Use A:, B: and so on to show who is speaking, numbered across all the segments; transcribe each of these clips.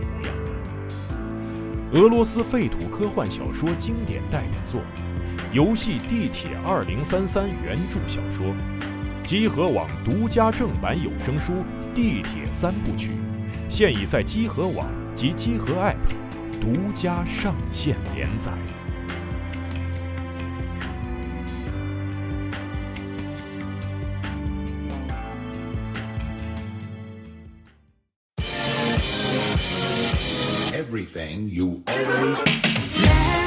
A: 模样。俄罗斯废土科幻小说经典代表作，游戏《地铁二零三三》原著小说，集合网独家正版有声书《地铁三部曲》，现已在集合网及集合 App 独家上线连载。
B: everything you always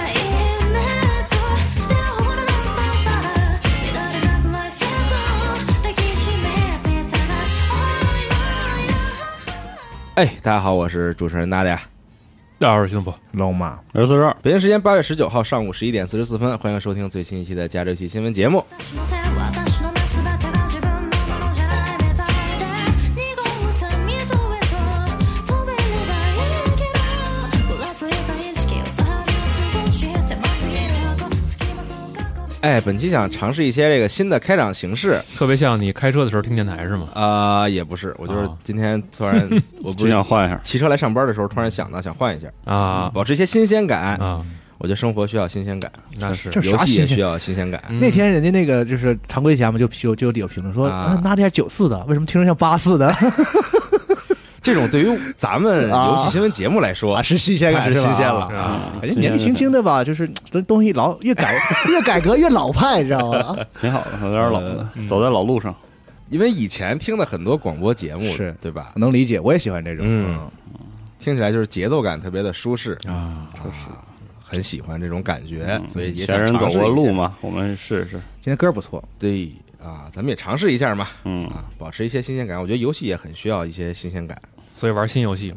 C: 哎，大家好，我是主持人娜姐。
D: 大家好，幸福
E: 龙马，
D: 二十四十二，
C: 北京时间八月十九号上午十一点四十四分，欢迎收听最新一期的《加州系新闻节目》。哎，本期想尝试一些这个新的开场形式，
D: 特别像你开车的时候听电台是吗？
C: 啊、也不是，我就是
D: 啊
C: 今天突 然，我不
F: 就是想换一下。
C: 骑车来上班的时候，突然想到想换一下，
D: 啊
C: 保持一些新鲜感。
D: 啊，
C: 我觉得生活需要新鲜感，
D: 那是
E: 这
C: 游
E: 啥
C: 戏
E: 新
C: 也
E: 鲜
C: 需要新鲜感。
D: 嗯
E: 那天人家那个就是常规侠嘛，就就就有评论说，
C: 啊
E: 啊那点九四的为什么听着像八四的？
C: 这种对于咱们游戏新闻节目来说，
E: 啊，是新鲜
C: 太
E: 感，
C: 是
E: 吧
C: 新鲜了。。
D: 啊，
E: 感觉年纪轻轻的吧，就是东东西老越 改越改革越老派，你知道吗？
F: 挺好的，有点老了，走在老路上。
C: 因为以前听的很多广播节目，
E: 是
C: 对吧？
E: 能理解，我也喜欢这种。
C: 嗯，听起来就是节奏感特别的舒适，
D: 啊，
C: 很喜欢这种感觉，所以也想
F: 前嗯人走
C: 尝试
F: 过
C: 一
F: 路
C: 下，
F: 嘛，我们试 试。
E: 今天歌不错，
C: 对啊，咱们也尝试一下嘛，
F: 嗯，
C: 啊，保持一些新鲜感。我觉得游戏也很需要一些新鲜感，
D: 所以玩新游戏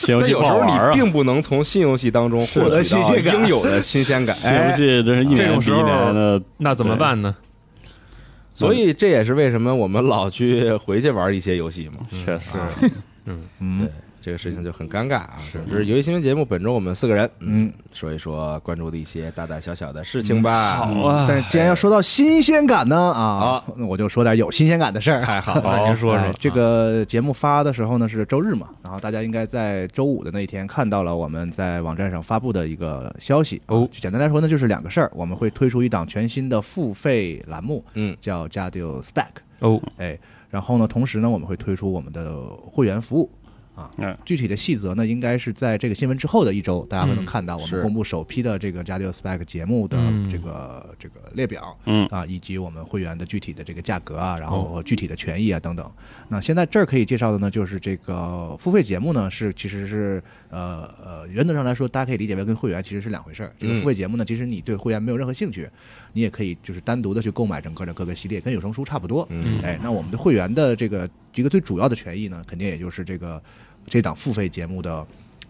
F: 新游
C: 但
F: 戏
C: 有
F: 不
C: 时
F: 好
C: 候
F: 玩
C: 你
F: 啊，
C: 并不能从新游戏当中获得
E: 是的
C: 到
E: 新鲜感
C: 应有的新鲜感，哎
F: 新游戏真是一
D: 哎这
F: 年
D: 种
F: 比
D: 时
F: 一
D: 候
F: 年的
D: 那怎么办呢？
C: 所以这也是为什么我们老去回去玩一些游戏嘛。
F: 确实。
E: 嗯
C: 这个事情就很尴尬啊！是，就是游戏新闻节目，本周我们四个人，
E: 嗯，
C: 说一说关注的一些大大小小的事情吧。
D: 好啊，
E: 但是既然要说到新鲜感呢，啊，那我就说点有新鲜感的事儿。啊
C: 太好了，
D: 那您说
E: 哎
D: 说
E: 这个节目发的时候呢是周日嘛，然后大家应该在周五的那一天看到了我们在网站上发布的一个消息。啊
C: 哦
E: 就简单来说呢，就是两个事儿，我们会推出一档全新的付费栏目，
C: 嗯，
E: 叫 Jadio Stack，
D: 哦，
E: 哎，然后呢，同时呢，我们会推出我们的会员服务。啊
F: 嗯，
E: 具体的细则呢，应该是在这个新闻之后的一周，大家会能
D: 嗯
E: 看到我
C: 是
E: 们公布首批的这个 Jadio Spec 节目的
D: 嗯
E: 这个这个列表，
F: 嗯
E: 啊，以及我们会员的具体的这个价格啊，然
D: 哦
E: 后具体的权益啊等等。那现在这儿可以介绍的呢，就是这个付费节目呢，是其实是呃呃，原则上来说，大家可以理解为跟会员其实是两回事儿。这个
C: 嗯
E: 付费节目呢，其实你对会员没有任何兴趣，你也可以就是单独的去购买整个的各个系列，跟有声书差不多。
C: 嗯
E: 哎，那我们的会员的这个一个最主要的权益呢，肯定也就是这个这档付费节目的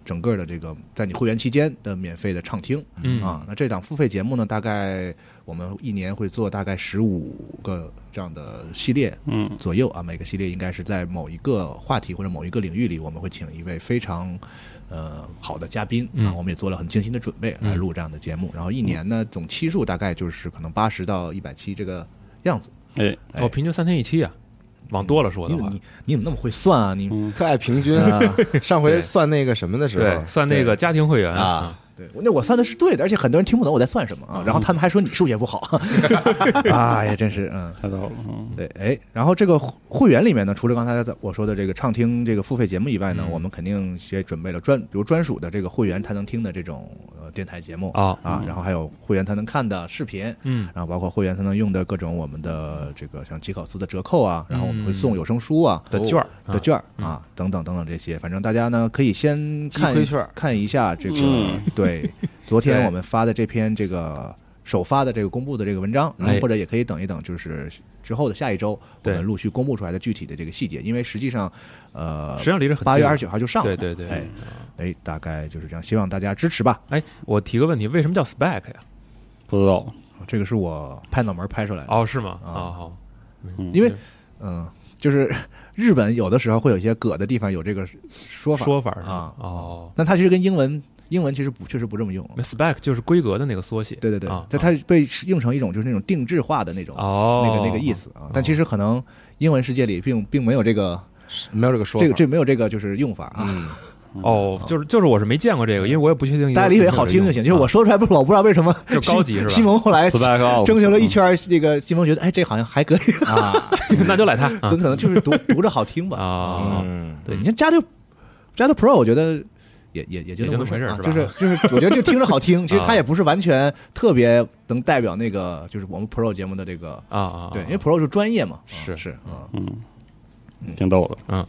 E: 整个的这个在你会员期间的免费的畅听。
D: 嗯
E: 啊，那这档付费节目呢，大概我们一年会做大概十五个这样的系列
F: 嗯
E: 左右啊，每个系列应该是在某一个话题或者某一个领域里，我们会请一位非常呃好的嘉宾啊，
D: 嗯
E: 我们也做了很精心的准备来录这样的节目，然后一年呢总期数大概就是可能八十到一百期这个样子。
F: 哎，
E: 哎
D: 哦，平均三天一期啊，往多了说
E: 你
D: 的
E: 怎
D: 话
E: 么，你你怎么那么会算啊？你、
C: 特爱平均啊！ 上回算那个什么的时候
D: 对，，算那个家庭会员
C: 啊，
E: 对，那我算的是对的，而且很多人听不懂我在算什么
D: 嗯
E: 啊，然后他们还说你数学不好， 哎呀，真是嗯。
F: 太逗了。嗯
E: 对，哎，然后这个会会员里面呢，除了刚才我说的这个畅听这个付费节目以外呢，
D: 嗯
E: 我们肯定也准备了专，比如专属的这个会员才能听的这种呃个电台节目
D: 啊
E: 啊，然后还有会员才能看的视频，
D: 嗯，
E: 然后包括会员才能用的各种我们的这个像吉考斯的折扣啊，然后我们会
D: 嗯
E: 送有声书啊
D: 的券儿嗯
E: 的券儿啊等等等等这些，反正大家呢可以先
C: 鸡
E: 看
C: 亏券儿
E: 看一下这个
F: 嗯
E: 对，昨天
D: 对
E: 我们发的这篇这个首发的这个公布的这个文章，然后
D: 哎
E: 或者也可以等一等，就是之后的下一周我
D: 对
E: 们陆续公布出来的具体的这个细节，因为实际上呃
D: 实际上离着很
E: 八月二十
D: 九，
E: 九号就上了，
D: 对对对。
E: 哎哎，大概就是这样，希望大家支持吧。
D: 哎，我提个问题，为什么叫 spec 呀？
F: 不知道，
E: 这个是我拍脑门拍出来的，
D: 哦，是吗？
E: 啊
D: 哦，好，
F: 嗯
E: 因为嗯，就是日本有的时候会有一些“葛”的地方有这个说法，
D: 说法是吧
E: 啊
D: 哦，
E: 那它其实跟英文英文其实不确实不这么用。
D: 那 spec 就是规格的那个缩写。
E: 对对对
D: 啊，
E: 它它被用成一种就是那种定制化的那种
D: 哦，
E: 那个那个意思啊。但其实可能英文世界里并并没有这个
C: 没有这个说法，
E: 这个这没有这个就是用法啊。
C: 嗯，
D: 哦，就是就是我是没见过这个，因为我也不确定。
E: 嗯大家理解好听就行。其实我说出来不是，我不知道为什么
D: 就高级是吧
E: 西蒙后来
F: Spec Ops
E: 征求了一圈儿，这个西蒙觉得哎，这好像还可以，
D: 啊， 那就来它啊
E: 可能就是读读着好听吧。
D: 啊，
C: 嗯，
E: 对，你像加六加六 Pro，我觉得。也也也就
D: 也
E: 那
D: 就那么回事儿
E: 啊
D: 是吧
E: 就是就是，我觉得就听着好 听，其实它
D: 啊
E: 也不是完全特别能代表那个，就是我们 Pro 节目的这个，
D: 啊啊，
E: 对，因为 Pro 是专业嘛，啊
D: 是
E: 是啊，
F: 挺逗的。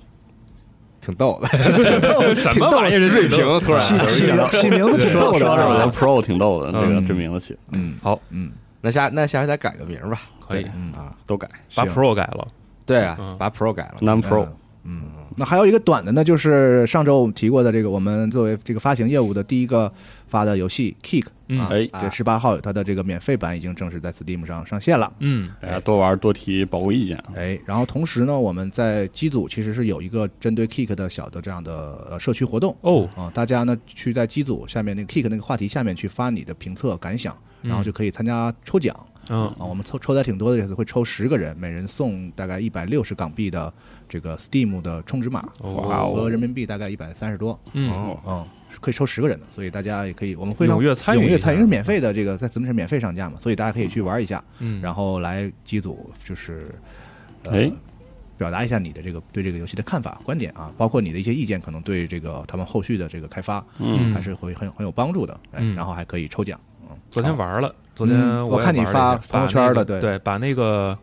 C: 挺逗 的，
D: 什么玩意儿？
C: 锐
D: 瑞
C: 评突然有一
E: 起
C: 下。
E: 名起名字挺逗
F: 说
E: 的，
F: 到这儿，我觉
E: 啊
F: 得 Pro 挺逗的，这个
E: 嗯
F: 这名字起的
E: 嗯，
D: 好，
E: 嗯，
C: 那下那下回再改个名儿吧，
D: 可以
E: 嗯
C: 啊，
F: 都改
D: 把
E: 行
D: Pro 改了，
C: 对啊
D: 嗯，
C: 把 Pro 改了，
F: Non Pro
E: 嗯。嗯，那还有一个短的呢，就是上周我们提过的这个，我们作为这个发行业务的第一个发的游戏《Kick》
D: 嗯
E: 啊，
F: 哎
E: 这十八号它的这个免费版已经正式在 Steam 上上线了。
D: 嗯，
F: 大家多玩多提宝贵意见。
E: 哎，然后同时呢，我们在机组其实是有一个针对 Kick 的小的这样的呃社区活动
D: 哦，
E: 啊、大家呢去在机组下面那个 Kick 那个话题下面去发你的评测感想，然后就可以参加抽奖。
D: 嗯，
E: 啊，我们抽抽的挺多的，这次会抽十个人，每人送大概一百六十港币的这个 Steam 的充值码，
D: 哇
F: 哦
E: 和人民币大概一百三十多，
D: 嗯，
F: 哦，
E: 嗯，是可以抽十个人的，所以大家也可以，我们会让
D: 踊跃参与
E: 踊
D: 一
E: 跃
D: 下
E: 参与是免费的，这个在咱们是免费上架嘛，所以大家可以去玩一下，
D: 嗯
E: 然后来机组就是，呃、
F: 哎，
E: 表达一下你的这个对这个游戏的看法、观点啊，包括你的一些意见，可能对这个他们后续的这个开发，
D: 嗯
E: 还是会很有很有帮助的，哎
D: 嗯
E: 然后还可以抽奖，
D: 昨天玩了，昨天
E: 嗯我
D: 也
E: 看你
D: 玩了
E: 发
D: 一下
E: 朋友圈
D: 把那
E: 了
D: 个
E: 对
D: 对，把那个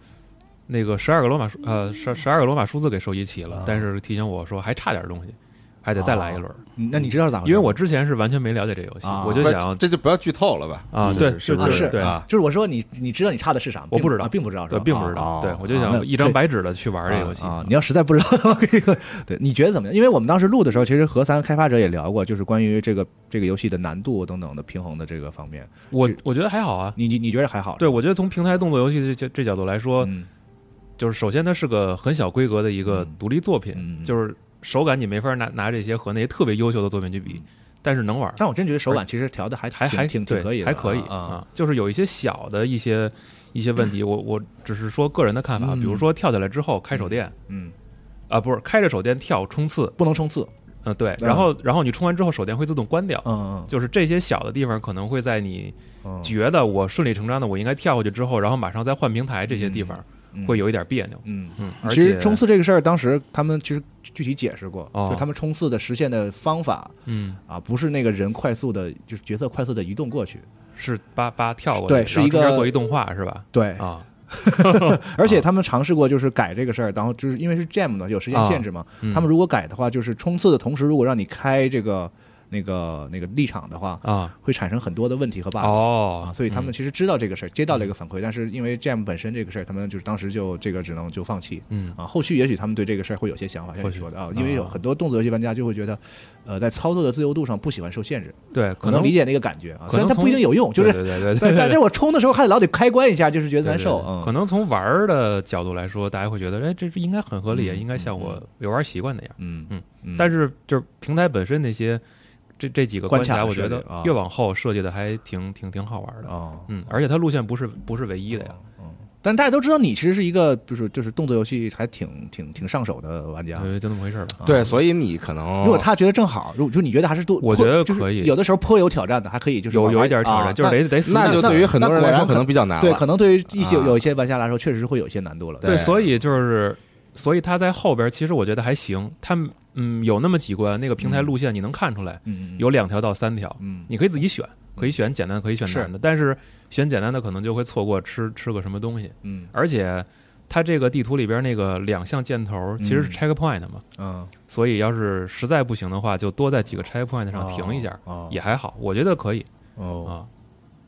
D: 那个十二个罗马数呃十十二个罗马数字给收集齐
E: 啊
D: 了，但是提醒我说还差点东西，还得再来一轮，
E: 嗯那你知道是咋回事
D: 因
E: 吗？
D: 为我之前是完全没了解这游戏
E: 啊，
D: 我就
C: 不是
D: 想
C: 这就不要剧透了吧？
D: 啊
C: 嗯
D: 对
C: 是
D: 就
C: 不
E: 啊
D: 是
E: 是
D: 对
E: 啊就是我说你你知道你差的是啥吗？
D: 我不
E: 并
D: 知道
E: 啊并不知道是
D: 对
E: 吧？
D: 并不知道，
E: 哦
D: 对
E: 哦
D: 我就
E: 啊那
D: 想一张
E: 这
D: 白纸的去玩这游戏
E: 啊啊你要实在不知道，可以对，你觉得怎么样？因为我们当时录的时候，其实和三开发者也聊过，就是关于这个这个游戏的难度等等的平衡的这个方面，
D: 我
E: 这
D: 我觉得还好啊。
E: 你你你觉得还好？
D: 对，，我觉得从平台动作游戏这这角度来说，
E: 嗯
D: 就是首先它是个很小规格的一个
E: 嗯
D: 独立作品，
E: 嗯嗯
D: 就是手感你没法拿拿这些和那些特别优秀的作品去比，但是能玩，
E: 但我真觉得手感其实调的还
D: 还
E: 嗯挺
D: 还
E: 挺
D: 对
E: 挺可以的，
D: 还可以
E: 啊。
D: 就是有一些小的一些一些问题，我我只是说个人的看法，啊
E: 嗯
D: 比如说跳起来之后开手电。
E: 嗯，
D: 啊，不是开着手电跳冲刺，
E: 不能冲刺，
D: 呃，对，
E: 嗯
D: 然后然后你冲完之后，手电会自动关掉，
E: 嗯
D: 就是这些小的地方可能会在你
E: 嗯，
D: 觉得我顺理成章的我应该跳过去之后，然后马上再换平台，这些地方
E: 嗯
D: 会有一点别扭。
E: 嗯。
D: 嗯，而
E: 其实
D: 且
E: 冲，刺这个事儿，当时他们其实具体解释过，
D: 哦
E: 就是他们冲刺的实现的方法
D: 嗯，
E: 啊，不是那个人快速的，就是角色快速的移动过去，
D: 是叭叭跳过去，
E: 对
D: 然后
E: 是一个
D: 中间做一动画是吧？
E: 对
D: 啊，
E: 而且他们尝试过就是改这个事儿，然后就是因为是 jam 呢，有时间限制嘛。
D: 嗯
E: 他们如果改的话，就是冲刺的同时，如果让你开这个那个那个立场的话，
D: 啊
E: 会产生很多的问题和 bug、
D: 哦
E: 啊。，所以他们其实知道这个事儿，接到了一个反馈，但是因为 jam 本身这个事儿，他们就是当时就这个只能就放弃。
D: 嗯
E: 啊，后续也许他们对这个事儿会有些想法，像
D: 或
E: 你
D: 许
E: 说的啊，因为有很多动作游戏玩家就会觉得，呃，在操作的自由度上不喜欢受限制，
D: 对，可
E: 可能
D: 能
E: 理解那个感觉啊，
D: 可
E: 虽
D: 能
E: 然它
D: 从
E: 不一定有用，就是
D: 对对对 对
E: 对，
D: 对
E: 但是我冲的时候还得老得开关一下，就是觉得
D: 对
E: 难受
D: 对对
E: 啊。
D: 可能从玩儿的角度来说，大家会觉得，哎，这是应该很合理，
E: 嗯
D: 应该像我游玩习惯那样。
E: 嗯
D: 嗯
E: 嗯，
D: 但是就是平台本身那些这这几个
E: 关
D: 关
E: 卡
D: 卡，我
E: 设
D: 觉
E: 计
D: 得
E: 啊
D: 越往后设计的还挺挺挺好玩的。
E: 哦，
D: 嗯，而且它路线不是不是唯一的呀。
E: 但大家都知道你其实是一个，就是就是动作游戏还挺挺挺上手的玩家。啊
D: 呃，就那么回事儿吧。
C: 对，所以你可能
E: 嗯如果他觉得正好，如果就你觉得还是多，
D: 哦我觉得
E: 就是
D: 可以
E: 有的时候颇有挑战的，还可以就是
D: 有
E: 往
D: 有
E: 外
D: 一点挑
E: 啊
D: 战，就是
E: 那
D: 得得死
C: 那就
E: 那
C: 对于很多人来说
E: 那果然
C: 可能比较难了。
E: 对，可能对于一些
C: 啊
E: 有一些玩家来说，确实会有一些难度了。
C: 对
D: 所以就是，所以他在后边，其实我觉得还行。他们嗯，有那么几关，那个平台路线你能看出来，
E: 嗯，嗯
D: 有两条到三条，
E: 嗯
D: 你可以自己选。可以选简单，可以选难的，但是选简单的可能就会错过吃吃个什么东西，
E: 嗯
D: 而且它这个地图里边那个两项箭头其实是 checkpoint 嘛，
E: 嗯，
D: 所以要是实在不行的话，就多在几个 checkpoint 上停一下，
E: 哦
D: 也还好，我觉得可以
E: 哦，
D: 啊。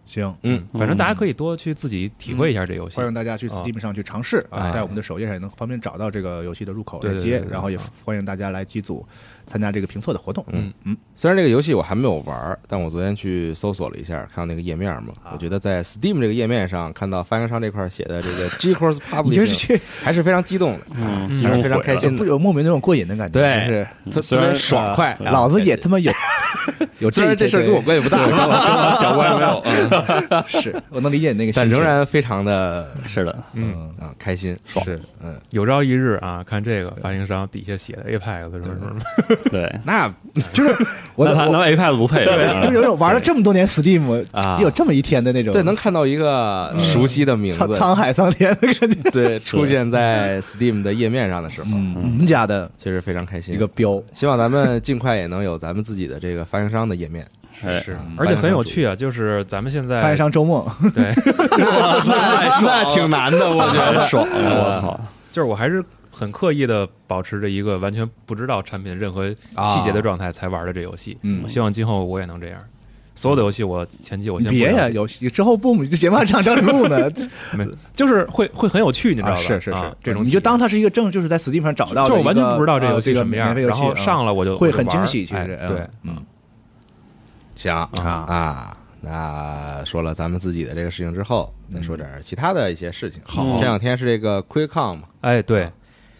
E: 行，
C: 嗯，
D: 反正大家可以多去自己体会一下这游戏
E: 欢。迎大家去 Steam 上去尝试啊，
D: 哎
E: 在我们的首页上也能方便找到这个游戏的入口
D: 对
E: 链
D: 对
E: 接
D: 对，对
E: 然后也
D: 啊
E: 欢迎大家来机组参加这个评测的活动。
D: 嗯
E: 嗯，
C: 虽然这个游戏我还没有玩儿，但我昨天去搜索了一下，看到那个页面嘛，
E: 啊
C: 我觉得在 Steam 这个页面上看到发行商这块儿写的这 个 G Course
E: 你这
C: Publishing，
E: 是去啊
C: 还是非常激动的，
F: 嗯，
D: 嗯
F: 几
C: 还
F: 乎
C: 是非常
F: 毁
C: 开
F: 了
C: 心
E: 不
C: 的，
E: 有莫名那种过瘾的感觉，
C: 对
E: 就是
C: 特
F: 虽
C: 特别
F: 然
C: 爽快。啊
E: 老子也他妈有 有
C: 虽然这事儿跟我关系不大，
F: 小 怪没有，嗯
E: 是我能理解你那个心
C: 但
E: 情，
C: 仍然非常的
F: 是的，
D: 嗯，
C: 啊开心。
E: 是
D: 有朝一日啊，看这个发行商底下写的 Apex 什么什么，
F: 对。
C: 那
E: 我
F: 那他
E: 我
F: 那 A 派不配，
E: 就是有种玩了这么多年 Steam
C: 啊
E: 也有这么一天的那种，
C: 对嗯能看到一个熟悉的名
E: 沧
C: 字，
E: 沧海桑田的感 觉。
C: 对出现在 Steam 的页面上的时候，
E: 嗯，我们家的
C: 其实非常开心。
E: 一个标，
C: 希望咱们尽快也能有咱们自己的这个发行商的页面，
F: 哎
D: 是，而且很有趣啊，就是咱们现
C: 哎
D: 在
E: 发一商周末，
D: 对，
C: 那那挺难的，我觉得爽。
F: 我操，
D: 就是我还是很刻意的保持着一个完全不知道产品任何细节的状态才玩的这游戏。
E: 嗯
D: 我希望今后我也能这样。所有的游戏我前期我先不
E: 别
D: 了
E: 呀，
D: 解，
E: 有之后不，你这节目还长这录 呢，
D: 没就是会会很有趣，你知
E: 啊，
D: 道吧？
E: 是是
D: 啊
E: 是，
D: 这种
E: 你
D: 体
E: 就
D: 验
E: 当它是一个正，就是在 Steam 上找到的一个，
D: 就是我完全不知道这
E: 呃
D: 游戏
E: 个
D: 什么样
E: 免费，游
D: 然
E: 戏啊
D: 后上
E: 了
D: 了我就
E: 会
D: 我就
E: 很
D: 玩
E: 惊喜，其
D: 哎
E: 实嗯
D: 对，
E: 嗯，
C: 行啊，那说了咱们自己的这个事情之后，再说点其他的一些事情。
F: 好
C: 这两天是这个 QuickCon 嘛，
D: 哎对，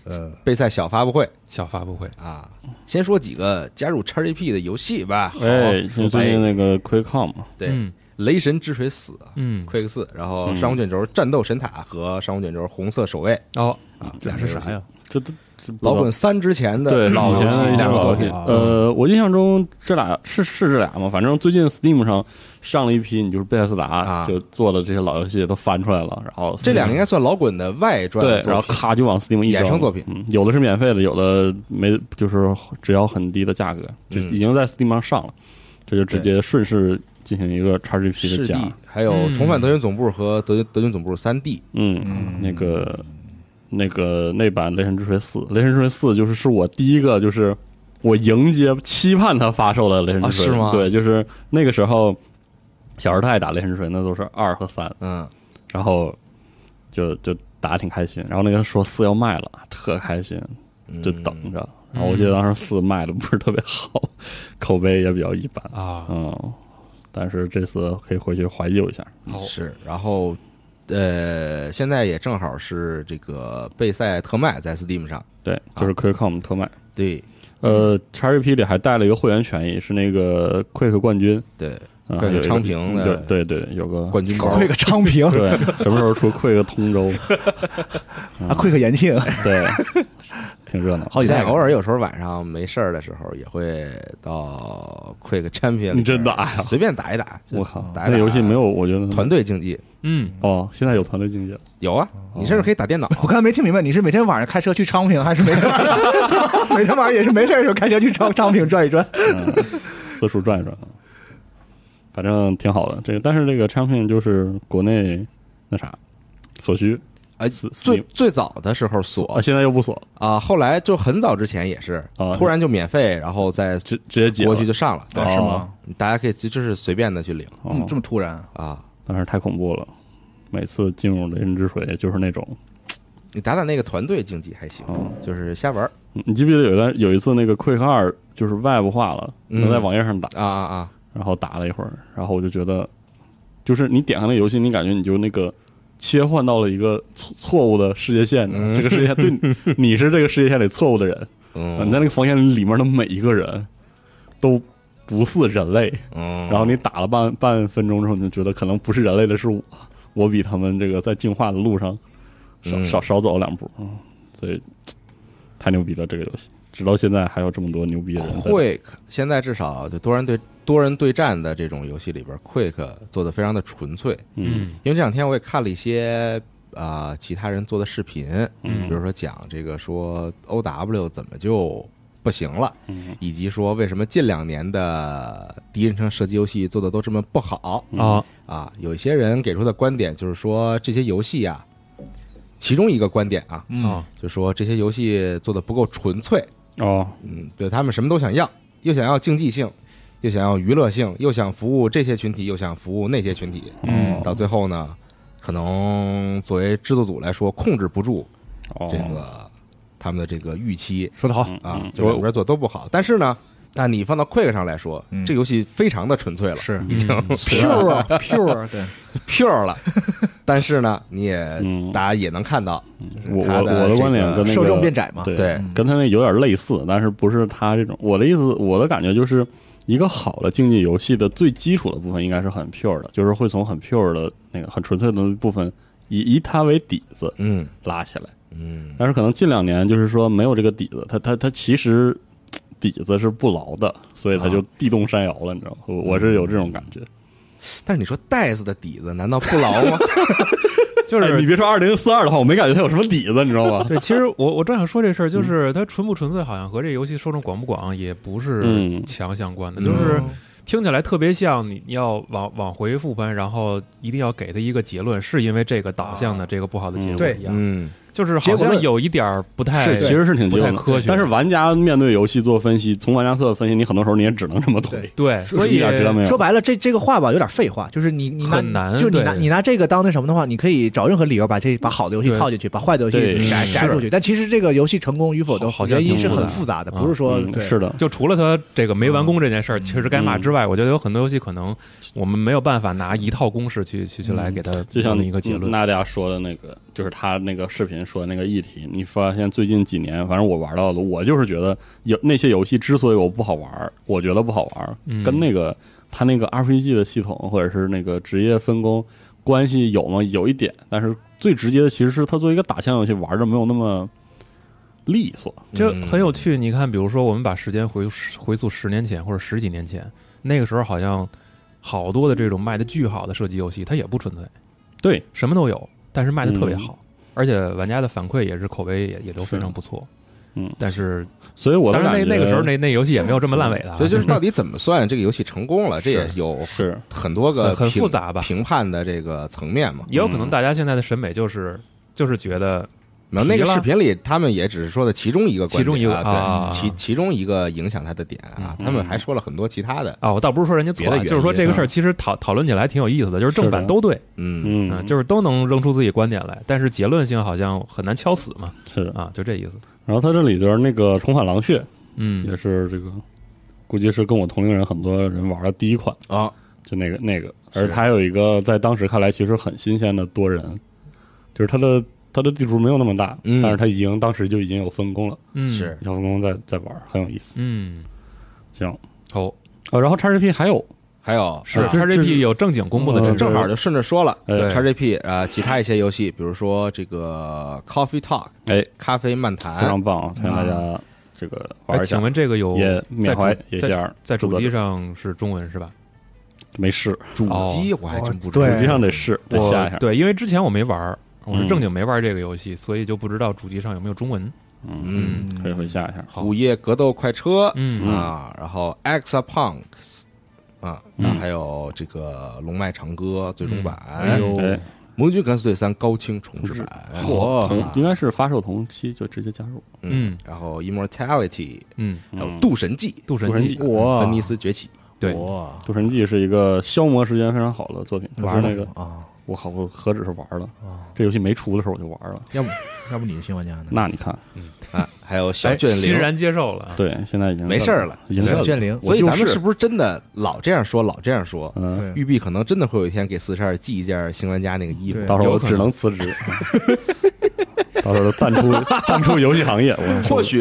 E: 呃，
C: 备赛小发布会
D: 小发布会，
C: 啊。先说几个加入 XGP 的游戏吧。好
F: 哎，就最近那个 QuickCon 嘛，
C: 对，
D: 嗯
C: 雷神之锤四》啊，
D: 嗯，
C: Quick 四》，然后《商务卷轴战斗神塔》和《商务卷轴红色守卫》
D: 哦，
C: 啊，
E: 俩是啥
D: 嗯
E: 呀？
F: 这都这不知道
C: 老滚三之前的
F: 对
C: 老
F: 以前
C: 游
F: 的
C: 戏
F: 一些
C: 两个作
F: 老
C: 品
F: 品
E: 啊，
F: 呃，我印象中这俩是是这俩吗？反正最近 Steam 上上了一批，你就是贝塞斯达
C: 啊
F: 就做的这些老游戏都翻出来了，然后 Steam
C: 这两个应该算老滚的外传
F: 对
C: 作，品，
F: 然后咔就往 Steam 一
C: 衍
F: 扔
C: 生作品
F: 嗯，有的是免费的，有的没，就是只要很低的价格，就
C: 嗯
F: 已经在 Steam 上上了，这就直接顺势进行一个 XGP
C: 是
F: 的加
C: 地，，还有
D: 嗯
C: 重返德军总部和德军德军总部三 D
F: 嗯，那个那个那版《雷神之锤四》，《雷神之锤四》就是是我第一个就是我迎接期盼它发售的《雷神之锤》
C: 啊是吗
F: 对，就是那个时候小时候太打《雷神之锤》，那都是二和三，
C: 嗯，
F: 然后就就打得挺开心，然后那个说四要卖了，特开心，
C: 嗯
F: 就等着。然后我记得当时四卖的不是特别好， 口碑也比较一般，
D: 啊，
F: 嗯，但是这次可以回去怀旧一下，
D: 好，
C: 是，然后呃，现在也正好是这个备赛特卖在 Steam 上，
F: 对，就是
C: 啊
F: QuickCom 特卖。
C: 对
F: 呃，XGP 里还带了一个会员权益，是那个 Quick 冠军，
C: 对，
F: 啊
C: Quick
F: 有一个嗯
C: 昌平的
F: 对对对，有个
C: 冠军包
E: 会个昌 平
F: 对，什么时候出 Quick 通州？
E: 啊，会个延庆，
F: 对，挺热闹。
E: 好几
C: 现
E: 代
C: 在偶尔有时候晚上没事儿的时候，也会到 Quick Champion，
F: 你真打呀
C: 随便打一打，就
F: 我靠，
C: 打一
F: 那
C: 打
F: 游戏没有，我觉得
C: 团队竞技
D: 嗯，
F: 哦，现在有团队竞技了，
C: 有啊，
F: 哦
C: 你甚至可以打电 脑。
E: 我刚才没听明白，你是每天晚上开车去昌平，还是每天晚上 每天晚上也是没事的时候开车去昌昌平转一转？
F: 嗯四处转一转，反正挺好的。这个，但是这个 Champion 就是国内那啥所需
C: 哎，
F: 是是
C: 最
F: 你
C: 最早的时候锁
F: 啊，现在又不锁了，
C: 啊，后来就很早之前也是
F: 啊，
C: 突然就免费，然后在
F: 直直接解
C: 国
F: 了
C: 区就上了，
F: 哦
E: 是吗？
C: 大家可以就就是随便的去领
E: 嗯
F: 哦，
E: 这么突然，
C: 啊。
F: 但是太恐怖了。每次进入雷神之水就是那种
C: 你打打那个团队竞技还行
F: 哦，
C: 就是瞎玩儿
F: 嗯你记不记得有一段有一次那个 Quick 二就是 Web 化了，
C: 嗯
F: 能在网页上打，
C: 啊啊啊！
F: 然后打了一会儿，然后我就觉得，就是你点开那个游戏，你感觉你就那个切换到了一个错错误的世界线的，这个世界线对 你你是这个世界线里错误的人，你
C: 嗯
F: 啊在那个房间里面的每一个人都不是人类，
C: 嗯，
F: 然后你打了半半分钟之后，你就觉得可能不是人类的是我，我比他们这个在进化的路上少
C: 嗯
F: 少少走了两步，嗯，所以太牛逼了这个游戏，直到现在还有这么多牛逼的人在。
C: Quick 现在至少就多人对多人对战的这种游戏里边，Quick 做的非常的纯粹。
F: 嗯
C: 因为这两天我也看了一些啊、呃其他人做的视频，
F: 嗯
C: 比如说讲这个说 OW 怎么就不行了，
F: 嗯
C: 以及说为什么近两年的第一人称射击游戏做的都这么不好
D: 啊，
C: 啊？有一些人给出的观点就是说这些游戏啊，其中一个观点啊，
E: 嗯
D: 啊，
C: 就说这些游戏做的不够纯粹，
F: 哦，
C: 嗯，对他们什么都想要，又想要竞技性，又想要娱乐性，又想服务这些群体，又想服务那些群体，
F: 嗯
C: 到最后呢，可能作为制作组来说，控制不住
F: 哦，
C: 这个他们的这个预期
E: 说得 好，
F: 嗯
C: 啊
F: 嗯，
C: 就两边做都不好。但是呢，那你放到 Quick 上来说
E: 嗯，
C: 这游戏非常的纯粹了，
E: 是
D: 已经啊
E: pure pure 对，
C: pure 了。但是呢，你也
F: 嗯
C: 大家也能看到，
F: 我
C: 他
F: 我
C: 的
F: 我
C: 这
F: 的观点
C: 个
F: 跟那个
E: 受众变窄嘛，
F: 对
C: 对
E: 嗯
F: 跟他那有点类似，但是不是他这种。我的意思，我的感觉就是一个好的竞技游戏的最基础的部分应该是很 pure 的，就是会从很 pure 的那个很纯粹的部分以以它为底子
C: 嗯
F: 拉起来。
C: 嗯
F: 但是可能近两年就是说没有这个底子，它它它其实嘖底子是不牢的，所以它
D: 啊
F: 就地动山摇了，你知道吗？我我是有这种感觉。
D: 嗯
C: 但是你说袋子的底子难道不牢 吗？
D: 就
F: 哎你
D: 是
F: 别说二零四二的话，我没感觉它有什么底子，你知道 吗？
D: 对。其实我我正想说这事儿，
F: 嗯
D: 就是它纯不纯粹，好像和这游戏受众广不广也不是
F: 嗯
D: 强相关的，
C: 嗯
D: 就是听起来特别像你要往往回复盘，然后一定要给他一个结论，是因为这个导向
F: 啊
D: 的这个不好的结果
E: 对
D: 一样，
C: 嗯
D: 就是
E: 结
D: 好
E: 果
D: 像
E: 论
D: 有一点儿不太
F: 哎是，其实是挺
D: 不
F: 激
D: 太
F: 动的
D: 科学
F: 但是玩家面对游戏做分析，从玩家侧的分析，你很多时候你也只能这么推
E: 对，
D: 对，所以
F: 一点辙没有。
E: 说白了，这这个话吧，有点废话，就是你你拿
D: 很难
E: 就是你拿
D: 对
E: 你拿这个当那什么的话，你可以找任何理由把这把好的游戏
D: 对
E: 套进去，把坏的游戏
F: 对
E: 摘
D: 是
E: 摘出去。但其实这个游戏成功与否
D: 好
E: 都
D: 好像
E: 原因是
D: 挺复
E: 很
D: 杂
E: 复杂的，
D: 啊
E: 不是说
F: 嗯
E: 对
F: 是的，
D: 就除了他这个没完
F: 嗯
D: 工这件事儿，其实该骂之外，我觉得有很多游戏可能我们没有办法拿一套公式去去去来给他
F: 嗯就像嗯
D: 弄一个结论。
F: 娜迪亚说的那个，就是他那个视频说的那个议题，你发现最近几年，反正我玩到的，我就是觉得有那些游戏之所以我不好玩儿，我觉得不好玩儿，
D: 嗯
F: 跟那个他那个 RPG 的系统或者是那个职业分工关系有吗？有一点，但是最直接的其实是它作为一个打枪游戏，玩的没有那么利索。
D: 这很有趣。你看，比如说，我们把时间回回溯十年前或者十几年前，那个时候好像好多的这种卖的巨好的射击游戏，它也不纯粹，
F: 对，嗯
D: 什么都有，但是卖的特别好，而且玩家的反馈也是口碑也也都非常不错。
F: 嗯
D: 但是
F: 所以我的
D: 当然
F: 感
D: 那
F: 觉
D: 那个时候那那游戏也没有这么烂尾的啊，
C: 所以就是
D: 是
C: 到底怎么算这个游戏成功了，这也有
F: 是
C: 很多个
D: 很很
C: 评
D: 复杂吧
C: 评判的这个层面嘛。
D: 也有可
F: 嗯
D: 能大家现在的审美就是就是觉得
C: 没有那
D: 提
C: 个
D: 了
C: 视频里，他们也只是说的其中一个观点啊，
D: 其中一个啊嗯
C: 对，其其中一个影响他的点啊，他们还说了很多其他的，
D: 啊，我倒不是说人家
C: 别
D: 错
C: 的
D: 啊，
C: 原因
D: 就是说这个事儿其实讨讨论起来挺有意思的，就是正
F: 是
D: 反
F: 的
D: 都对，
C: 嗯
F: 嗯、
D: 嗯，就是都能扔出自己观点来，但是结论性好像很难敲死嘛，
F: 是的。
D: 啊，就这意思。
F: 然后他这里边那个重返狼穴，也
D: 嗯，
F: 是这个，估计是跟我同龄人很多人玩的第一款，
C: 啊，
F: 就那个那个，而它有一个在当时看来其实很新鲜的多人，就是它的它的地图没有那么大，
C: 嗯
F: 但是它已经当时就已经有分工了，
D: 嗯，
C: 是，
F: 有分工在在玩，很有意思。
D: 嗯，
F: 行，
D: 好，
F: 哦，然后 XGP 还有
C: 还有
D: 是哎
C: 啊呃
D: XGP 有正经公布的这
F: 嗯
D: 个，
C: 正好就顺着说了，
F: 对
C: 呃，XGP 啊，其他一些游戏，比如说这个 Coffee Talk
F: 哎，
C: 咖啡漫
F: 非
C: 谈，
F: 常棒，啊，推荐大家这个玩
D: 哎，
F: 一
D: 请
F: 下，
D: 问这个有
F: 也缅
D: 在
F: 怀
D: 主
F: 野
D: 在
F: 心二，
D: 在
F: 制
D: 主
F: 作
D: 机
F: 者
D: 上是中文是吧？
F: 没试，
C: 主机
D: 哦
C: 我还真不知道，
E: 对
F: 主机上得试，得下一
D: 我
F: 下，
D: 对，因为之前我没玩儿，我是
F: 嗯
D: 正经没玩儿这个游戏，所以就不知道主机上有没有中文。
F: 嗯，
C: 嗯，
F: 可以回下一下，
D: 好
C: 午夜格斗快车，
D: 嗯
C: 啊，然后 Exapunks 啊，
F: 嗯
C: 然后还有这个龙脉长歌最终版
D: 哎，呦
F: 哎，
C: 盟军敢死队三高清重制版，
F: 同
C: 啊
F: 应该是发售同期就直接加入，
C: 嗯
D: 嗯，
C: 然后 Immortality，
D: 嗯，
C: 还有
F: 嗯
C: 渡神记，
D: 渡
F: 渡神
D: 神
F: 记
E: 哇
C: 芬尼斯崛起，
D: 对，
E: 哇
F: 《渡神记》是一个消磨时间非常好的作品。
E: 玩
F: 玩
E: 了
F: 那个
E: 什，么啊，
F: 我好，我何止是玩了，这游戏没出的时候我就玩了。
E: 要不要不你是新玩家呢？
F: 那你看，
C: 啊，还有小
D: 哎
C: 卷
D: 欣
C: 帘。
D: 然接受了。啊
F: 对，现在已经
C: 没事儿了，
F: 已经在
E: 小卷灵，
C: 所以咱
E: 我
C: 们
E: 就是
C: 不是真的老这样说，老这样说？
F: 嗯，
E: 对
C: 玉碧可能真的会有一天给四十二寄一件新玩家那个衣服
E: 对，
F: 到时候
D: 有
F: 我
D: 可能
F: 只能辞职， 到时候就淡出淡出游戏行业。我
C: 或许，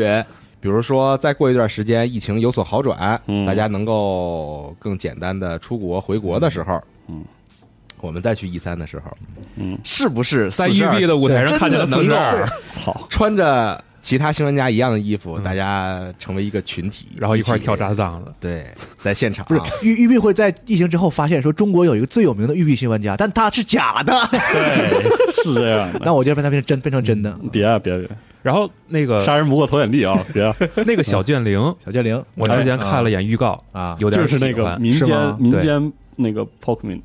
C: 比如说再过一段时间，疫情有所好转，
F: 嗯
C: 大家能够更简单的出国回国的时候，
F: 嗯，
C: 我们再去 E 三的时候，
F: 嗯，
C: 是不是
D: 在育
C: 42
D: E 碧的舞台上看见了
C: 真的
D: 四
C: 能
D: 十
C: 够
D: 二，
F: 操，
C: 穿着其他新玩家一样的衣
F: 嗯
C: 服，大家成为一个群体，
D: 然后一块儿
C: 起
D: 跳炸弹子。
C: 对，在现场
E: 不是育啊育碧会在疫情之后发现说中国有一个最有名的育碧新玩家，但他是假的，
F: 对，是这样的。
E: 那我就把它变成真变成真的。
F: 别啊别别，
D: 然后那个
F: 杀人不过投眼力啊，别啊
D: 那个小剑灵，
E: 小剑灵，
D: 我之前看了眼预告，
E: 啊，
D: 有点
F: 就是那
D: 喜
F: 个
D: 欢
F: 民
E: 是吗
F: 间民
D: 对
F: 间那个 Pokemon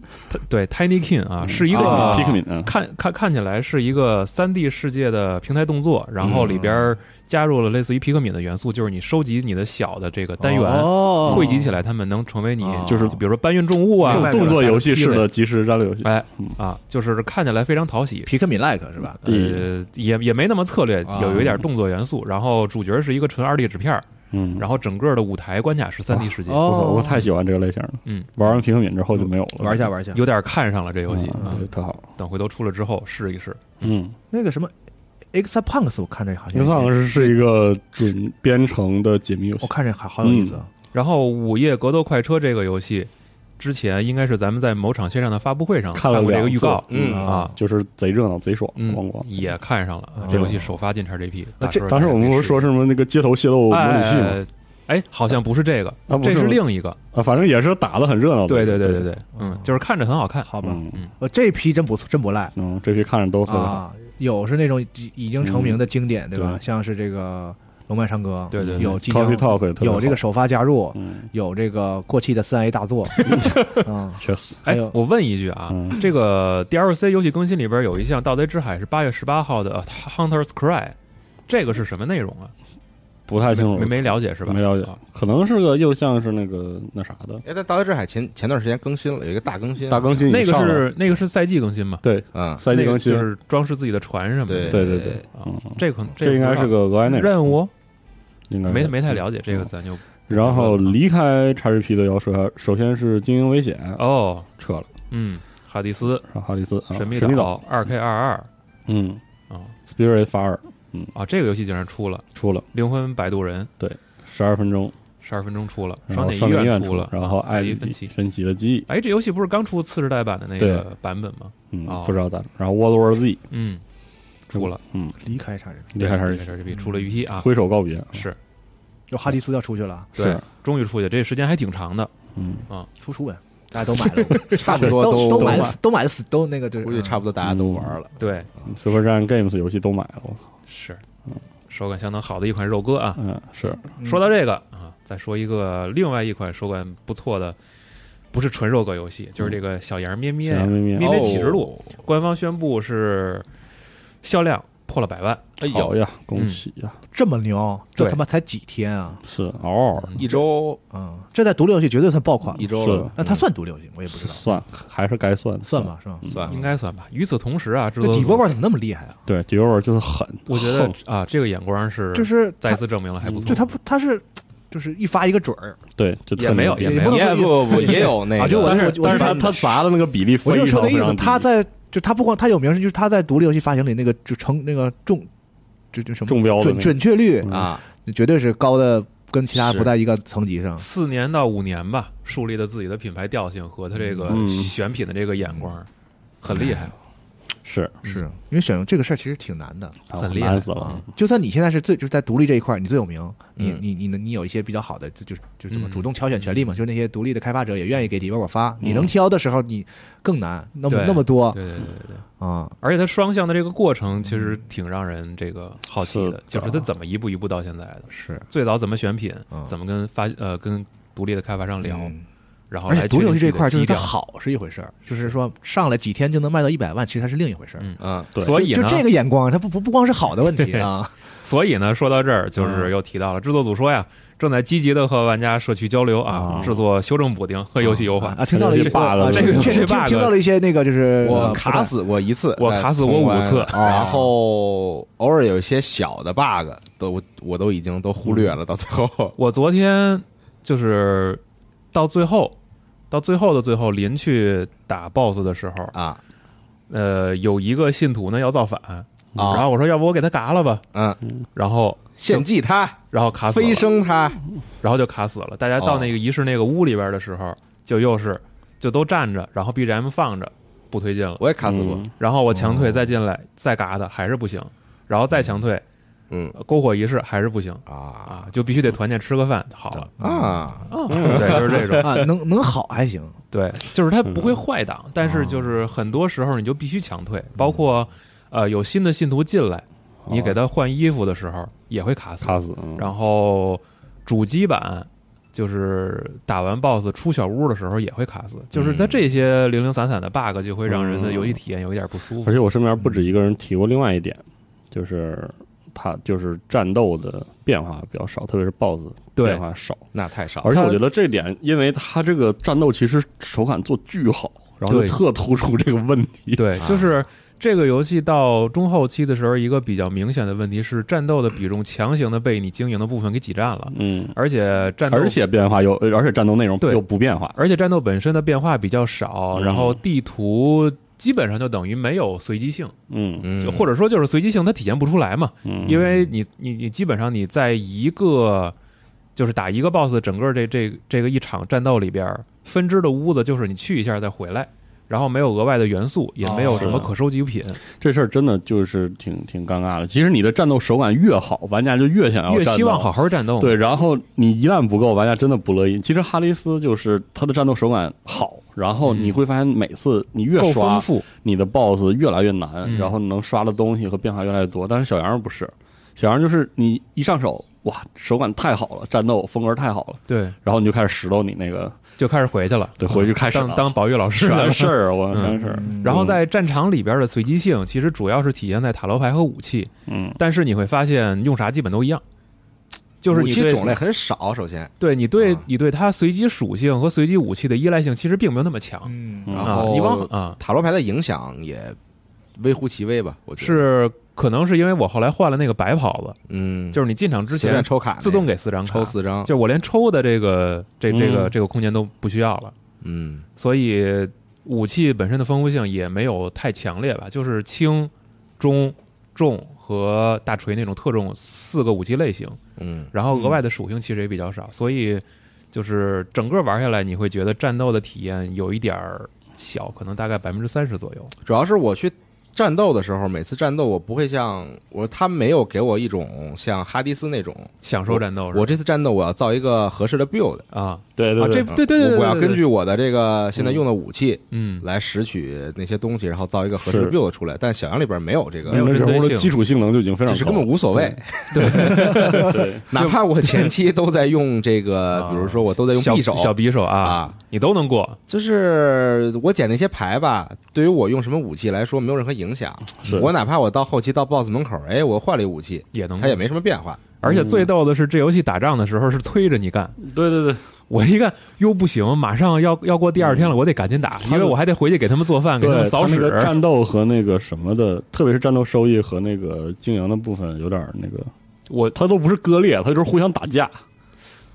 D: 对 Tiny King 啊，是一个、
E: 啊
F: Pikmin 啊，
D: 看看看起来是一个三 D 世界的平台动作，然后里
E: 嗯
D: 边儿加入了类似于皮克敏的元素，就是你收集你的小的这个单元，
E: 哦
D: 汇集起来，它们能成为你
E: 哦
D: 就是比如说搬运重物啊
E: 明白，
F: 动动作游戏式
D: 踢了
F: 的即时战略游戏，
D: 哎
F: 嗯
D: 啊，就是看起来非常讨喜。
E: 皮克米 like 是吧？
F: 哎
D: 呃，也也没那么策略，
E: 啊
D: 有有一点动作元素。然后主角是一个纯二 D 纸片儿，
F: 嗯，
D: 然后整个的舞台关卡是三 D 世界，
F: 我
E: 哦，
F: 我太喜欢这个类型了，
D: 嗯，
F: 玩完平衡敏之后就没有了，
E: 玩一下玩一下，
D: 有点看上了这游戏啊
F: 嗯，对。特好，
D: 等回头出了之后试一试。
F: 嗯，
E: 那个什么 X Punks，我看着好像
F: 那好像是是一个准编程的解密游
E: 我
F: 戏，
E: 看着还好有意思啊。
D: 然后《午夜格斗快车》这个游戏，之前应该是咱们在某场线上的发布会上
F: 看了
D: 过这个
F: 两
D: 预
F: 次
D: 告，
C: 嗯
D: 啊，
F: 就是贼热闹贼爽，
D: 嗯
F: 咣咣，。
D: 也看上了啊这游戏首发进 XGP，
E: 那这
D: 大
F: 当时我们不是说
D: 是
F: 什么那个街头械斗模拟器吗？
D: 哎，哎好像不是这个，
F: 啊，不
D: 这是
F: 吗
D: 另一个，
F: 啊，反正也是打的很热闹的。
D: 对对对对，对，嗯，就是看着很好看，
E: 好吧，
F: 嗯
E: 我这批真不错，真不赖
F: 嗯，这批看着都很好。
E: 啊。有是那种已已经成名的经典，对吧？
F: 对
E: 像是这个《龙脉山歌》，
D: 对对对
E: 有即将
F: Coffee 嗯 Talk 也特别好
E: 有这个，首发加入，
F: 嗯，
E: 有这个过气的三 A 大作， 啊，
F: 确实，
E: 还
D: 哎
E: 有，
D: 我问一句啊，
F: 嗯
D: 这个 DLC 游戏更新里边有一项《盗贼之海》是八月十八号的《Hunter's 呃 Cry》，这个是什么内容啊？
F: 不太清楚，
D: 没没了解是吧？
F: 没了解
D: 啊，
F: 可能是个又像是那个那啥的
C: 哎，但《大德之海前》前段时间更新了，有一个大更新，
F: 大更新
D: 啊那
F: 已
D: 个
F: 上了，
D: 是那个是赛季更新嘛？
F: 对
C: 啊，
F: 赛季更新
D: 那，个就是装饰自己的船什么的。
C: 对
F: 对对对，
D: 啊
F: 嗯，
D: 这可能
F: 这应该是个额外内容
D: 任，务，
F: 应该是嗯
D: 没没太了解这个，咱就
F: 然后
D: 啊
F: 离开 XGP 的要说，首先是《精英危险》
D: 哦，
F: 撤了，
D: 嗯，哈迪斯
F: 然后哈里斯啊
D: 神
F: 秘
D: 秘
F: 岛，
D: 二 K 二二
F: 嗯
D: 啊
F: ，Spirit 法尔
D: 啊，这个游戏竟然出了《
F: 出了
D: 灵魂摆渡人》，
F: 十二分钟，
D: 十二分钟出了，
F: 然后
D: 点
F: 双点
D: 院
F: 出
D: 了，啊
F: 然后
D: 艾
F: 艾
D: 迪
F: 丽
D: 芬奇。
F: 芬奇的记忆，
D: 哎，这游戏不是刚出次世代版的那个版本吗？
F: 嗯
D: 哦，
F: 不知道咋，然后 World War Z
D: 嗯，出了，
F: 嗯，
E: 离开啥人？
F: 离开
D: 对
F: XGP
D: 这 p 出了一批啊，
F: 挥手告别，
D: 是
E: 有哈迪斯要出去了啊，
D: 对，终于出去，这时间还挺长的。
F: 嗯，
E: 出书呀，大家都买了，
C: 差不多
E: 都
C: 都
E: 买了，都买了死，都那个就是
C: 估计差不多大家
F: 嗯
C: 都玩了。
D: 对，
F: Super Giant 嗯 Games 游戏都买了，我操，
D: 是，手感相当好的一款肉鸽啊。
F: 嗯，是
D: 说到这个啊，再说一个另外一款手感不错的，不是纯肉鸽游戏，就是这个小羊咩咩
F: 嗯小羊咩咩哦
D: 咩启示录，官方宣布是销量破了百万，
C: 哎
F: 好
C: 呦，
F: 呀，恭喜呀，
E: 这么牛，这
D: 对
E: 他妈才几天啊！
F: 是嗷嗷，
C: 一周
E: 嗯，这在独立游戏绝对算爆款
C: 一。周了，
E: 那它算独立游戏，我也不知道，
F: 算还是该算的
E: 算，吧，是吧？
C: 算
D: 应该算吧。与此同时啊，制
E: 那
D: 作
E: 底波
D: 组
E: 波怎么那么厉害啊？
F: 对 d i o 就是狠，
D: 我觉得
F: 横
D: 啊，这个眼光是
E: 就是它嗯
D: 再次证明了还不错。
E: 对，它不，它是就是一发一个准儿，
F: 对，就特
D: 也没有
F: 牛
D: 也没
E: 不
D: 有
E: 能
C: 也
E: 说
C: 不不也有那
E: 啊就
C: 个
E: 我
F: 但是
E: 就我
F: 但
E: 就是
F: 他
E: 说
F: 他砸的那个比例非
E: 我
F: 常
E: 就说那意
F: 非常
E: 思，
F: 低
E: 他在就他不光他有名，就是他在独立游戏发行里那个就成那个中就就什么
F: 中标的
E: 准
F: 那个
E: 准确率
F: 嗯
C: 啊，
E: 绝对是高的，跟其他
C: 是
E: 不在一个层级上。
D: 啊四年到五年吧，树立了自己的品牌调性和他这个
F: 嗯哎
D: 选品的这个眼光，很厉害，
F: 是
E: 是嗯因为选用这个事儿其实挺难的，
D: 很厉害，
F: 难死了，
D: 嗯
E: 就算你现在是最就是在独立这一块儿你最有名，你
C: 嗯
E: 你你能你有一些比较好的，就就就怎么
D: 嗯
E: 主动挑选权利嘛，就是那些独立的开发者也愿意给底波波发，你能挑的时候你更难，那么
D: 对
E: 那么多
D: 对对对对对。
E: 啊，
D: 而且它双向的这个过程其实
E: 嗯
D: 挺让人这个好奇的，
F: 是
D: 就是它怎么一步一步到现在的，
E: 是
D: 最早怎么选品
E: 嗯，
D: 怎么跟发呃跟独立的开发商聊，
E: 嗯
D: 然后
E: 而且
D: 来
E: 独立游戏这一
D: 确定
E: 块儿
D: 自
E: 就
D: 己
E: 是
D: 的
E: 它
D: 基调
E: 好是一回事儿，就是说上来几天就能卖到一百万，其实它是另一回事儿。
D: 嗯
C: 嗯，
F: 对
D: 所以
E: 就
D: 呢，
E: 这个眼光，它不不不光是好的问题啊，
D: 所以呢，说到这儿，就是
E: 嗯
D: 又提到了制作组说呀，正在积极的和玩家社区交流啊，
E: 啊
D: 制作修正补丁和游戏优化。
E: 啊，听到了一
F: 这个 bug
E: 啊
F: 了
E: 这
D: 这个
E: 确实
D: 这个
E: 听
D: bug
E: 听到了一些那个就是
C: 我
E: 呃
C: 卡死过一次，
D: 我
C: 在
D: 卡死过
C: 通关
D: 五次
C: 然后偶尔有一些小的 bug 都我都已经都忽略
D: 嗯
C: 了，到最后
D: 我昨天就是到最后，到最后的最后，临去打 BOSS 的时候，
C: 啊，
D: 呃，有一个信徒呢要造反，
C: 啊
D: 然后我说要不我给他嘎了吧，
C: 嗯，
D: 然后
C: 献祭他，
D: 然后卡死了
C: 飞，升他，
D: 然后就卡死了。大家到那个仪式那个屋里边的时候，
C: 哦
D: 就又是就都站着，然后 BGM 放着，不推进了。
C: 我也卡死过，
F: 嗯
D: 然后我强退再进来，再嘎他还是不行，然后再强退，
C: 嗯
D: 篝火仪式还是不行
C: 啊
D: 啊，就必须得团建吃个饭好了。
C: 啊，
D: 啊，对，就是这种，
E: 啊，能能好还行，
D: 对，就是它不会坏档，
C: 嗯
D: 但是就是很多时候你就必须强退，包括呃有新的信徒进来，你
C: 哦
D: 给它换衣服的时候也会卡死。
F: 卡死，嗯
D: 然后主机版就是打完 BOSS 出小屋的时候也会卡死，就是
F: 嗯
D: 它这些零零散散的 bug 就会让人的游戏体验有一点不舒服
F: 而。且我身边不止一个人提过另外一点，就是他就是战斗的变化比较少，特别是 BOSS
D: 对
F: 变化少。
C: 那太少。
F: 而且我觉得这点，因为他这个战斗其实手感做巨好，然后就
D: 对嗯
F: 特突出这个问 题。
D: 对，就是这个游戏到中后期的时候，一个比较明显的问题是战斗的比重强行的被你经营的部分给挤占了，
F: 嗯，
D: 而且战斗
F: 而且变化又，呃而且战斗内容
D: 对
F: 又不变化。
D: 而且战斗本身的变化比较少，
F: 嗯
D: 然后地图基本上就等于没有随机性，
F: 嗯
C: 嗯
D: 就或者说就是随机性它体现不出来嘛，
F: 嗯，
D: 因为你你你基本上你在一个就是打一个 boss，整个这这这个一场战斗里边儿，分支的屋子就是你去一下再回来，然后没有额外的元素，也
F: 哦
D: 没有什么可收集品，
F: 这事儿真的就是挺挺尴尬的。其实你的战斗手感越好，玩家就越想要
D: 越
F: 战
D: 希
F: 斗
D: 望好。好战斗。
F: 对，然后你一旦不够，玩家真的不乐意。其实哈里斯就是他的战斗手感好，然后你会发现每次你越
D: 够
F: 刷
D: 丰，富，
F: 你的 BOSS 越来越难，
D: 嗯
F: 然后能刷的东西和变化越来越多。但是小杨不是，小杨就是你一上手，哇，手感太好了，战斗风格太好了，
D: 对，
F: 然后你就开始拾掇你那个
D: 就开始回去了，
F: 对回去开始
D: 当
F: 了啊
D: 当保育老师了
F: 全。事儿，我全事儿。
D: 然后在战场里边的随机性，其实主要是体现在塔罗牌和武器，
F: 嗯
D: 但是你会发现用啥基本都一样，就是
C: 武
D: 你
C: 器
D: 对
C: 种类很少，首先，
D: 对你对
C: 啊
D: 你对它随机属性和随机武器的依赖性其实并没有那么强。
E: 嗯
F: 嗯
C: 然
D: 啊，
C: 后
D: 你往啊
C: 塔罗牌的影响也微乎其微吧，我觉得
D: 是可能是因为我后来换了那个白袍子，
C: 嗯，
D: 就是你进场
C: 是
D: 之
C: 随便
D: 前
C: 抽卡那个，
D: 自动给四张卡，
C: 抽四张，
D: 就我连抽的这个这这个
F: 嗯
D: 这个空间都不需要了，
C: 嗯
D: 所以武器本身的丰富性也没有太强烈吧，就是轻、中、重和大锤那种特重四个武器类型，
C: 嗯
D: 然后额外的属性其实也比较少，所以就是整个玩下来，你会觉得战斗的体验有一点儿小，可能大概百分之三十左右。
C: 主要是我去战斗的时候，每次战斗我不会像我，他没有给我一种像哈迪斯那种，
D: 享受战斗哦是吧
C: 我这次战斗我要造一个合适的 build，嗯
D: 啊
F: 对
D: 啊，
F: 对
D: 这
F: 对，
D: 对对对，对
C: 我我要
D: 对对
C: 根据我的这个现在用的武器
D: 嗯
C: 来拾取那些东西，然后造一个合适的
F: 是
C: build 出来。但小杨里边没有这
D: 没
C: 个
D: 有，
F: 那时
D: 针对
F: 候的
D: 性
F: 基础性能就已经非常
C: 只
F: 高了，
C: 是根本无所谓。
F: 对，
C: 哪怕我前期都在用这个，比如说我都在用
D: 啊小
C: 匕首，
D: 小匕首啊
C: 啊，
D: 你都能过，
C: 就是我捡那些牌吧，对于我用什么武器来说没有任何影响。
F: 是
C: 我哪怕我到后期到 BOSS 门口，哎，我换了一武器，
D: 也能过
C: 它也没什么变化。
D: 而且最逗的是，这游戏打仗的时候是催着你干。
C: 嗯
F: 对对对，
D: 我一看哟不行，马上要要过第二
C: 嗯
D: 天了，我得赶紧打，因为我还得回去给他们做饭，给他们
F: 对，
D: 扫
F: 他那
D: 屎
F: 个。战斗和那个什么的，特别是战斗收益和那个经营的部分，有点儿那个，
D: 我
F: 它都不是割裂，它就是互相打架，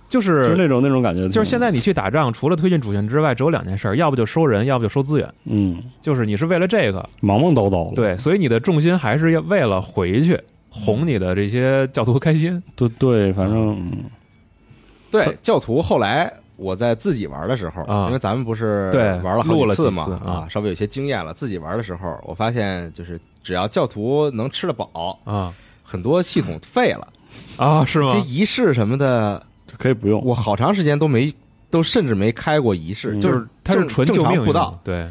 D: 就
F: 就是
D: 是
F: 那种那种感觉。
D: 就是现在你去打仗，除了推进主线之外，只有两件事儿，要不就收人，要不就收资源。
F: 嗯，
D: 就是你是为了这个，
F: 忙忙叨叨了。
D: 对，所以你的重心还是要为了回去哄
F: 嗯
D: 你的这些教徒开心。
F: 对对，反正嗯
C: 对，教徒后来我在自己玩的时候，
D: 啊
C: 因为咱们不是
D: 对
C: 玩了好
D: 录了
C: 几次
D: 几
C: 嘛，
D: 次啊
C: 啊，稍微有些经验了。自己玩的时候，我发现就是只要教徒能吃得饱，
D: 啊
C: 很多系统废了，
D: 啊，是吗
C: 这？仪式什么的，
F: 就可以不用。
C: 我好长时间都没，都甚至没开过仪式，
F: 嗯
C: 就
D: 就是是它是
C: 正
D: 纯救
C: 正
D: 命
C: 常步
D: 一种
C: 道，
D: 对，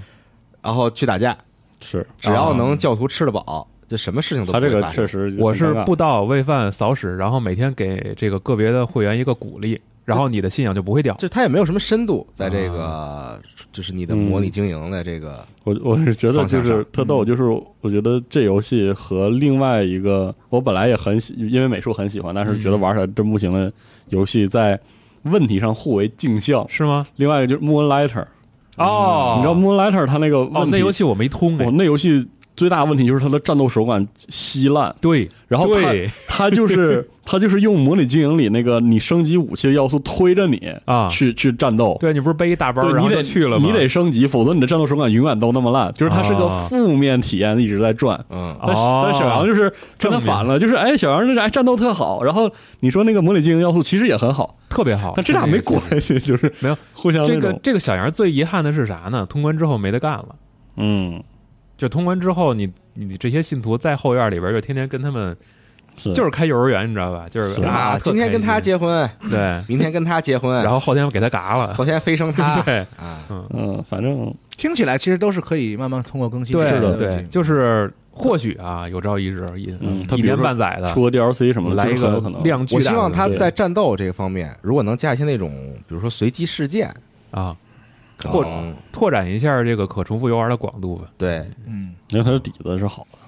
C: 然后去打架，
F: 是啊
C: 只
D: 啊
C: 要能教徒吃得饱，就什么事情都
F: 他
C: 不
F: 这
C: 会
F: 个
C: 发生
F: 确实，
D: 我是布道、喂饭、扫屎，然后每天给这个个别的会员一个鼓励，然后你的信仰就不会掉。
C: 就它也没有什么深度，在这
D: 啊
C: 个就是你的模拟经营的这个，
F: 我我是觉得
C: 方
F: 就
C: 向
F: 是
C: 上
F: 特逗，就是我觉得这游戏和另外一个我本来也很喜，因为美术很喜欢，但是
C: 嗯
F: 觉得玩起来真不行的游戏，在问题上互为镜像。
D: 是吗？
F: 另外一个就是 Moonlighter，
D: 哦，
F: 嗯你知道 Moonlighter 它那个
D: 哦
F: 问，
D: 那
F: 题
D: 游戏我没通哎
F: 我。那游戏最大的问题就是它的战斗手感稀烂，
D: 对，
F: 然后它
D: 对
F: 它就是 它就是用模拟经营里那个你升级武器的要素推着你
D: 啊
F: 去去战斗。
D: 对你不是背一大包，
F: 对
D: 然
F: 你
D: 后就
F: 得
D: 去了吗？
F: 你得升级，否则你的战斗手感永远都那么烂。就是它是个
D: 啊
F: 负面体验，一直在转。
C: 嗯，
F: 但
D: 哦
F: 但小杨就是跟他反了，就是哎，小杨就是哎战斗特好，然后你说那个模拟经营要素其实也很好，
D: 特别好。
F: 但这俩没关系，就是
D: 没有
F: 互相
D: 这
F: 那
D: 个
F: 种
D: 这个小杨最遗憾的是啥呢？通关之后没得干了。
F: 嗯
D: 就通关之后，你你这些信徒在后院里边就天天跟他们
F: 是
D: 就是开幼儿园，你知道吧？就是
F: 是
D: 啊，
C: 啊，
D: 特
C: 今天跟他
D: 开心
C: 结婚，
D: 对，
C: 明天跟他结婚，
D: 然后后天给他嘎了，
C: 后天飞升他，
D: 对
C: 啊，
F: 嗯，反正
E: 听起来其实都是可以慢慢通过更新
D: 对
E: 解决
F: 是
E: 的
F: 的
E: 问题
D: 对，就是或许啊，有朝一日一
F: 嗯他
D: 一
F: 比如
D: 年
F: 说
D: 半载
C: 啊
D: 的嗯
F: 出个 DLC 什么的，
D: 来一
F: 这很
D: 个
F: 有可能。
D: 量巨
C: 我
D: 大
C: 希
D: 的
C: 望他
F: 对
C: 在战斗这个方面，如果能加一些那种，比如说随机事件，
D: 啊，
C: 可
D: 或
C: 能
D: 拓展一下这个可重复游玩的广度吧。
C: 对，
E: 嗯
F: 因为他的底子是好的，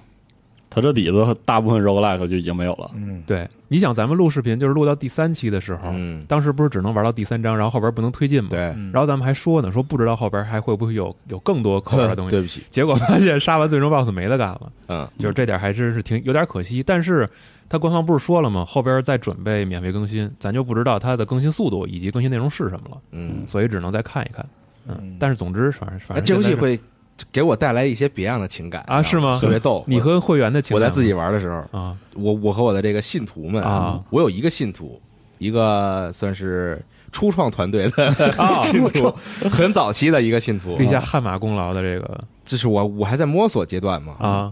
F: 他这底子大部分 roguelike 就已经没有了。
E: 嗯，
D: 对，你想咱们录视频就是录到第三期的时候，
C: 嗯，
D: 当时不是只能玩到第三章，然后后边不能推进嘛？。
C: 对，
E: 嗯
D: 然后咱们还说呢，说不知道后边还会不会有有更多可玩的东西。
C: 对不起，
D: 结果发现杀完最终 BOSS 没得干了，
C: 嗯，
D: 就是这点还真是挺有点可惜。但是他官方不是说了吗？后边再准备免费更新，咱就不知道它的更新速度以及更新内容是什么了，
C: 嗯，
D: 所以只能再看一看。嗯
E: 嗯，
D: 但是总之反正反
C: 那
D: 正
C: 这游戏
D: 现在是
C: 会给我带来一些别样的情感
D: 啊是吗
C: 特别逗，
D: 你
C: 我
D: 和会员的情
C: 我
D: 感
C: 在自己玩的时候，
D: 啊
C: 我我和我的这个信徒们
D: 啊，
C: 我有一个信徒，一个算是初创团队的
D: 啊，
C: 信徒，很早期的一个信徒，
D: 立下汗马功劳的这个
C: 这是我我还在摸索阶段嘛，
D: 啊，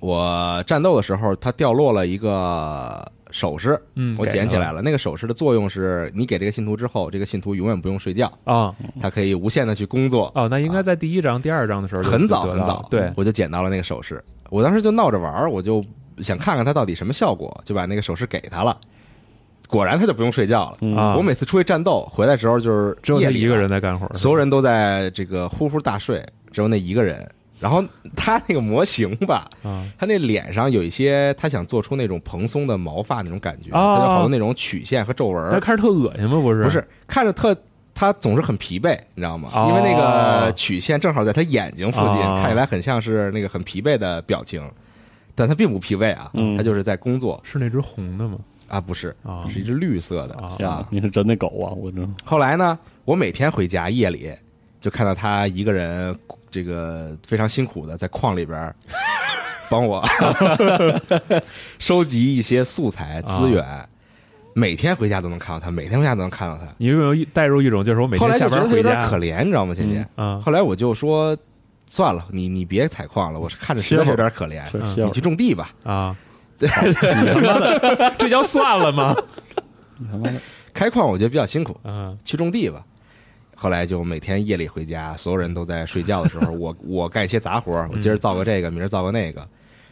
C: 我战斗的时候，它掉落了一个首饰，
D: 嗯，
C: 我捡起来
D: 了
C: 了。那个首饰的作用是，你给这个信徒之后，这个信徒永远不用睡觉，
D: 啊
C: 他可以无限的去工作。
D: 哦，那应该在第一章、第二章的时候就
C: 很早
D: 就得
C: 很
D: 到
C: 早嗯
D: 了，对
C: 我就捡到了那个首饰。我当时就闹着玩儿，我就想看看它到底什么效果，就把那个首饰给他了。果然他就不用睡觉了。
F: 嗯
D: 啊，
C: 我每次出去战斗回来之后，就是
D: 只有
C: 夜
D: 他
C: 里
D: 一个
C: 了
D: 人在干活，
C: 所有人都在这个呼呼大睡，只有那一个人。然后他那个模型吧，
D: 啊
C: 他那脸上有一些他想做出那种蓬松的毛发那种感觉，
D: 啊
C: 他有好多那种曲线和皱纹
D: 但
C: 儿，
D: 看着特恶心吗？不是，
C: 不是看着特。他总是很疲惫，你知道吗？
D: 哦
C: 因为那个曲线正好在他眼睛附近，
D: 哦
C: 看起来很像是那个很疲惫的表情，但他并不疲惫啊，
F: 嗯
C: 他就是在工作
D: 是那只红的吗？
C: 啊，不是，
D: 啊
C: 是一只绿色的
D: 啊
F: 天哪，你是真的狗啊！我这
C: 后来呢，我每天回家夜里就看到他一个人，这个非常辛苦的在矿里边 儿帮我收集一些素材资源。
D: 哦
C: 每天回家都能看到他，每天回家都能看到他。
D: 你有没有一带入一种就是我每
C: 后来
D: 天
C: 就
D: 下
C: 觉得他
D: 班
C: 有
D: 回
C: 点
D: 家
C: 可怜，你知道吗，倩倩？
D: 啊
C: 后来我就说，算了，你你别采矿了，我是看着实在是有点可怜，
F: 是
D: 嗯
F: 歇
C: 哎你
F: 会
C: 去
F: 儿，
C: 种地吧。
D: 啊， 这叫算了吗？
F: 你他妈的
C: 开矿我觉得比较辛苦，
D: 啊
C: 去种地吧。后来就每天夜里回家，所有人都在睡觉的时 候，我我干一些杂活儿，我今儿造个这个，明儿造个那个，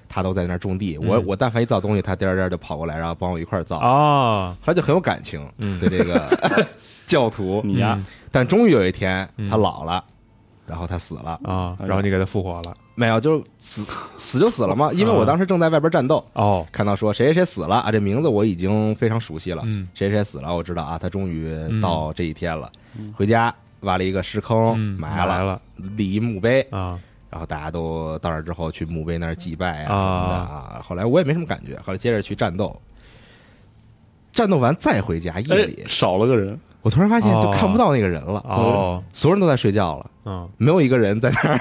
C: 他都在那儿种地。我
D: 嗯
C: 我但凡一造东西，他颠儿颠儿就跑过来，然后帮我一块儿造。
D: 哦，
C: 他就很有感情，对这个 教徒。
F: 你呀
D: 嗯，
C: 但终于有一天
D: 嗯，
C: 他老了，然后他死了，
D: 啊，然后你给他复活了
C: 没有就死 死就死了嘛。因为我当时正在外边战斗，
D: 哦，
C: 看到说谁谁谁死了啊，这名字我已经非常熟悉了。
D: 嗯
C: 谁谁死了，我知道啊，他终于到这一天了。回家挖了一个石坑，
D: 嗯，
C: 埋
D: 来
C: 了，
D: 了
C: 立一墓碑，
D: 啊
C: 然后大家都到那儿之后去墓碑那儿祭拜啊什
D: 啊
C: 么的啊。后来我也没什么感觉，后来接着去战斗，战斗完再回家，夜里
F: 哎，少了个人，
C: 我突然发现
D: 哦
C: 就看不到那个人了，
D: 哦
C: 所有人都在睡觉了，
D: 嗯
C: 没有一个人在那儿。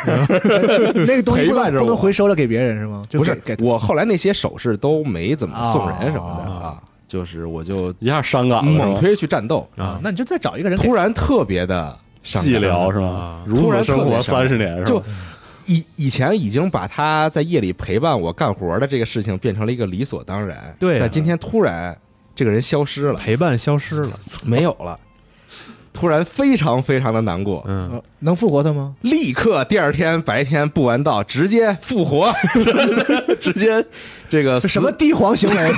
E: 那个东西不
C: 陪伴
E: 能
C: 着我
E: 不能回收了给别人是吗？就
C: 不是
E: 给给
C: 我后来那些首饰都没怎么送人什么的
D: 哦
C: 啊，就是我就
F: 一下伤感了，
C: 猛
F: 是吧
C: 推去战斗，
E: 啊
D: 啊，
E: 那你就再找一个人给
C: 突然特别的上
F: 寂
C: 感
F: 寥是吧
D: 啊？
F: 如
C: 突
F: 此
C: 然特
F: 生
C: 别
F: 活
C: 伤
F: 三十年是吧？
C: 就以以前已经把他在夜里陪伴我干活的这个事情变成了一个理所当然，
D: 对啊
C: 但今天突然这个人消失 了，
D: 陪伴消失了，
C: 没有了，突然非常非常的难过，
D: 嗯
E: 呃能复活他吗？
C: 立刻第二天白天不完道，直接复活，直接这个死
E: 什么帝皇行为，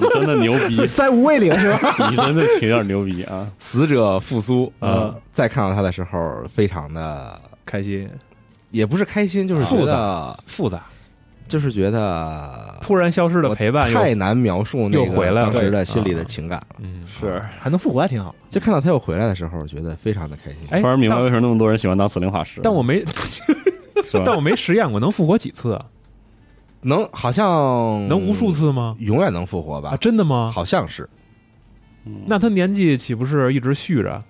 F: 你真的牛 逼，
E: 塞无畏岭是吧？
F: 你真的挺有点牛逼啊！
C: 死者复苏，
F: 嗯，
C: 再看到他的时候，非常的
E: 开心，
C: 也不是开心，就是觉
D: 复
C: 得
D: 复杂，
C: 就是觉得。
D: 突然消失的
C: 我
D: 陪伴又
C: 太难描述那
D: 又回
C: 个
D: 来了
C: 当时
D: 对
C: 的心里
D: 啊
C: 的情感了。
D: 嗯，
F: 是，
E: 还能复活还挺好。
C: 就看到他又回来的时候，我觉得非常的开心。
D: 哎，
F: 突然明白为什么那么多人喜欢当死灵法师。
D: 但但我没，
F: 是吧
D: 但我没实验过，能复活几次啊？
C: 能好像
D: 能无数，次吗？
C: 永远能复活
D: 啊，
C: 吧？
D: 真的吗？
C: 好像是
D: 那他年纪岂不是一直续着？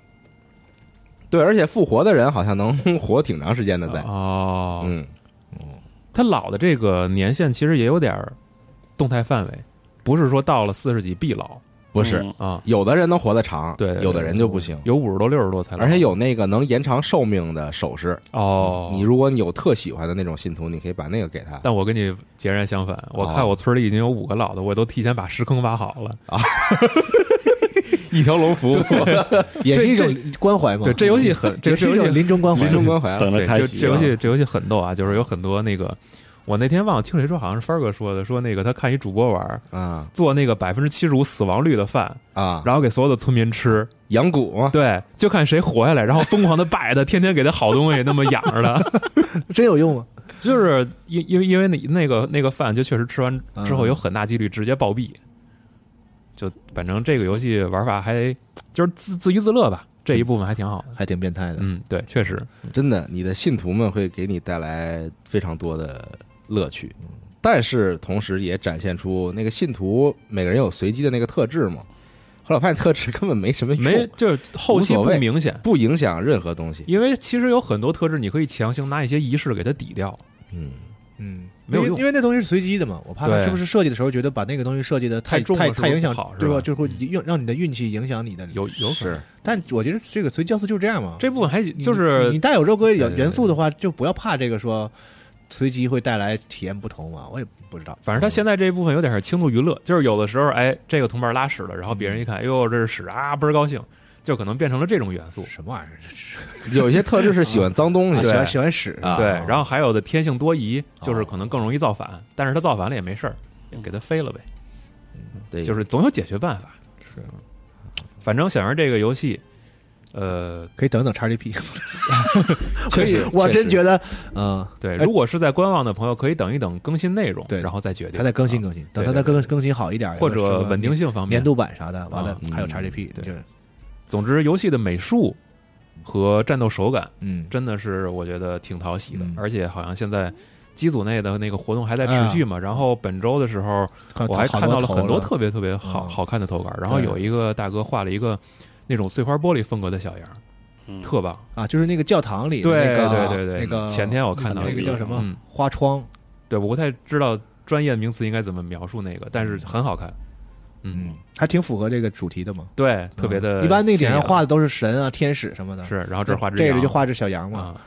C: 对，而且复活的人好像能活挺长时间的在，
D: 哦，
C: 嗯，
D: 他老的这个年限其实也有点儿动态范围，不是说到了四十几必老
C: 不是，
F: 嗯
D: 啊。
C: 有的人能活得长，
D: 对，对
C: 有的人就不行。
D: 有五十多、六十多才老，
C: 而且有那个能延长寿命的首饰，
D: 哦，
C: 你如果你有特喜欢的那种信徒，你可以把那个给他。
D: 但我跟你截然相反，我看我村里已经有五个老的，我都提前把石坑挖好了。
C: 一条龙 服务，
E: 也是一
D: 这
E: 种关怀嘛。嗯
D: 对，这游戏很，这
E: 也
D: 个
E: 是
D: 这
E: 一
D: 游
E: 种
D: 戏
E: 临终关怀。
C: 临终关怀了
F: 等。着
D: 对，
F: 开
D: 这
F: 启
D: 这游戏这游戏很逗啊，就是有很多那个我那天忘了听谁说，好像是帆儿哥说的，说那个他看一主播玩儿
C: 啊
D: 做那个百分之七十五死亡率的饭，
C: 啊，
D: 然后给所有的村民吃，
C: 养蛊嘛，
D: 对，就看谁活下来，然后疯狂的拜他，天天给他好东西，那么养着他。
E: 真有用吗？
D: 就是因因为因为那那个那个饭就确实吃完之后有很大几率直接暴毙，就反正这个游戏玩法还就是自自娱自乐吧，这一部分还挺好的。
E: 还挺变态的。
D: 嗯，对，确实，
C: 真的，你的信徒们会给你带来非常多的乐趣，但是同时也展现出那个信徒每个人有随机的那个特质嘛。后来我发现特质根本没什么用，
D: 没就是后期
C: 哎无所
D: 不
C: 谓
D: 明显，
C: 不影响任何东西。
D: 因为其实有很多特质你可以强行拿一些仪式给它抵掉。
C: 嗯，
E: 嗯，
D: 没有
E: 因
D: 用
E: 为因为那东西是随机的嘛，我怕他
D: 对
E: 是不是设计的时候觉得把那个东西设计的太
D: 太重了
E: 太
D: 是不是
E: 太影响
D: 不好，是
E: 对吧？
D: 吧嗯
E: 就会影让你的运气影响你的。
D: 有有可能
C: 是
E: 但我觉得这个随机要素就是这样嘛，
D: 这部分还
E: 你
D: 就
E: 你你
D: 是
E: 带有肉鸽元
C: 对
E: 元素的话，就不要怕这个说随机会带来体验不同嘛。我也不知道，
D: 反正他现在这部分有点是轻度娱乐，就是有的时候哎这个同伴拉屎了，然后别人一看，哎呦这是屎啊，倍儿高兴，就可能变成了这种元素。
E: 嗯什么玩意儿，这是
C: 有一些特质是喜欢脏东西，
E: 喜
D: 对
E: 欢喜欢屎
C: 啊
D: 对，
E: 哦
D: 然后还有的天性多疑，就是
E: 哦嗯
D: 可能更容易造反，但是他造反了也没事儿，给他飞了呗，
C: 对，
D: 就是总有解决办法。
E: 是
D: 嗯，反正想玩这个游戏，呃，
E: 可以等等 XGP。
C: 确实，
E: 我真
C: 得
E: 觉得，嗯，
D: 对，
E: 哎
D: 如果是在观望的朋友，可以等一等更新内容，
E: 对
D: 然后再决定
E: 他再更新
D: 啊
E: 更新，等
D: 对
E: 他
D: 对
E: 再更更新好一点，
D: 或
E: 有什
D: 者
E: 么
D: 稳定性方面
E: 年。度版啥的，完了
D: 啊
E: 还有
C: 嗯
E: XGP，就是
D: 总之，游戏的美术和战斗手感
E: 嗯，
D: 真的是我觉得挺讨喜的
E: 嗯，
D: 而且好像现在。机组内的那个活动还在持续嘛？然后本周的时候，
E: 看
D: 我还
E: 啊好
D: 看到了
E: 头
D: 很多
E: 了
D: 特别特别好、
E: 嗯
D: 好看的投稿，然后
E: 对
D: 有一个大哥画了一个那种碎花玻璃风格的小样儿，
F: 嗯
D: 特棒。
E: 啊，就是那个教堂里的
D: 对
E: 那个
D: 对对对
E: 那个
D: 前天我看到
E: 那
D: 一
E: 个
D: 个
E: 叫什么
D: 嗯
E: 花窗，
D: 对，我不太知道专业名词应该怎么描述那个，但是很好看。嗯，，
E: 还挺符合这个主题的嘛，嗯
D: 对，特别的
E: 一般那个顶上
D: 显眼
E: 画的都是神啊、天使什么的，
D: 是，然后这儿画只
E: 这
D: 羊
E: 个就画只小羊嘛，
D: 啊，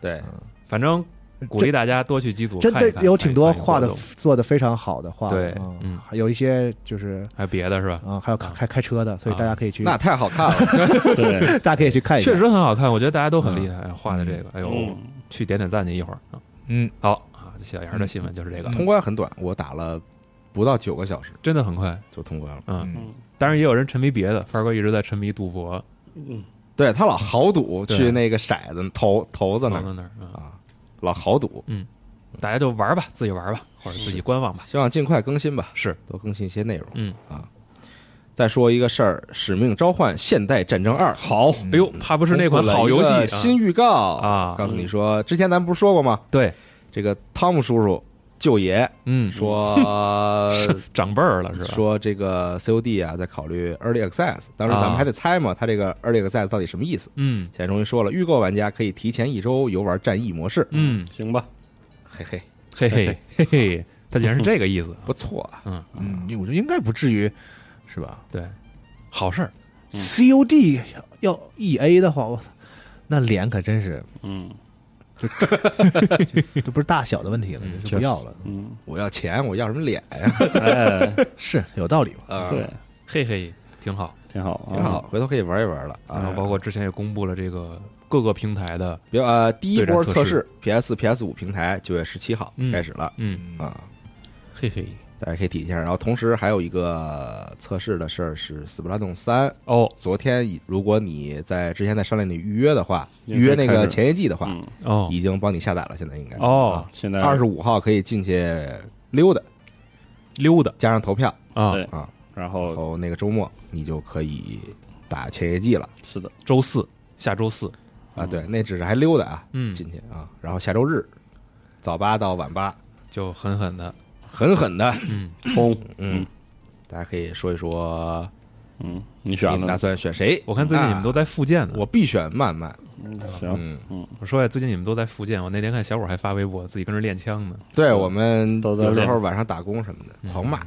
C: 对，
D: 反正鼓励大家多去机组
E: 真
D: 看
E: 的
D: 一看，
E: 有挺多画的
D: 参与参与活动
E: 做的非常好的画，
D: 对
E: 嗯
D: 嗯
E: 还有一些就是
D: 还有别的是吧？
E: 啊，还有开开开车的，所以
D: 啊
E: 大家可以去，
C: 那太好看了，
F: 对，
E: 大家可以去看一下，
D: 确实很好看，我觉得大家都很厉害，哎画的这个，哎呦
F: 嗯，
D: 去点点赞去一会儿啊。
E: 嗯，
D: 好啊，这小杨的新闻就是这个，
C: 通关很短，我打了不到九个小时
D: 真的很快，
C: 就通关了。
D: 嗯。
E: 嗯
D: 当然也有人沉迷别的，凡儿哥一直在沉迷赌博，
F: 嗯，
C: 对他老豪赌
D: 对
C: 去那个骰子头头子
D: 放
C: 那
D: 在
C: 儿
D: 那儿啊，
C: 啊，老豪赌，
D: 大家就玩儿吧，自己玩儿吧，或者自己观望吧。
C: 希望尽快更新吧，
D: 是
C: 多更新一些内容。
D: 嗯
C: 啊，再说一个事儿，《使命召唤：现代战争二》好，
D: 哎呦，怕不是那款好游戏啊
C: 新预告
D: 啊
C: 告诉你说，之前咱不是说过吗？
D: 对，
C: 这个汤姆叔叔舅爷
D: 嗯，
C: 说
D: 是长辈儿了是吧？
C: 说这个 COD 啊，在考虑 Early Access，当时咱们
D: 啊
C: 还得猜嘛，他这个 Early Access 到底什么意思？
D: 嗯
C: 现在终于说了，预购玩家可以提前一周游玩战役模式。
D: 嗯，
F: 行吧，
C: 嘿嘿，
D: 嘿嘿嘿嘿，他竟然是这个意 思，
C: 不错啊，
E: 嗯，我觉得应该不至于，是吧？
D: 对，好事儿，
E: COD 要 EA 的话，我操，那脸可真是
F: 嗯
E: 这不是大小的问题了，就不要了。
F: 嗯，
C: 我要钱，我要什么脸 呀？
F: 哎，
E: 是有道理嘛？
C: 啊，
F: 对，
D: 嘿嘿，挺好。
F: 挺好，啊
C: 挺好，，
D: 嗯
C: 回头可以玩一玩了
D: 然
C: 啊
D: 后。包括之前也公布了这个各个平台的，
C: 比如呃，第一波
D: 对战测
C: 测
D: 试
C: 试 PS、PS 五平台九月十七号
D: 嗯
C: 开始了
D: 嗯，
C: 啊，
D: 嘿嘿，
C: 大家可以体验一下。然后同时还有一个测试的事儿是《斯普拉顿三》。
D: 哦
C: 昨天已如果你在之前在商店里预约的话，
F: 也
C: 预约那
F: 可以
C: 个
F: 开始
C: 前一季的话，
F: 嗯，
D: 哦
C: 已经帮你下载了，现在应该。
D: 哦，
F: 现在
C: 二十五号可以进去溜达，
D: 溜达
C: 加上投票，
D: 啊，
F: 对
C: 啊，
F: 然
C: 然
F: 后
C: 后那个周末你就可以打前夜季了
F: 是的，
D: 周四下周四，
C: 啊。对，那只是还溜达啊，
D: 哦嗯，
C: 进去啊。然后下周日早八到晚八，
D: 就狠狠的，
C: 狠狠的，
D: 嗯，
F: 冲，
C: 嗯，大家可以说一说
F: 嗯，你
C: 你
F: 选
C: 们打
F: 了，
C: 算选谁？
D: 我看最近你们都
C: 啊，
D: 在复健呢，
C: 我必选曼曼。
F: 行，
C: 嗯，
D: 我说呀，最近你们都在复健，我那天看小伙还发微博，自己跟着练枪呢，
C: 对我们
F: 都在
C: 有时
F: 练
C: 候晚上打工什么
D: 嗯
C: 的，狂骂。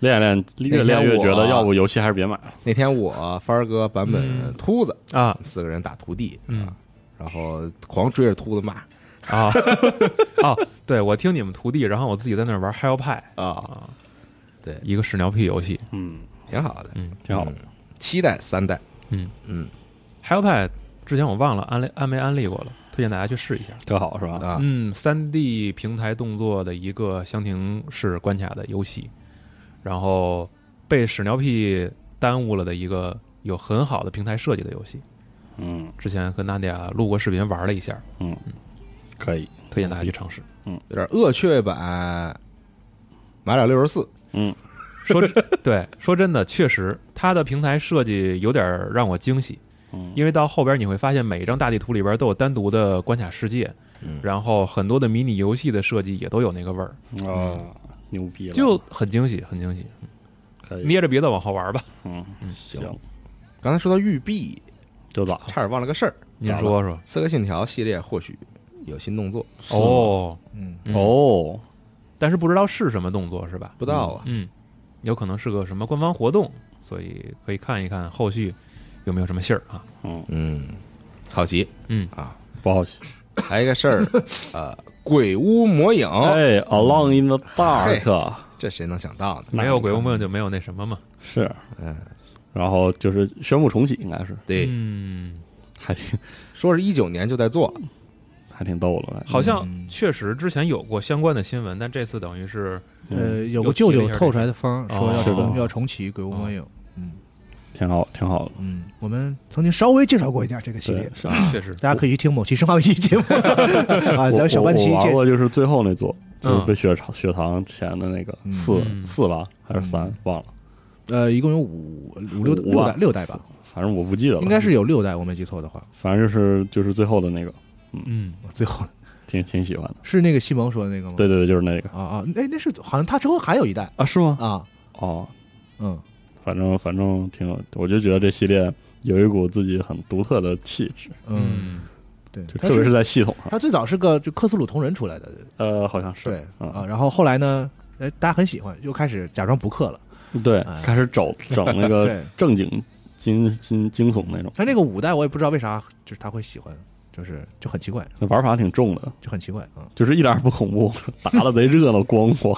F: 练练，越练越觉得，要不游戏还是别买了，
C: 那天我帆儿哥、版本、秃子
D: 啊
C: 四个人打徒弟，
D: 嗯
C: 啊，然后狂追着秃子骂
D: 啊 啊！对，我听你们徒弟，然后我自己在那儿玩 Hell 派，
C: 啊，
D: 一个屎尿屁游戏。
F: 嗯，
C: 挺好的，
F: 挺好，
C: 嗯期待三代，
D: 嗯
C: 嗯，
D: Hell 派之前我忘了安利安没安利过了，推荐大家去试一下。
F: 特好是吧？
C: 啊
D: 嗯，三 D 平台动作的一个箱庭式关卡的游戏，然后被屎尿屁耽误了的一个有很好的平台设计的游戏。
F: 嗯
D: 之前跟娜迪亚录过视频玩了一下，
F: 嗯，可以，
D: 推荐大家去尝试。
C: 有点恶趣味版马里奥六十四，
D: 说对，说真的，确实它的平台设计有点儿让我惊喜，
F: 嗯
D: 因为到后边你会发现每一张大地图里边都有单独的关卡世界，
C: 嗯
D: 然后很多的迷你游戏的设计也都有那个味儿，
F: 啊，牛逼了，
D: 就很惊喜，很惊喜。
F: 可以
D: 捏着鼻子往后玩吧，
F: 嗯行，
C: 刚才说到育碧，
F: 就咋
C: 差点忘了个事儿，
D: 您说说
C: 《刺客信条》系列或许有新动作，
D: 哦，
E: 嗯，
D: 嗯，
F: 哦，
D: 但是不知道是什么动作是吧？
C: 不知道啊，
D: 嗯，有可能是个什么官方活动，所以可以看一看后续有没有什么信儿啊。
F: 嗯，
C: 嗯，好奇。
F: 不好奇，
C: 还有一个 事儿，呃，鬼屋魔影，
F: 哎，Along in the Dark
C: 这谁能想到呢？
D: 没有鬼屋梦就没有那什么嘛。
F: 是，
C: 嗯，
F: 然后就是宣布重启，应该是
C: 对，
D: 嗯，
F: 还挺
C: 说是一九年就在做，
F: 还挺逗了，
D: 好像
E: 嗯
D: 确实之前有过相关的新闻，但这次等于 是
F: 嗯
E: 呃，有
D: 又
E: 个舅
D: 提了一
E: 舅
D: 下
E: 透出来的风儿说要
F: 这个
E: 重
F: 哦
E: 要重启《鬼屋魔影》，嗯
F: 挺好，挺好的。
E: 嗯，我们曾经稍微介绍过一点这个系列
F: 对，，是啊
D: 确实
E: 大家可以去听某期《生化危机》 节目啊，
F: 我
E: 咱小
F: 我
E: 班期
F: 我玩
E: 见。
F: 过，就是最后那座，就是
D: 嗯
F: 被血糖血糖前的那个
E: 嗯
F: 四
D: 嗯
F: 四吧，还是三忘了，
E: 呃，一共有五五六
F: 五
E: 六代
F: 吧
E: 六代吧，
F: 反正我不记得了，
E: 应该是有六代，我没记错的话。
F: 反正就是就是最后的那个，
D: 嗯，
E: 最后
F: 挺挺喜欢的。
E: 是那个西蒙说的那个吗？
F: 对对对，就是那个
E: 啊啊，那那是好像他之后还有一代
F: 啊，是吗？
E: 啊，
F: 哦，
E: 嗯，
F: 反正反正挺有，我就觉得这系列有一股自己很独特的气质，
E: 嗯，对，
F: 就
E: 他
F: 特别是在系统上，
E: 他最早是个就克苏鲁同人出来的，
F: 呃，好像是
E: 对啊，
F: 啊，
E: 然后后来呢，哎，大家很喜欢，又开始假装不氪了。
F: 对
E: 哎，
F: 开始 整整那个
E: 对
F: 正经惊惊惊悚那种，
E: 他那个五代我也不知道为啥，就是他会喜欢，就是就很奇怪，
F: 那玩法挺重的，
E: 就很奇怪啊。
F: 就是一点儿也不恐怖， 打的贼热闹光火，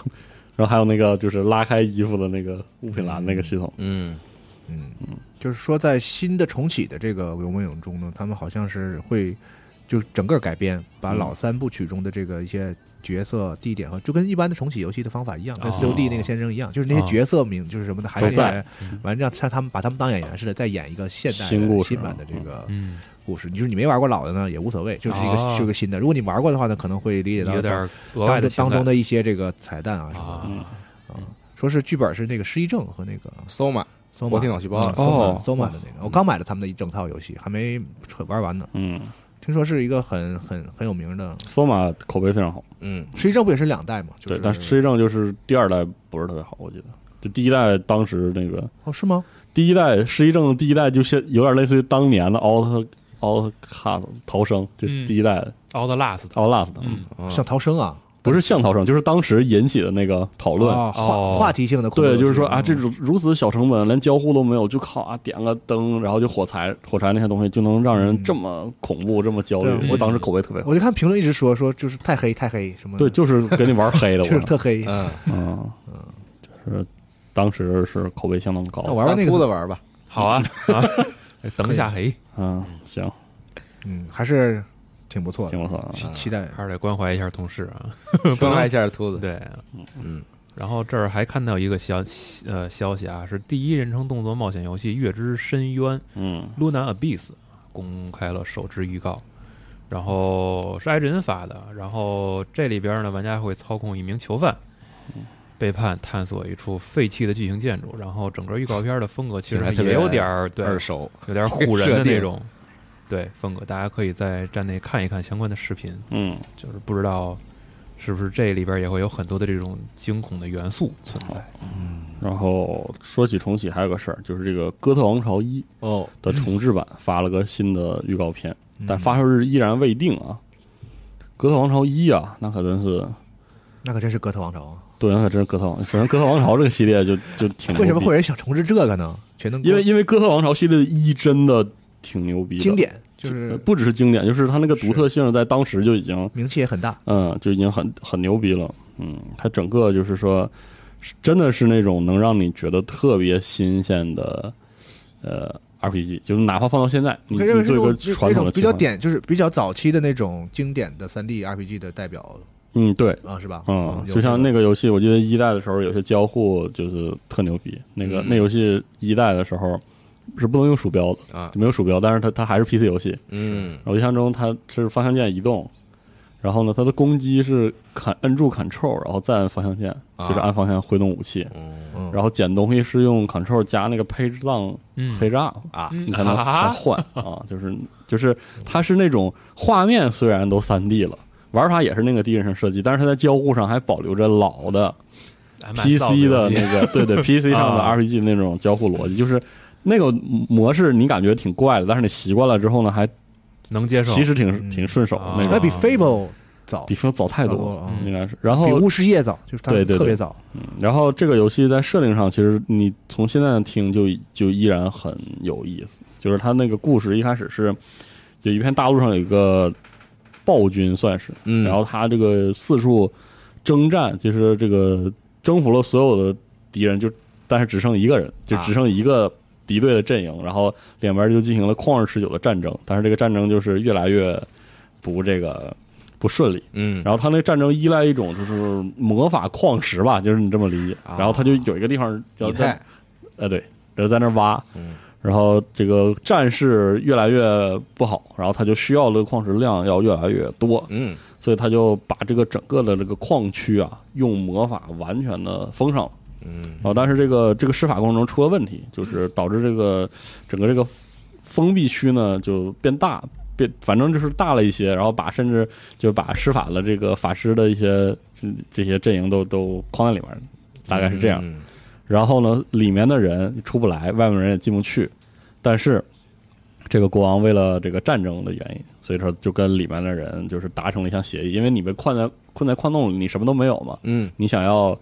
F: 然后还有那个就是拉开衣服的那个物品栏那个系统，
C: 嗯，
E: 嗯，就是说在新的重启的这个《鬼魔影》中呢，他们好像是会就整个改编，把
F: 嗯
E: 老三部曲中的这个一些角色、地点和就跟一般的重启游戏的方法一样，跟
D: 哦
E: COD 那个先生一样，就是那些
D: 哦
E: 角色名就是什么的还是
F: 都在
E: 演员，完让像他们把他们当演员似的，再演一个现代的
F: 新故事
E: 新版的这个
D: 嗯，
E: 故事。你说你没玩过老的呢，也无所谓，就是一个
D: 哦
E: 就是个新的。如果你玩过的话呢，可能会理解到
D: 有点额外
E: 当
D: 的
E: 中
D: 情
E: 当
D: 感
E: 中的一些这个彩蛋啊什么
F: 嗯
D: 啊，
E: 的啊。说是剧本是那个失忆症和那个
C: 搜嘛，
E: 索马
C: 活体脑细胞
E: 哦
C: 了，
F: 哦
E: ，Soma Soma 的那个，我刚买了他们的一整套游戏，还没玩完呢。
F: 嗯，
E: 听说是一个很很很有名的，
F: 索马口碑非常好，
C: 嗯，
E: 实际上不也是两代嘛？就
F: 对
E: 是，
F: 但是失忆症就是第二代不是特别好，我记得，就第一代当时那个
E: 哦是吗？
F: 第一代失忆症，第一代就现有点类似于当年的 Out Outcast 逃生，就
D: 嗯
F: 第一代的
D: All the Last，
F: Outlast，
D: 嗯，
E: 像逃生啊，
F: 不是像逃生，就是当时引起的那个讨论。
E: 啊
D: 哦
E: 话话题性的恐怖游
F: 对，
E: 戏，
F: 就是说啊，这
E: 嗯
F: 种如此小成本，连交互都没有，就靠啊点个灯，然后就火柴，火柴那些东西就能让人
E: 嗯
F: 这么恐怖，这么焦
E: 对
F: 虑。
E: 我
F: 我当时口碑特别好，
E: 我就看评论一直说说就是太黑太黑什么的，
F: 对，就是给你玩黑了，
E: 嗯 就是
F: 我
E: 特黑。
C: 嗯，
F: 嗯，就是当时是口碑相当高
E: 那。玩玩
C: 让
E: 那
C: 秃子
E: 个，
C: 玩 吧，
D: 好啊， 啊，等一下哎嘿，
F: 嗯，行，
E: 嗯，还是挺不错的
F: 挺，不错啊。
E: 期期待。
D: 还是得关怀一下同事啊。
C: 关怀一下秃子，
D: 对，
C: 嗯，
D: 然后这儿还看到一个消呃消息啊，是第一人称动作冒险游戏《月之深渊》
F: 嗯，
D: （Luna Abyss） 公开了首支预告，然后是挨着人发的。然后这里边呢，玩家会操控一名囚犯。背叛探索一处废弃的巨型建筑，然后整个预告片的风格其
C: 听着还
D: 实
C: 特别
D: 也有点儿对
C: 二手，
D: 有点唬人的
C: 这个设定
D: 那种，对风格，大家可以在站内看一看相关的视频。
F: 嗯，
D: 就是不知道是不是这里边也会有很多的这种惊恐的元素存在。
F: 然后说起重启，还有个事儿，就是这个《哥特王朝一》
C: 哦，
F: 的重置版发了个新的预告片，
E: 嗯
F: 但发售日依然未定啊。《哥特王朝一》啊，那可真是，
E: 那可真是哥特王朝啊！
F: 对，那可真是哥特王。首先，《哥特王朝》这个系列就 就挺牛
E: 为什么
F: 逼
E: 会有人想重置这个呢？全能
F: 因为因为《哥特王朝》系列一真的挺牛逼的，
E: 经典就
F: 呃
E: 是
F: 不只是经典，就是它那个独特性在当时就已经
E: 名气也很大，
F: 嗯，就已经很很牛逼了。嗯，它整个就是说，是真的是那种能让你觉得特别新鲜的，呃， RPG，就是哪怕放到现在，你
E: 可以
F: 你
E: 认为是
F: 做一个
E: 那种
F: 传
E: 那
F: 统的
E: 种比较
F: 切换，
E: 典，就是比较早期的那种经典的三 D RPG 的代表
F: 嗯，对，
E: 啊，是吧？
F: 嗯，
E: 有
F: 就像那
E: 这
F: 个游戏，我记得一代的时候有些交互就是特牛逼。那个、
C: 嗯
F: 那游戏一代的时候是不能用鼠标的，
C: 啊
F: 就没有鼠标，但是它它还是 PC 游戏。
C: 嗯
F: 我印象中它是方向键移动，然后呢，它的攻击是砍摁住 Ctrl，然后再按方向键，
C: 啊
F: 就是按方向挥动武器。
C: 嗯
E: 种，
F: 然后捡东西是用 Ctrl 加那个 Page Down
D: 嗯
F: Page Up，、
C: 啊
D: 嗯
F: 你才能才
D: 啊
F: 换啊，就是就是它是那种画面虽然都三 D 了，玩法也是那个第一人称射击，但是它在交互上还保留着老的
D: 还蛮骚
F: PC 的
D: 游戏
F: 那个，对对 PC 上的
D: 啊
F: RPG 那种交互逻辑，就是那个模式你感觉挺怪的，但是你习惯了之后呢，还
D: 能接受，
F: 其实挺
E: 嗯
F: 挺顺手的那
E: 那
F: 种，
E: 比 Fable 早，
F: 比风早太
E: 差不多
F: 多
E: 了
F: 了
E: 啊，
F: 应该是。然后
E: 比巫师夜早，就是它
F: 对对对
E: 特别早。
F: 然后这个游戏在设定上，其实你从现在听就就依然很有意思。就是它那个故事一开始是，有一片大陆上有一个暴君，算是，
C: 嗯
F: 然后他这个四处征战，就是这个征服了所有的敌人，就但是只剩一个人，就
E: 啊
F: 只剩一个敌对的阵营，然后两边就进行了旷日持久的战争。但是这个战争就是越来越不这个不顺利，
C: 嗯
F: 然后他那战争依赖一种就是魔法矿石吧，就是你这么理解。
C: 啊
F: 然后他就有一个地方要
C: 以
F: 在
C: 太，
F: 呃对，然后在那儿挖，
C: 嗯
F: 然后这个战事越来越不好，然后他就需要这个矿石量要越来越多，
C: 嗯
F: 所以他就把这个整个的这个矿区啊，用魔法完全的封上了。
C: 嗯
F: 然哦后但是这个这个施法过程中出了问题，就是导致这个整个这个封闭区呢就变大，变反正就是大了一些，然后把甚至就把施法的这个法师的一些这这些阵营都都框在里面，大概是这样。
C: 嗯
F: 然后呢，里面的人出不来，外面人也进不去，但是。这个国王为了这个战争的原因，所以说就跟里面的人就是达成了一项协议，因为你被困在困在矿洞里，你什么都没有嘛，
C: 嗯
F: 你想要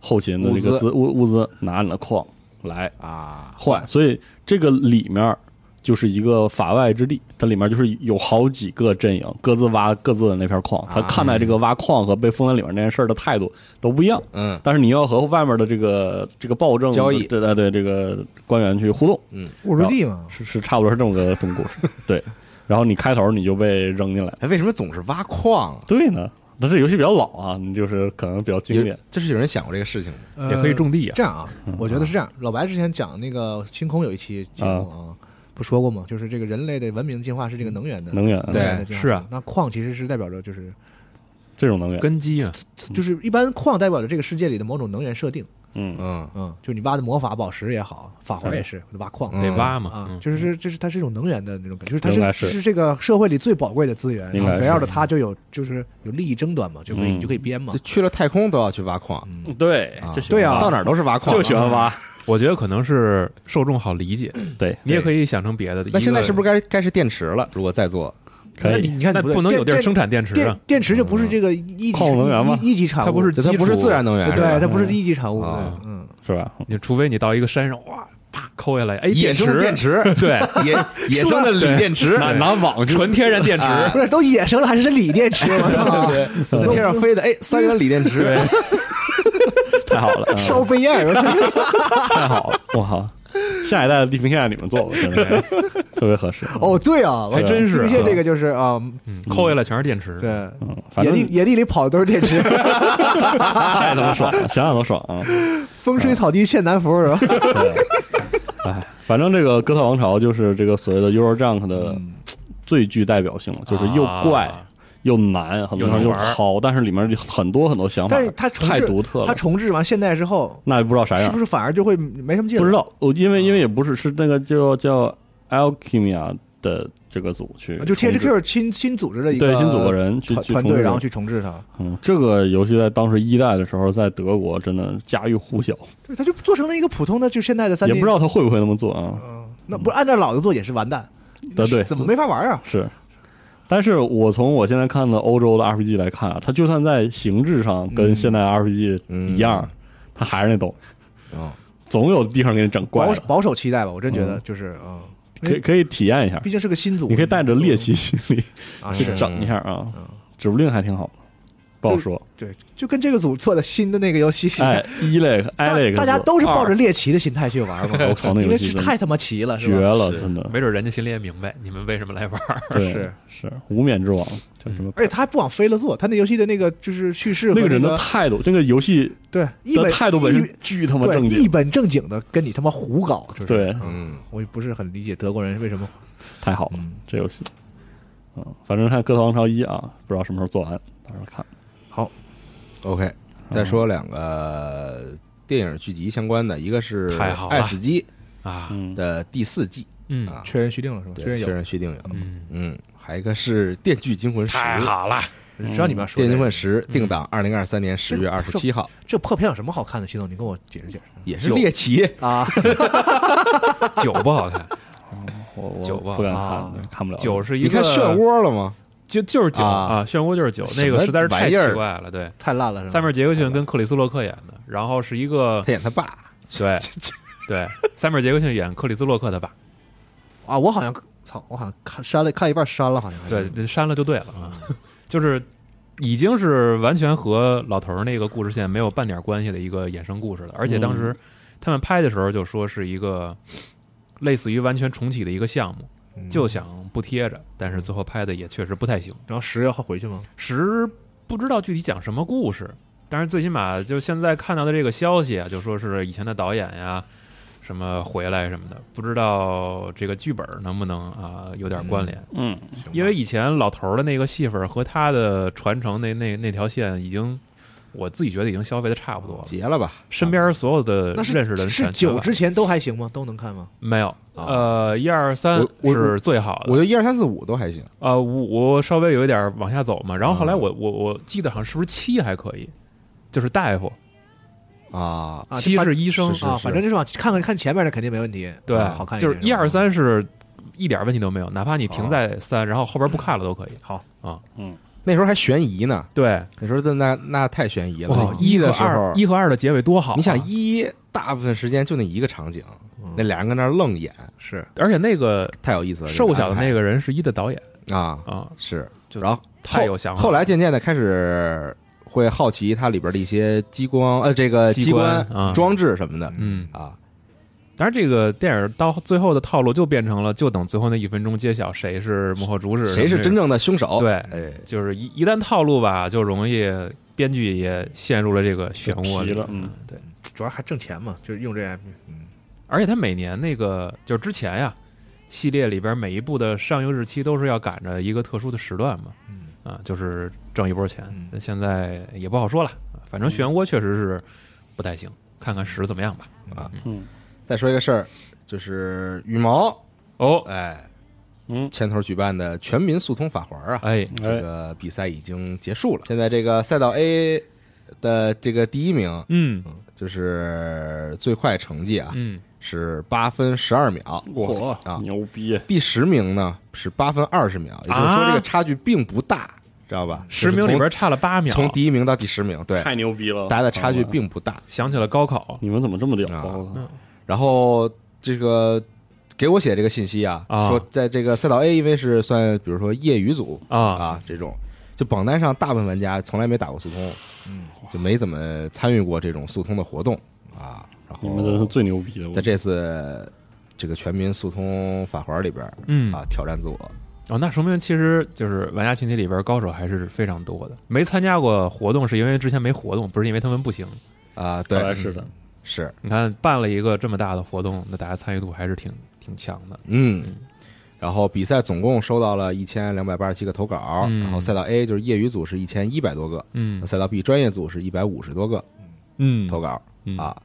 F: 后勤的
C: 物
F: 这个
C: 资
F: 资物物资，拿你的矿来
C: 啊
F: 换，所以这个里面就是一个法外之地，它里面就是有好几个阵营各自挖各自的那片矿，
C: 啊
F: 他看待这个挖矿和被封在里面这件事儿的态度都不一样。
C: 嗯
F: 但是你要和外面的这个这个暴政
C: 交易嗯
F: 对对对，这个官员去互动，
E: 巫师地嘛，
F: 是是差不多是这么个这么故事。对，然后你开头你就被扔进来，
C: 哎，为什么总是挖矿啊？
F: 对呢，那这游戏比较老啊，你就是可能比较经
C: 有
F: 典。
C: 就是有人想过这个事情吗？
E: 呃
D: 也可以种地啊。
E: 这样啊，
F: 嗯
E: 我觉得是这样。老白之前讲那个星空有一期节目啊，不说过吗？就是这个人类的文明进化是这个能源的
F: 能源
C: 对
E: 源的进化
D: 是啊
E: 那矿其实是代表着就是
F: 这种能源，
D: 根基啊，
E: 就是一般矿代表着这个世界里的某种能源设定，
F: 嗯，
C: 嗯
E: 嗯，就你挖的魔法宝石也好，法环也是挖矿
C: 嗯
D: 得挖嘛。
E: 啊
D: 嗯，
E: 就是这这是它是一种能源的那种感觉，就是它
F: 应该
E: 是
F: 是
E: 是这个社会里最宝贵的资源，
F: 应
E: 然
F: 该
E: 后
F: 是
E: 围绕着它就有就是有利益争端嘛，就可以
F: 嗯
E: 就可以编嘛
C: 就。去了太空都要去挖矿，
E: 嗯
F: 对
C: 啊，
F: 哎就喜 欢
E: 对啊
F: 挖
C: 到哪儿都是挖矿，
F: 就喜欢挖，
D: 我觉得可能是受众好理解，
F: 对，
D: 你也可以想成别的。
C: 嗯那现在是不
D: 是
C: 是该该是电池了？如果再做，
F: 可
E: 那你
F: 以，
E: 你看
D: 那
E: 对
D: 不能有地儿
E: 电
D: 生产电池
E: 电
D: 啊？
E: 电池就不是这个一级
F: 矿能源嘛
E: 一一级产物，
D: 它不是
C: 就它不是自然能源，是吧
E: 对，它不是一级产物，
C: 啊
E: 对嗯，
F: 是吧？
D: 你除非你到一个山上，哇，啪抠下来，哎，
C: 野
D: 电
C: 生
D: 池，
C: 电 池，对， 野野生的锂电 池，
F: 拿拿网去
D: 纯天然电池，
C: 啊
E: 不是都野生了还是锂电池？我操，
C: 在天上飞的，哎，三元锂电池，
F: 太好了，嗯
E: 烧飞燕儿，
F: 太好了，我靠！下一代的地平线你们做吧，真的特别合适。
E: 哦，对啊，
F: 还真是
E: 地平线这个就是啊，
D: 嗯抠下来全是电池。
E: 对，
F: 嗯，反
E: 野
F: 正哎
E: 地野地里跑的都是电 池，
F: 太他 妈爽了，想想都爽啊！
E: 风吹草低见南孚 是吧？
F: 哎，反正这个《哥特王朝》就是这个所谓的 Eurojunk 的
E: 嗯
F: 最具代表性了，就是又怪
D: 啊
F: 又难，很多地方又
D: 又能玩
F: 糙，但是里面有很多很多想法
E: 但是，它重置
F: 太独特
E: 它
F: 了，
E: 重置完现代之后，
F: 那也不知道啥
E: 是
F: 样
E: 不。是反而就会没什么劲？
F: 不知，道，我因
E: 啊
F: 为因为也不是是那个叫叫 Alchemia 的这个组去
E: 啊就 T
F: 重
E: H
F: 置
E: Q 新新组织的一个
F: 对新组的人去
E: 团
F: 去
E: 团
F: 重
E: 队，
F: 置
E: 然后去重置它，
F: 嗯，这个游戏在当时一代的时候，在德国真的家喻户晓，
E: 对，它就做成了一个普通的就现代的三
F: 也
E: D，
F: 不知道他会不会那么做啊？
E: 嗯，那不是按照老的做也是完蛋，
F: 对对，
E: 怎么没法玩啊？
F: 是？但是我从我现在看的欧洲的 RPG 来看啊，它就算在形制上跟现代 RPG
C: 嗯
F: 一样，它还是那东西，
C: 哦
F: 总有地方给你整怪
E: 保
F: 了，嗯
E: 保守期待吧，我真觉得就是啊，
F: 可以可以体验一下
E: 毕，竟是个新组，嗯
F: 你可以带着猎奇心理
E: 啊，
F: 去
E: 是
F: 整一下啊，指不定还挺好。不好说。
E: 对，就跟这个组做的新的那个游戏，
F: 哎，一类、
E: 大
F: 艾类，
E: 大家都是抱着猎奇的心态去玩嘛。
F: 我操那
E: 因
F: 游
E: 为
F: 戏
E: 是
F: 真的
E: 太他妈奇了，是
F: 绝
E: 吧？
F: 了，
D: 是
F: 真的，
D: 没准人家心里也明白你们为什么来玩儿。
F: 对
E: 是
F: 是无冕之王，叫什么？
C: 嗯
E: 而且他还不往飞了做，他那游戏的那个就是叙事和
F: 那个人
E: 那
F: 的态度，这个游戏
E: 对一
F: 的
E: 本
F: 态度本
E: 一
F: 身巨他妈
E: 对
F: 正
E: 一
F: 经，
E: 本正经的跟你他妈胡搞，就是
F: 对，
C: 嗯，
E: 我也不是很理解德国人为什么
F: 太好了
E: 嗯，
F: 这游戏。嗯，反正看《哥特王朝一》啊，不知道什么时候做完，到时候看。
C: OK，再说两个电影剧集相关的，一个是
D: 太好
C: 《
D: 了
C: 爱死机
D: 啊，
F: 嗯》，
C: 的第四季
D: 嗯
C: 啊，
E: 确认续订了是吧？
C: 对
E: 确认
C: 确
E: 有，
C: 认续订有，
D: 嗯，
C: 嗯，还有一个是《电锯惊魂十》，
D: 太好了，
E: 知道你们
C: 《
E: 要
D: 嗯
C: 电
E: 说这
C: 锯惊
E: 个
C: 魂十》定档二零二三年十月二十七号，
E: 这破片有什么好看的？系统，你跟我解释解释
C: 也是猎奇，
E: 啊！
D: 酒不好看，
F: 我
D: 酒
F: 我
D: 吧
F: 不敢
E: 啊
F: 看，看不了。
D: 酒是一
C: 你
D: 个
C: 看漩，涡了吗？
D: 就就是酒
C: 啊
D: 啊，漩涡就是酒，那
C: 什么
D: 个实在是太
C: 玩意儿
D: 奇怪了。对，
E: 太烂了是吧？
D: 塞缪尔杰克逊跟克里斯洛克演的，然后是一个
C: 他演他爸，
D: 对 对，塞缪尔杰克逊演克里斯洛克的吧？
E: 啊，我好像操，我好像看删了，看一半删了，好像还是
D: 对，删了就对了啊， 就是已经是完全和老头儿那个故事线没有半点关系的一个衍生故事了。而且当时他们拍的时候就说是一个类似于完全重启的一个项目，
E: 嗯
D: 就想不贴着，但是最后拍的也确实不太行。
E: 然后十月号回去吗？
D: 十不知道具体讲什么故事，但是最起码就现在看到的这个消息啊，就说是以前的导演呀。什么回来什么的，不知道这个剧本能不能啊、有点关联。
F: 嗯，
D: 因为以前老头儿的那个戏份儿和他的传承那那那条线已经，我自己觉得已经消费的差不多了。
C: 结了吧？
D: 身边所有的
E: 那是
D: 认识的人
E: 是
D: 全全
E: 九
D: 完
E: 之前都还行吗？都能看吗？
D: 没有，呃，一二三
C: 我我
D: 是最好
C: 我觉
D: 的。
C: 得一二三四五都还行，
D: 呃，五我稍微有一点往下走嘛，然后后来我我我记得好像是不是七还可以，就是大夫，
C: 啊，
E: 啊
D: 七
E: 反
D: 是医生，
E: 啊，反正就是往看看看前面的肯定没问题，
D: 对
E: 啊好看，
D: 就是
E: 点
D: 一
E: 吧
D: 二三是一点问题都没有，哪怕你停在三，然后后边不看了都可以。
E: 好
D: 啊，
C: 那时候还悬疑呢，
D: 对，
C: 那时候那那那太悬疑
D: 哇
C: 了，，
D: 一
C: 的
D: 和
C: 时候
D: 二，一和二的嗯结尾多好啊，
C: 你想一大部分时间就那一个场景，那俩人跟那儿愣演，
E: 是
D: 而且那个
C: 太有意思了。
D: 瘦小的那
C: 个
D: 个人是一的导演
C: 安排啊，
D: 啊，
C: 是，
D: 就
C: 然后
D: 太
C: 后
D: 有想法了
C: 后来渐渐的开始会好奇它里边的一些激光呃，这个
D: 机
C: 机关
D: 关啊
C: 装置什么的
D: 嗯。
C: 啊，
D: 当然，这个电影到最后的套路就变成了，就等最后那一分钟揭晓谁是幕后主使，
C: 谁是真
D: 正
C: 正的凶手？
D: 对
C: 哎，
D: 就是一一旦套路吧，就容易编剧也陷入了这个漩涡里
F: 就疲了嗯，
D: 对。
E: 主要还挣钱嘛，就是用这 app，嗯，
D: 而且他每年那个就是之前呀，系列里边每一部的上映日期都是要赶着一个特殊的时段嘛，
E: 嗯
D: 啊，就是挣一波钱
E: 嗯。
D: 那现在也不好说了，啊反正漩涡确实是不太行，看看十怎么样吧。
F: 嗯
C: 再说一个事儿，就是羽毛，
D: 哦，
C: 哎，
F: 嗯
C: 牵头举办的全民速通法环啊，
D: 哎，
C: 这个比赛已经结束了。现在这个赛道 A 的这个第一名
D: 嗯
C: 就是最快成绩啊，
D: 嗯，
C: 是八分十二秒。
E: 嚯
C: 啊！
F: 哎牛逼！
C: 第十名呢是八分二十秒，也就是说这个差距并不大，知道吧？
D: 十名里边差了八
C: 就是
D: 秒，
C: 从从第一名到第十名，对，
F: 太牛逼了！
C: 大家的差距并不大。
D: 想起了高考
F: 你们怎么这么屌？
C: 啊
F: 我操
C: 然后这个给我写这个信息啊，
D: 啊
C: 说在这个赛道 A，因为是算比如说业余组
D: 啊，
C: 啊这种，就榜单上大部分玩家从来没打过速通，
E: 嗯，
C: 就没怎么参与过这种速通的活动啊。然
F: 你们真是
C: 后
F: 最牛逼的！我
C: 在这次这个全民速通法环里边
D: 嗯
C: 啊，挑战自我，
D: 哦，那说明其实就是玩家群体里边高手还是非常多的。没参加过活动是因为之前没活动，不是因为他们不行。
C: 啊，
F: 看来
C: 对，
F: 是的，
C: 是，
D: 你看办了一个这么大的活动，那大家参与度还是挺挺强的。
C: 嗯。然后比赛总共收到了一千两百八十七个投稿，
D: 嗯
C: 然后赛道 A 就是业余组是一千一百多个，
D: 嗯
C: 赛道 B 专业组是一百五十多个
D: 嗯
C: 投稿、啊，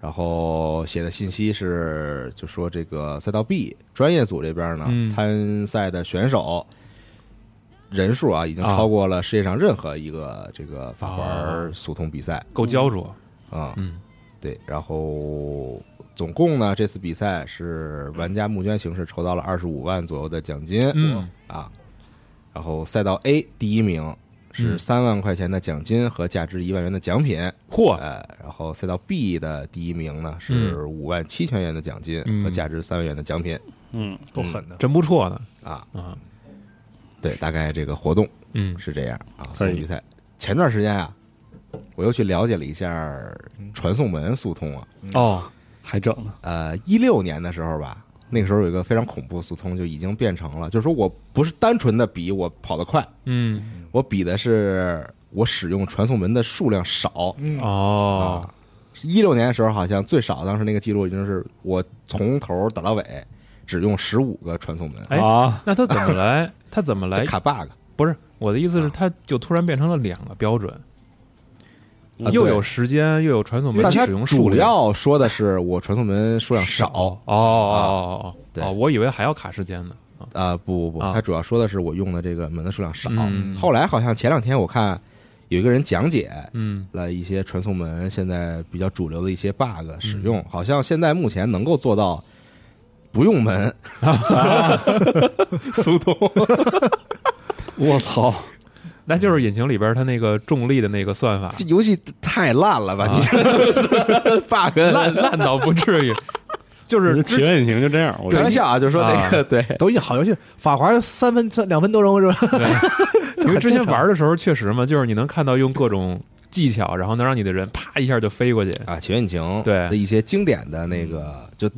C: 然后写的信息是就说这个赛道 B 专业组这边呢，
D: 嗯
C: 参赛的选手人数啊已经超过了世界上任何一个这个法环
D: 哦
C: 速通比赛
D: 够焦灼。
C: 啊、
D: 嗯
C: 对，然后总共呢这次比赛是玩家募捐形式筹到了二十五万左右的奖金，
D: 嗯
C: 啊，然后赛道 A 第一名是
D: 嗯
C: 三万块钱的奖金和价值一万元的奖品，
D: 嚯，
C: 呃，然后赛道 B 的第一名呢是五万七千元的奖金
D: 嗯
C: 和价值三万元的奖品、
F: 嗯，
E: 够狠的，
D: 真不错呢
C: 啊。
D: 啊！
C: 对，大概这个活动
D: 嗯，
C: 是这样啊，
F: 可以
C: 送比赛前段时间啊，我又去了解了一下传送门速通啊，
F: 哦，还整呢，
C: 呃，一六年的时候吧，那个时候有一个非常恐怖的速通，就已经变成了，就是说我不是单纯的比我跑得快，
D: 嗯，
C: 我比的是我使用传送门的数量少。
D: 哦，
C: 啊，一六年的时候好像最少，当时那个记录已经是我从头打到尾只用十五个传送门，
D: 哎
F: 啊，
D: 那他怎么 来？他怎么来
C: 就？啊卡 bug，
D: 不是我的意思是，他就突然变成了两个标准，
C: 啊
D: 又
C: 对
D: 有时间，又有传送门
C: 但它
D: 使用数
C: 主
D: 量
C: 要说的是我传送门数量少
D: 哦，哦哦哦
C: 对
D: 哦，我以为还要卡时间呢。啊
C: 啊、不不不，
D: 啊
C: 它主要说的是我用的这个门的数量少。
D: 嗯
C: 后来好像前两天我看有一个人讲解
D: 嗯
C: 了一些传送门现在比较主流的一些 bug 使用，
D: 嗯
C: 好像现在目前能够做到不用 门，
D: 啊
C: 速通。
F: 我操，
D: 那就是引擎里边它那个重力的那个算法
C: 这游戏太烂了吧？你这个 bug
D: 烂烂到不至于， 就是
F: 起
D: 之前
F: 源引擎就这样，我
C: 开玩笑啊，就说这个、对
E: 都一好游戏，《法华》三分三两分多钟是吧？
D: 因为之前玩的时候确实嘛，就是你能看到用各种技巧，然后能让你的人啪一下就飞过去，
C: 啊，起源引擎
D: 对
C: 的一些经典的那个，嗯就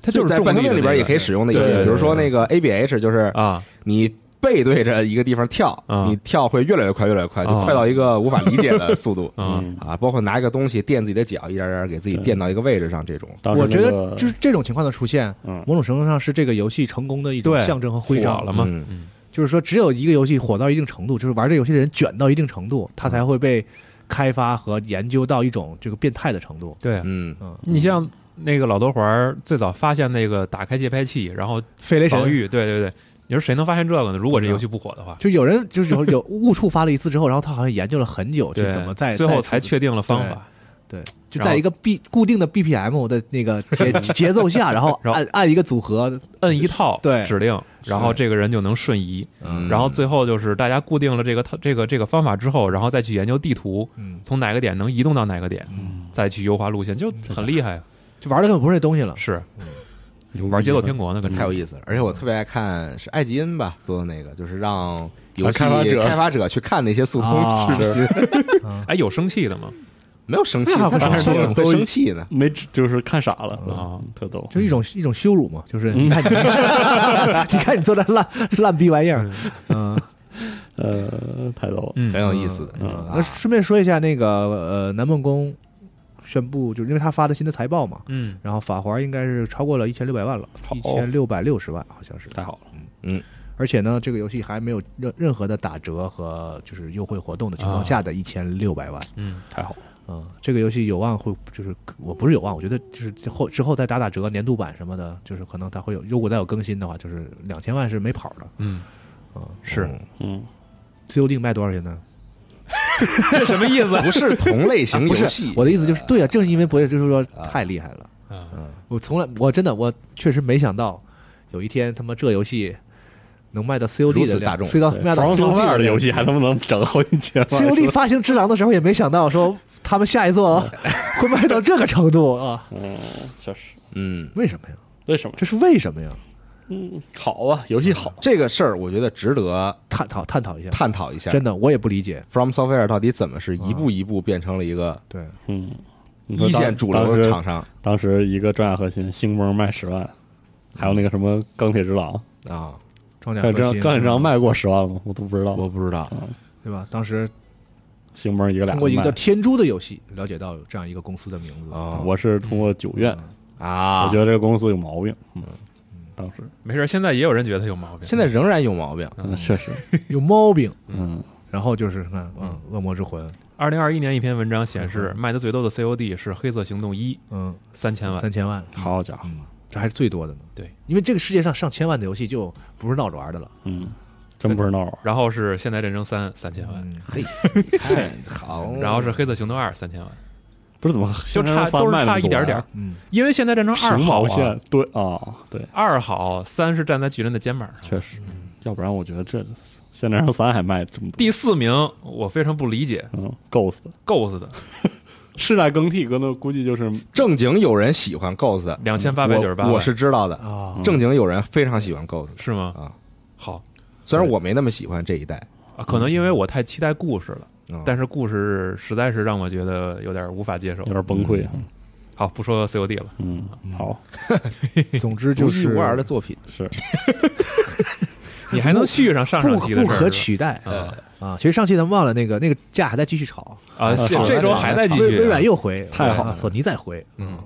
D: 它就是
C: 在
D: 重
C: 半
D: 力
C: 条命
D: 的
C: 里
D: 那
C: 边
D: 个
C: 也可以使用的一些，
D: 对对对
C: 比如说那个 ABH，就是
D: 啊，
C: 你背对着一个地方跳，
D: 嗯
C: 你跳会越来越快，越来越快，就
D: 嗯
C: 快到一个无法理解的速 度。
D: 嗯
F: 嗯，
C: 啊，包括拿一个东西垫自己的脚，一点点给自己垫到一个位置上，这种
F: 当时
E: 我觉
F: 那
E: 得
F: 个
E: 就是这种情况的出现，
F: 嗯
E: 某种程度上是这个游戏成功的一种
D: 对
E: 象征和徽
D: 火
E: 章
D: 了。嘛，
C: 嗯
D: 嗯
E: 就是说，只有一个游戏火到一定程度，就是玩这游戏的人卷到一定程度，它才会被开发和研究到一种这个变态的程度。
D: 对，
C: 嗯，
D: 你像那个老头环儿最早发现那个打开节拍器，然后
E: 飞雷
D: 防
E: 神
D: 御，对对对，你说谁能发现这个呢？如果这游戏不火的话，
E: 就有人就是有有误触发了一次之后，然后他好像研究了很久，就
D: 对，
E: 怎么在
D: 最后才
E: 去
D: 确定了方法，
E: 就在一个 B 固定的 BPM 的那个 节节奏下，然后
D: 然后
E: 按按一个组合，
D: 摁一套
E: 对
D: 指令，然后这个人就能瞬移，
C: 嗯
D: 然后最后就是大家固定了这个套这个这个方法之后，然后再去研究地图，
E: 嗯，
D: 从哪个点能移动到哪个点，
C: 嗯
D: 再去优化路线，就很厉害。
E: 就玩的根本不是那东西了。
D: 是
F: 牛逼
D: 玩《节奏
F: 了
D: 天国》呢，跟
C: 太有意思了。而且我特别爱看是艾吉恩吧做的那个，就是让游
F: 啊
C: 戏
F: 开发者
C: 开发者去看那些速
E: 啊
C: 通视频，
D: 哎有生气的吗？
C: 没有生气，
E: 那还不
C: 他们
E: 生气
C: 怎么会生气呢？
F: 没知就是看傻了
D: 啊
F: 嗯特逗。
E: 就一种一种羞辱嘛，就是
F: 嗯
E: 你看你， 你看你做这烂烂逼玩意儿，嗯，
F: 呃，太逗了。
D: 嗯
C: 很有意思的，
F: 嗯
D: 啊
E: 那顺便说一下那个呃，南梦宫宣布，就是因为他发的新的财报嘛，
D: 嗯，
E: 然后法环应该是超过了一千六百万了，
F: 好
E: 一千六百六十万好像是，
F: 太好了，
E: 而且呢，这个游戏还没有任任何的打折和就是优惠活动的情况下的
D: 啊
E: 一千六百万，
F: 太好了，
E: 嗯，这个游戏有望会就是我不是有望，我觉得就是之后之后再打打折，啊年度版什么的，就是可能它会有，如果再有更新的话，就是两千万是没跑的，
D: 嗯
E: 嗯，
D: 是
F: 嗯，
E: 自由定卖多少钱呢？
D: 这什么意思？
C: 不是同类 型游戏，
E: 我的意思啊就是，对啊，正是因为不是，就是说太厉害了。
D: 啊
E: 嗯，我从来，我真的，我确实没想到有一天他妈这游戏能卖到 COD
C: 如此
E: 的
C: 大
E: 量
C: 众
E: ，C 到卖到
F: 防防
E: COD
F: 二的游戏
E: 量
F: 还能不能整好几千万
E: COD 发行《只狼》的时候也没想到说他们下 一座会卖到这个程度啊？
F: 嗯，确实，
C: 嗯，
E: 为什么呀？
F: 为什么？
E: 这是为什么呀？
F: 嗯，好啊，游戏好，
C: 这个事儿我觉得值得
E: 探讨探讨一下，
C: 探讨一下。
E: 真的我也不理解。
C: From Software 到底怎么是一步一步变成了一个
E: 对，
F: 嗯，你说
C: 一
F: 当
C: 线主流的
F: 当时
C: 厂商
F: 当时一个装甲核心，星崩卖十万，还有那个什么钢铁之狼，
C: 啊？
E: 装甲
F: 钢铁之
E: 核
F: 狼
E: 心，嗯
F: 钢铁之狼卖过十万吗？嗯我都不知道。
C: 我不知道，
E: 对吧？当时
F: 星崩一个俩
E: 通
F: 都
E: 过一个叫
F: 卖
E: 《天珠》的游戏了解到有这样一个公司的名字
C: 啊
F: 我是通过九院，
C: 啊
F: 我觉得这个公司有毛病。嗯，当时
D: 没事儿，现在也有人觉得他有毛病。
C: 现在仍然有毛病。
F: 嗯确实，
E: 有毛病。
F: 嗯，
E: 然后就是看，嗯，恶魔之魂，
D: 二零二一年一篇文章显示，
C: 嗯
D: 卖的最多的 COD 是《黑色行动一》
E: 嗯，
D: 三千万
E: 三，千万，
F: 好家伙，
E: 这还是最多的呢。
D: 对，
E: 因为这个世界上上千万的游戏就不是闹着玩的了。
F: 嗯，真不啊是闹玩儿。
D: 然后是《现代战争三》三千万，
E: 嗯，
C: 嘿，你看好，
D: 然后是《黑色行动二》三千万，
F: 不是怎么啊
D: 就差都是
C: 啊
D: 差一点点儿。。
E: 嗯，
D: 因为《现代战争二》
F: 平
D: 好
F: 毛
D: 啊
F: 线，，对啊，对，
D: 二好，三是站在巨人的肩膀上。
F: 确实，要不然我觉得这现在上三还卖这么多，
D: 第四名，我非常不理解
F: 嗯，Ghost
D: ，Ghost 的
F: 世代更替，可能估计就是
C: 正经有人喜欢 Ghost，
D: 两千八百九十八，
C: 我我是知道的。
E: 啊，
C: 正经有人非常喜欢 Ghost，
D: 是吗？
C: 啊，
D: 好
C: 虽然我没那么喜欢这一代，
D: 啊，可能因为我太期待故事了，
C: 嗯
D: 但是故事实在是让我觉得有点无法接受
F: 有。点崩溃啊。
D: 好，不说 COD 了，
F: 嗯，好，
E: 总之
C: 独
E: 就
C: 一
E: 是
C: 无二的作品，
F: 是
D: 你还能续上上
E: 不
D: 上期的
E: 不
D: 事儿
E: 可取代
D: 啊
E: 啊！其实上期咱忘了那个那个架还在继续炒，
D: 啊！
F: 啊
D: 是
F: 好
D: 这周
F: 好
D: 还在继
E: 微
D: 续，
E: 微软又回，
F: 太好了
E: 啊索尼再回，
D: 嗯，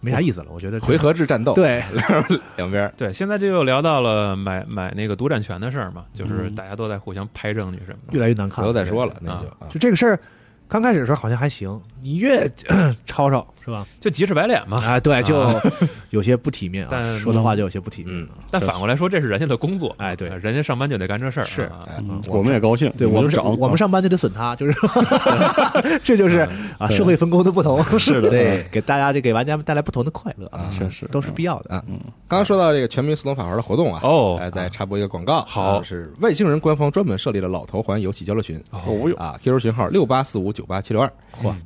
E: 没啥意思了，我觉得这
C: 回合制战斗，，
E: 对，
C: 两边儿
D: 对，现在这又聊到了买买那个独占权的事儿嘛，就是大家都在互相拍证据什么
E: 越
D: 的。
E: 来越难
C: 回
E: 看
C: 头
E: 了。
C: 再说了，那就啊
E: 就这个事儿，刚开始的时候好像还行，你越 吵吵是吧？
D: 就急赤白脸嘛。
E: 啊，对，就有些不体面啊，
D: 但
E: 说的话就有些不体面
C: 嗯
E: 啊。，
D: 但反过来说，这是人家的工作，
E: 哎对
D: 啊人家上班就得干这事儿啊。
E: 是
D: 啊
F: 嗯
E: 我们
F: 我们也啊高兴，
E: 对
F: 你
E: 我们
F: 就
E: 上
F: 涨，
E: 我们上班就得损他，就是 这就是啊
F: 嗯对嗯
E: 社会分工的不 同，是
C: 的对，
E: 给大家这给玩家们带来不同的快乐啊，
F: 确实嗯
E: 都是必要的
C: 啊。刚刚说到这个全民速通法环的活动啊，
D: 哦
C: 哎，再插播一个广告，
D: 好
C: 啊是外星人官方专门设立了老头环游戏交流群，
F: 哦 哟，
C: 啊，QQ 群号六八四五九八七六二，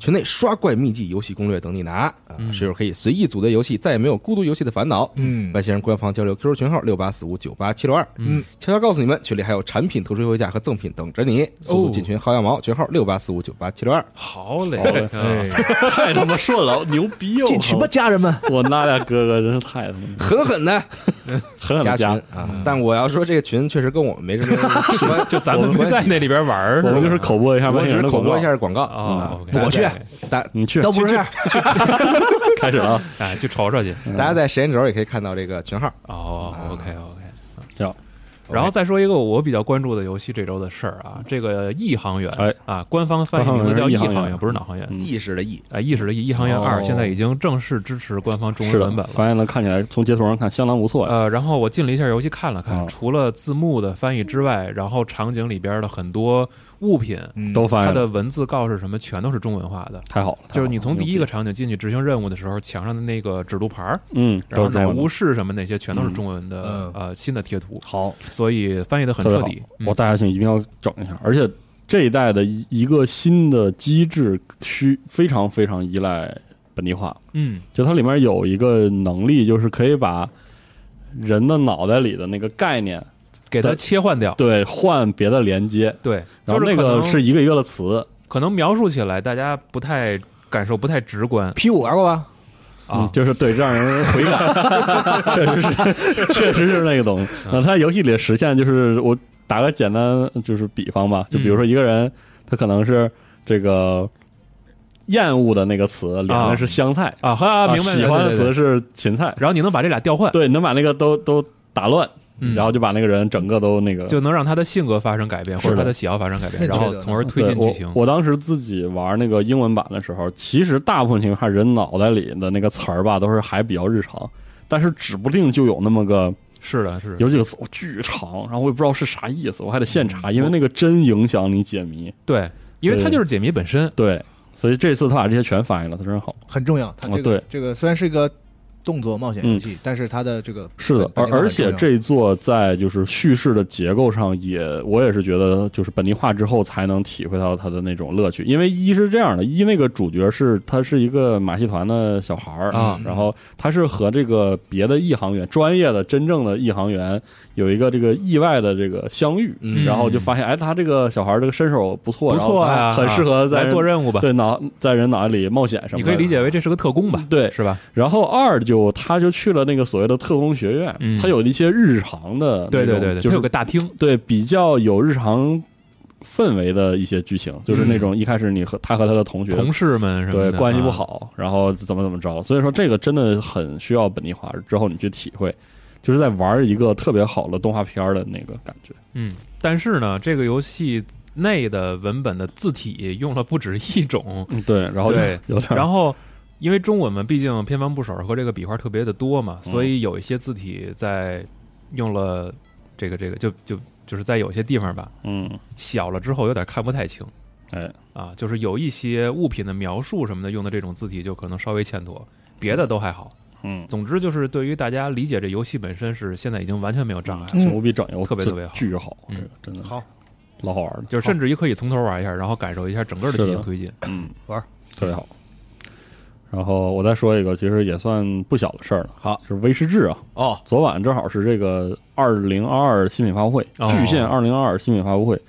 C: 群内刷怪秘籍、游戏攻略等你拿，啊，室友可以随意组队游戏，再也没有孤独游戏的烦恼。
E: 嗯
C: 外星人官方交流 QQ 群号六八四五九八七六二，
E: 嗯，
C: 悄悄告诉你们，群里还有产品图书优惠价和赠品等着你，速速进群薅羊毛，群号六八四五九八七六二，
D: 好嘞
F: 好嘞，
D: 啊
F: 太他妈顺了，牛逼 哦！
E: 进群吧，家人们，
F: 我那俩哥哥真是太他妈
C: 狠狠的
F: 狠狠
C: 加
F: 的
C: 群
F: 加，
C: 啊！但我要说这个群确实跟我们没什 么关，
D: 就咱们
C: 我
D: 没
C: 关系
D: 在那里边玩儿，
F: 我们就是
D: 吧
F: 口播一下
C: 我
F: 外
C: 只
F: 星人
C: 是
F: 的
C: 口
F: 广告
C: 播一，下广告
F: 嗯
D: 哦，
C: 啊
D: OK，
E: 我去
D: 哎
C: 大
F: 你去
E: 都不是
F: 开始了，啊
D: 哎，去瞅瞅去。
E: 嗯
C: 大家在时间轴也可以看到这个群号，
D: 哦
C: 啊
D: ，OK OK。
F: 行，
D: 然后再说一个我比较关注的游戏这周的事儿啊，这个《异航员》
F: 哎
D: 啊，官方翻译名字叫
F: 官
D: 《异
F: 方名是异
D: 航
F: 航
D: 员》，
F: 员
D: 不是脑航员。
F: 嗯
C: 意识的意，
D: 啊，意识的《异异航员二
F: 哦》
D: 现在已经正式支持官方中
F: 是
D: 文
F: 的
D: 文本，了。
F: 发现了，看起来从截图上看相当不错呀。
D: 呃，然后我进了一下游戏看了看，
F: 哦
D: 除了字幕的翻译之外，然后场景里边的很多物品，
E: 嗯
F: 都发
D: 它
F: 现
D: 的
F: 了，
D: 文字告示什么全都是中文化的。
F: 哎太好了，
D: 就是你从第一个
F: 太
D: 场景进去执行任务的时候，墙上的那个指路牌儿，
F: 好了，嗯，
D: 然后
F: 都是
D: 乃
F: 中文的
D: 乌市什么那些，全都是中文的、
E: 嗯
D: 呃新的贴图，
E: 好，
D: 所以翻译的很
F: 特别
D: 彻
F: 好
D: 底。，嗯
F: 我大家请一定要整一下，而且这一代的一一个新的机制需非常非常依赖本地化，
D: 嗯
F: 就它里面有一个能力，就是可以把人的脑袋里的那个概念，
D: 给它
F: 对
D: 切换掉，
F: 对，换别的连接，
D: 对，
F: 然后
D: 就是
F: 那
D: 可
F: 个
D: 能
F: 是一个一个的词，
D: 可能描述起来大家不太感受不太直观
E: P 五玩过吧？
D: 啊
F: 嗯，就是对，让人回感， 确实是，确实是那个东西。
D: 嗯
F: 那它游戏里的实现就是，我打个简单就是比方吧，就比
D: 嗯
F: 如说一个人，他可能是这个厌恶的那个词，连的是香菜，
D: 啊，哈、
F: 啊
D: 明白了
F: 喜欢的
D: 对对啊
F: 词
D: 对
F: 是芹菜，
D: 然后你能把这俩调换，
F: 对，能把那个都都打乱，
D: 嗯
F: 然后就把那个人整个都那个
D: 就能让他的性格发生改变，或
F: 是
D: 者
F: 的
D: 他的喜好发生改变，
E: 那
D: 然
E: 确
D: 后
E: 实
D: 从而推
F: 对
D: 进
F: 我
D: 剧情。
F: 我当时自己玩那个英文版的时候，其实大部分情况下人脑袋里的那个词儿吧，都是还比较日常，但是指不定就有那么个
D: 是的，是的，
F: 有几个词我巨长，然后我也不知道是啥意思，我还得现查，因为那个真影响你解谜。
D: 对，因为
F: 对
D: 它就是解谜本身。
F: 对，所以这次他把这些全翻译了，他真好。
E: 很重要。它这
F: 哦
E: 个
F: 对嗯
E: 这个虽然是一个动作冒险游戏，但是它的这个
F: 是的，而
E: 本地化
F: 而
E: 很重要
F: 且这一座在就是叙事的结构上也，我也是觉得就是本地化之后才能体会到它的那种乐趣。因为一是这样的，一那个主角是他是一个马戏团的小孩儿
D: 啊
F: 然后他是和这个别的艺航员、专业的真正的艺航员有一个这个意外的这个相遇，
C: 嗯
F: 然后就发现哎，他这个小孩儿这个身手不错，
D: 不错呀、
F: 然后很适合在
D: 来
F: 人
D: 做任务吧。
F: 对脑在人脑袋里冒险什么的，
D: 你可以理解为这是个特工吧？
F: 对。
D: 是吧？
F: 然后二就他就去了那个所谓的特工学院，
D: 嗯
F: 他有一些日常的那种，
D: 对对对对，
F: 就
D: 它
F: 是
D: 有个大厅，
F: 对比较有日常氛围的一些剧情，就是那种一开始你和他和他的同学
D: 嗯同事们什么
F: 对
D: 的
F: 关系不
D: 啊
F: 好，然后怎么怎么着，所以说这个真的很需要本地化之后你去体会，就是在玩一个特别好的动画片儿的那个感觉。
D: 嗯，但是呢，这个游戏内的文本的字体用了不止一种，
F: 嗯，对，然后就
D: 对
F: 有点
D: 然后。因为中文嘛，毕竟偏旁部首和这个笔画特别的多嘛，
F: 嗯
D: 所以有一些字体在用了这个这个，就就就是在有些地方吧，
F: 嗯，
D: 小了之后有点看不太清
F: 哎，
D: 啊，就是有一些物品的描述什么的用的这种字体就可能稍微欠妥，别的都还好。
F: 嗯，
D: 总之就是对于大家理解这游戏本身是现在已经完全没有障碍了，
F: 行，我嗯比整一个
D: 特别特别好
F: 巨好，这
D: 嗯
F: 个真的
E: 好
F: 老好玩了，
D: 就是甚至于可以从头玩一下，然后感受一下整个的剧
F: 是
D: 情
F: 的
D: 推进。
F: 嗯
E: 玩儿
F: 特别好。然后我再说一个，其实也算不小的事儿了。
C: 好，
F: 是威士忌啊。
C: 哦，
F: 昨晚正好是这个二零二二新品发布会，
D: 哦
F: 巨献二零二二新品发布会。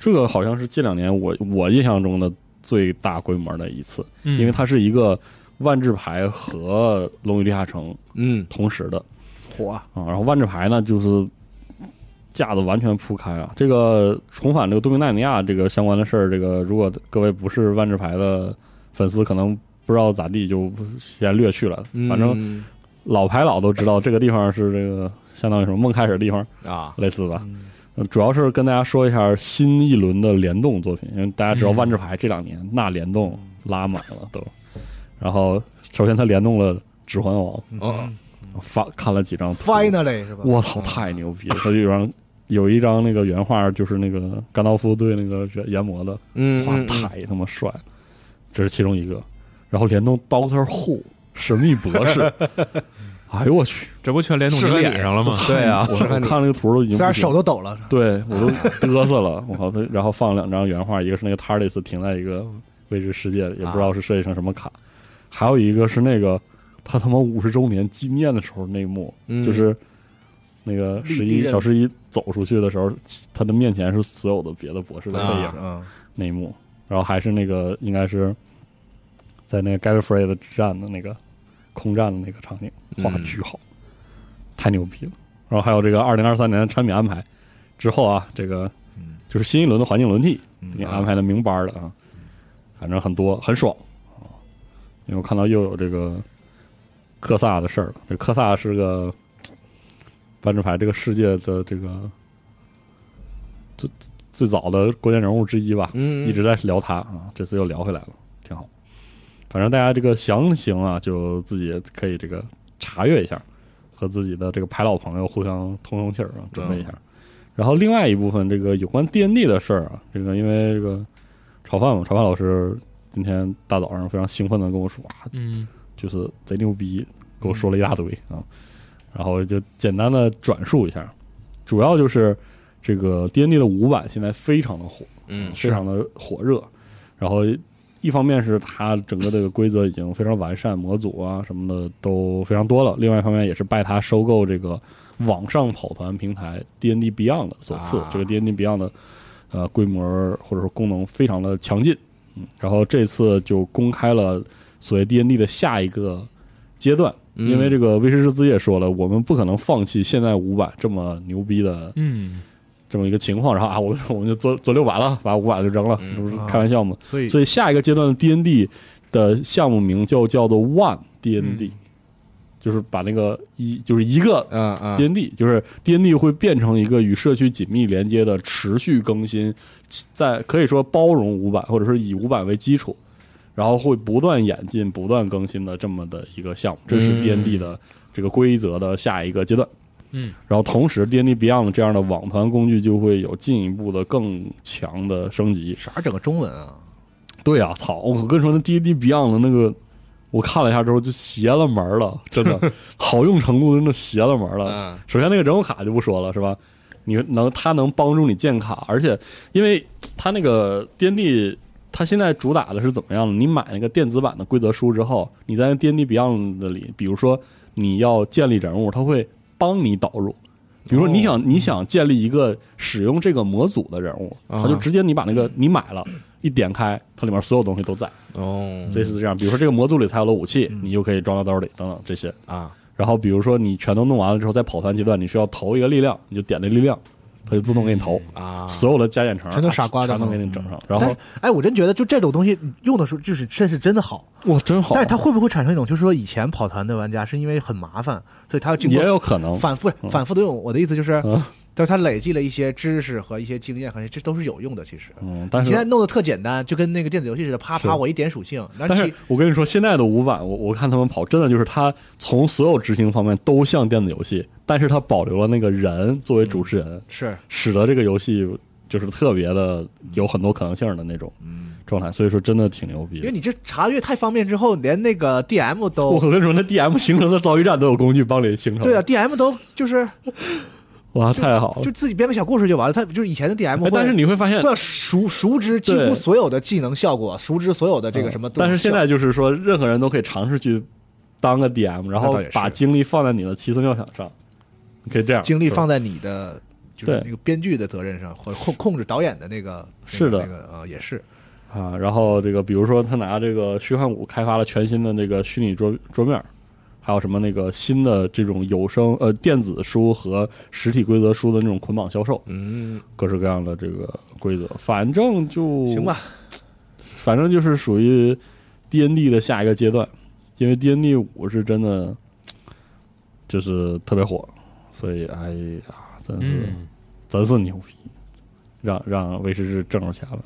F: 这个好像是近两年我我印象中的最大规模的一次，
D: 嗯
F: 因为它是一个万智牌和龙与地下城
C: 嗯，
F: 同时的
E: 火，
F: 啊、然后万智牌呢就是架子完全铺开啊，这个重返这个多明纳尼亚这个相关的事儿，这个如果各位不是万智牌的粉丝，可能不知道咋地就先略去了，反正
C: 嗯
F: 老牌老都知道这个地方是这个相当于什么梦开始的地方，
C: 啊，
F: 类似吧。呃主要是跟大家说一下新一轮的联动作品，因为大家知道
D: 嗯
F: 万智牌这两年那联动拉满了都。然后首先它联动了《指环王
C: 嗯，》，
F: 发看了几张图，
E: Finally 是吧？嗯
F: 我操，太牛逼了！它有一张有一张那个原画，就是那个甘道夫对那个研研磨的，
C: 嗯，
F: 画
C: 嗯
F: 太他妈帅了，这是其中一个。然后联动 Doctor Who 神秘博士，哎呦我去！
D: 这不全联动
C: 适
D: 你
C: 合你
D: 脸上了吗？对啊，
F: 我我
C: 适合
F: 看
C: 你
F: 那个图都已经不
E: 虽然
F: 行
E: 手都抖了，
F: 对我都嘚瑟了， 我靠！他然后放了两张原画，一个是那个 TARDIS 停在一个未知世界里，也不知道是设计成什么卡，还有一个是那个他他妈五十周年纪念的时候那一幕，
C: 嗯
F: 就是那个十
E: 立
F: 一
E: 人
F: 小十一走出去的时候，他的面前是所有的别的博士的背影，
C: 啊
E: 嗯，
F: 那一幕，然后还是那个应该是在那个 Gallifrey 的之战的那个空战的那个场景，画得
C: 嗯
F: 巨好，太牛逼了。然后还有这个二零二三年的产品安排之后啊，这个
E: 嗯
F: 就是新一轮的环境轮替，
E: 嗯
F: 你安排的明班儿的啊，反正很多很爽啊因为我看到又有这个科萨的事儿了，这科萨是个万智牌这个世界的这个最最早的关键人物之一吧，
C: 嗯
F: 一直在聊他啊，这次又聊回来了，挺好。反正大家这个详情啊，就自己可以这个查阅一下，和自己的这个牌老朋友互相通通气儿啊，准备一下。然后另外一部分这个有关 D N D 的事儿啊，这个因为这个炒饭嘛，炒饭老师今天大早上非常兴奋的跟我说啊，
D: 嗯，
F: 就是贼牛逼，给我说了一大堆啊。然后就简单的转述一下，主要就是这个 D N D 的五版现在非常的火，
C: 嗯
F: 非常的火热。然后一方面是它整个这个规则已经非常完善，模组啊什么的都非常多了；另外一方面也是拜它收购这个网上跑团平台 D N D Beyond 的所赐，
C: 啊
F: 这个 D N D Beyond 的呃规模或者说功能非常的强劲。嗯，然后这次就公开了所谓 D N D 的下一个阶段。
C: 嗯
F: 因为这个威士士自己也说了，我们不可能放弃现在五版这么牛逼的
D: 嗯，
F: 这么一个情况，然后啊，我们我们就做做六百了，把五百就扔了，这不是开玩笑吗？
E: 啊所以
F: 所以下一个阶段的 D N D 的项目名就叫做 One D N D，就是把那个一就是一个
C: 嗯嗯
F: D N D，就是 D N D 会变成一个与社区紧密连接的持续更新，在可以说包容五版，或者是以五版为基础，然后会不断演进、不断更新的这么的一个项目，这是
C: 嗯
F: D N D 的这个规则的下一个阶段。
D: 嗯，
F: 然后同时，D N D Beyond 这样的网团工具就会有进一步的更强的升级。
E: 啥整个中文啊？
F: 对啊，操！我跟你说，那 D N D Beyond 的那个，我看了一下之后就邪了门儿了，真的好用程度真的邪了门儿了。
C: 嗯
F: 首先那个人物卡就不说了，是吧？你能，它能帮助你建卡，而且因为它那个 D N D，它现在主打的是怎么样呢？你买那个电子版的规则书之后，你在 D N D Beyond 的里，比如说你要建立人物，它会帮你导入。比如说你想、你想建立一个使用这个模组的人物，它就直接你把那个你买了，一点开，它里面所有东西都在，
C: 哦
F: 类似这样。比如说这个模组里才有了武器，你就可以装到兜里等等这些。
C: 啊，
F: 然后比如说你全都弄完了之后，在跑团阶段你需要投一个力量，你就点那力量，它就自动给你投
C: 啊
F: 所有的加减乘
E: 嗯全都傻瓜的
F: 全都给你整上。然
E: 但
F: 后
E: 是哎，我真觉得就这种东西用的时候，就是这是真的好。啊
F: 哇，真好
E: 但是它会不会产生一种，就是说以前跑团的玩家是因为很麻烦，所以他要经
F: 也
E: 过
F: 有可能
E: 反复
F: 嗯
E: 反复的用。我的意思就是，
F: 嗯
E: 就是他累积了一些知识和一些经验，和这都是有用的。其实
F: 嗯，但
E: 现在
F: 是。
E: 弄得特简单，就跟那个电子游戏似的，啪
F: 是
E: 啪我一点属性，但
F: 但是我跟你说，现在的五版，我我看他们跑，真的就是它从所有执行方面都像电子游戏，但是它保留了那个人作为主持人，
E: 是
F: 使得这个游戏就是特别的有很多可能性的那种状态，所以说真的挺牛逼
E: 嗯因为
F: 的。
E: 你这查阅太方便之后，连那个 DM
F: 我
E: 都
F: 跟你说，那 DM 形成的遭遇战都有工具帮你形成。
E: 对啊，DM 都就是
F: 哇，太好了！
E: 就自己编个小故事就完了。他就是以前的 DM，
F: 哦哎
E: 会
F: 但是你会发现，
E: 会熟熟知几
F: 对
E: 乎所有的技能效果，熟知所有的这个什么
F: 嗯
E: 东
F: 但
E: 西效。
F: 是现在就是说，任何人都可以尝试去当个 DM，然
E: 那
F: 后
E: 倒也是
F: 把精力放在你的奇思妙想上，你可以这样
E: 精力
F: 是吧
E: 放在你的就是
F: 对
E: 那个编剧的责任上，或者控控制导演的那个
F: 是的
E: 那个那个呃也是
F: 啊，然后这个比如说他拿这个虚幻五开发了全新的这个虚拟桌桌面儿，还有什么那个新的这种有声呃电子书和实体规则书的那种捆绑销售，
C: 嗯，
F: 各式各样的这个规则，反正就
E: 行吧，，
F: 反正就是属于 D N D 的下一个阶段，因为 D N D 五是真的就是特别火，所以哎呀，真是、
D: 嗯，
F: 真是牛逼，让让威士忌挣着钱了，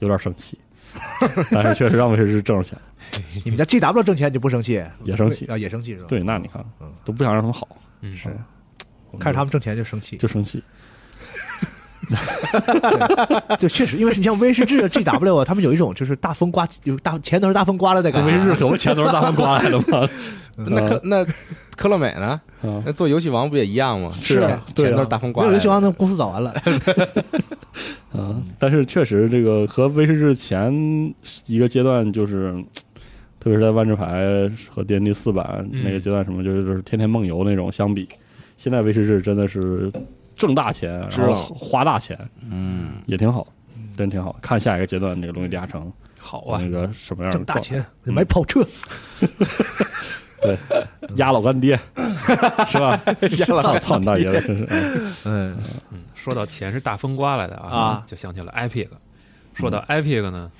F: 有点生气， 但是确实让威士忌挣着钱了，
E: 你们家 G W 挣钱你就不生气？
F: 也生气。
E: 啊，也生气是吧？
F: 对，那你看
E: 嗯，
F: 都不想让他们好，嗯
D: 嗯
E: 是看着他们挣钱就生气，
F: 就生气。
E: 对，确实，因为你像威士忌的 G W 啊，他们有一种就是大风刮，有大钱都是大风刮来的感
F: 威
E: 觉。
F: 士忌可不钱都是大风刮来的吗？
E: 嗯
C: 那科那科乐美呢？
F: 啊，
C: 那做游戏王不也一样吗？
E: 是啊
F: 对啊
C: 钱都是大风刮来
E: 没有
C: 的。
E: 游戏王，那公司早完了。
F: 啊，但是确实，这个和威士忌前一个阶段就是，特别是在万智牌和 D N D 四版
D: 嗯
F: 那个阶段，什么就是就是天天梦游那种相比，现在威士忌真的是挣大钱，
C: 知
F: 然
C: 道
F: 后花大钱，
C: 嗯，
F: 也挺好，真挺好。看下一个阶段这个龙与地下城
D: 好啊
F: 那，个什么样的
E: 挣大
F: 状
E: 钱买
F: 嗯
E: 跑车，
F: 态，压老 干爹是吧？
C: 压老干爹
F: 操你大爷的，真是。哎
E: 嗯，
D: 说到钱是大风刮来的啊
E: 啊，
D: 就想起了 Epic。说到 Epic 呢，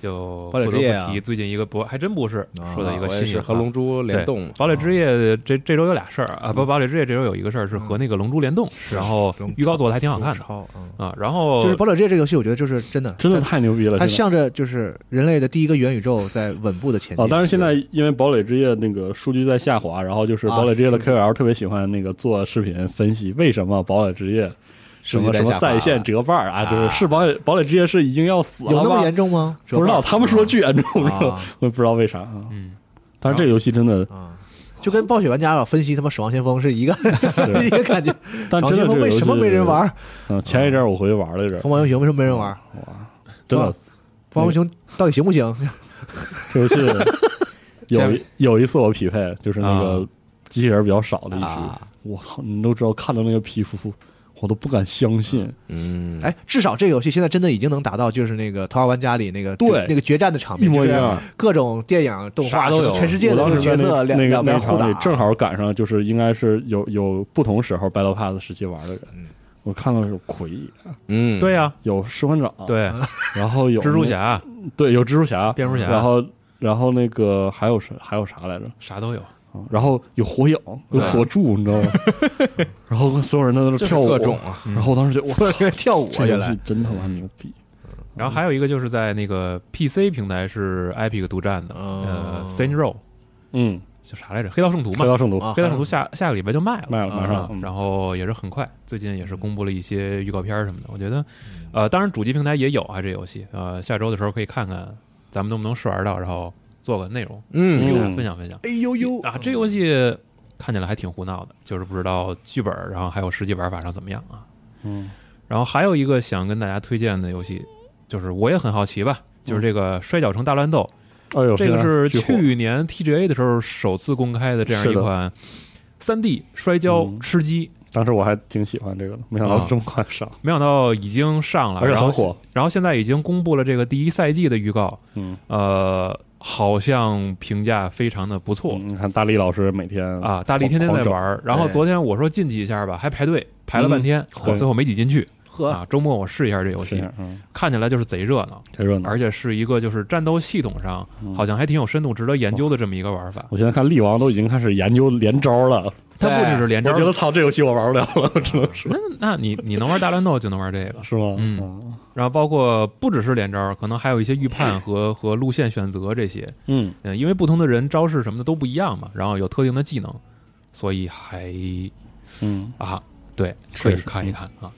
D: 就不
E: 堡垒
D: 得
E: 之夜啊
D: 不提最近一个博，还真不是
E: 啊
D: 说到一个
C: 我也
D: 新
C: 是
D: 颖
C: 和龙珠联动嘛
D: 对，堡垒之夜这这周有俩事儿啊，不，堡垒之夜这周有一个事儿是和那个龙珠联动，然后
E: 龙珠
D: 预告做的还挺好看的
E: 超，嗯，
D: 啊。然后
E: 就是《堡垒之夜》这个游戏，我觉得就是真的，
F: 真的太牛逼了！
E: 它
F: 现在
E: 向着就是人类的第一个元宇宙在稳步的前进。
F: 哦，但是现在因为堡垒之夜那个数据在下滑，然后就是堡垒之夜的
E: 啊是
F: KOL 特别喜欢那个做视频分析为什么堡垒之夜什么
C: 数据在
F: 什
C: 下
F: 么
C: 滑
F: 在线折半儿啊，
C: 啊
F: 就是是堡垒堡垒之夜是已经要死
E: 有
F: 了
E: 那么
F: 吗
E: 严？重吗？
F: 不知道，他们说巨严重，
E: 啊
F: 我也不知道为啥啊。
D: 嗯，
F: 但是这个游戏真的，
E: 啊，就跟暴雪玩家老分析他妈《守望先锋》是一个 一个感觉。
F: 但
E: 守望
F: 真
E: 先
F: 的这
E: 锋
F: 个
E: 为
F: 游戏
E: 什么没人玩？？啊
F: 嗯，前一阵儿我回去玩了一阵儿，
E: 疯狂英雄为什么没人玩？
F: 哇，真的
E: 啊疯狂英雄到底行不行？
F: 这 游戏有一有一次我匹配就是那个
C: 啊
F: 机器人比较少的一局
C: 啊，
F: 我操，你都知道看到那个皮肤，我都不敢相信。
C: 嗯，
E: 哎，至少这个游戏现在真的已经能达到，就是那个《头号玩家》里那个
F: 对
E: 就那个决战的场
F: 一
E: 面，
F: 模一
E: 就是
F: 样，
E: 各种电影、动画
D: 啥都有
E: 全世界
F: 我
E: 的
F: 当
E: 那
F: 时
E: 个角
F: 在
E: 色两
F: 那个
E: 两
F: 那
E: 边
F: 场
E: 互打
F: 里，正好赶上，就是应该是有有不同时候 Battle Pass 时期玩的人。我看到有奎爷，
C: 嗯，
D: 对呀，
F: 有士官长，，
D: 对，
F: 然后啊有
D: 蜘蛛
F: 那，
D: 侠啊
F: 对，有蜘蛛侠、
D: 蝙蝠侠
F: 然后然后那个还有谁？还有啥来着？
D: 啥都有，
F: 啊然后有火影，有佐助，你知道吗？ 然后所有人在那
C: 就是
F: 跳舞，
C: 各种啊，
F: 然后我当时觉得，我操，
E: 跳舞啊
F: 这
E: 原
F: 游
E: 来
F: 戏真他妈牛逼！
D: 然后还有一个就是在那个 PC 平台是 Epic 独占的，
E: 哦
D: 呃，Saint Row
F: 嗯，
D: 叫啥来着？黑道圣徒
F: 黑
D: 嘛，
F: 道圣徒
E: 啊
D: 黑道圣徒下下个礼拜就卖了，
F: 卖了，马上
D: 啊。
F: 嗯
D: 然后也是很快，最近也是公布了一些预告片儿什么的。我觉得，
F: 嗯
D: 呃，当然主机平台也有啊，这游戏，呃，下周的时候可以看看咱们能不能试玩到，然后做个内容
C: 嗯
D: 给大家
F: 嗯
D: 分享分享。
E: 哎呦呦
D: 啊，这游戏看起来还挺胡闹的，就是不知道剧本儿，然后还有实际玩法上怎么样啊。
F: 嗯，
D: 然后还有一个想跟大家推荐的游戏，就是我也很好奇
F: 嗯
D: 吧，就是这个《摔角城大乱斗》，
F: 哎呦，
D: 这个是
F: 现在巨火
D: 去年 TGA 的时候首次公开的这样一
F: 是的
D: 款三 D 摔跤
F: 嗯
D: 吃鸡，
F: 当时我还挺喜欢这个的，没想到
D: 啊
F: 这么快上，
D: 没想到已经上了，
F: 而且
D: 然后
F: 很火。
D: 然后现在已经公布了这个第一赛季的预告，
F: 嗯，
D: 呃，好像评价非常的不错、
F: 嗯你看大力老师每天
D: 啊，大力天天在
F: 嗯狂嗯
D: 玩儿。然后
E: 对
D: 昨天我说进去一下吧，还排队排了半天，我
F: 对
D: 最后没挤进去
E: 呵，
D: 啊。周末我试一下这游
F: 是这
D: 戏，
F: 样，嗯，
D: 看起来就是贼热闹，
F: 太热闹。
D: 而且是一个就是战斗系统上
F: 嗯
D: 好像还挺有深度、值得研究的这么一个玩法。
F: 我现在看力王都已经开始研究连招了，
D: 它不只是连
F: 哦
D: 招
F: 哎我觉，得操，这游戏我玩不了了，我只能说，
D: 那那你你能玩大乱斗就能玩这个，
F: 是吗？
D: 嗯
F: 嗯
D: 然后包括不只是连招，可能还有一些 预判和和路线选择这些。
F: 嗯，
D: 嗯，因为不同的人招式什么的都不一样嘛，然后有特定的技能，所以还
F: 嗯，
D: 啊，对，
F: 是
D: 可以
F: 是
D: 看一看啊，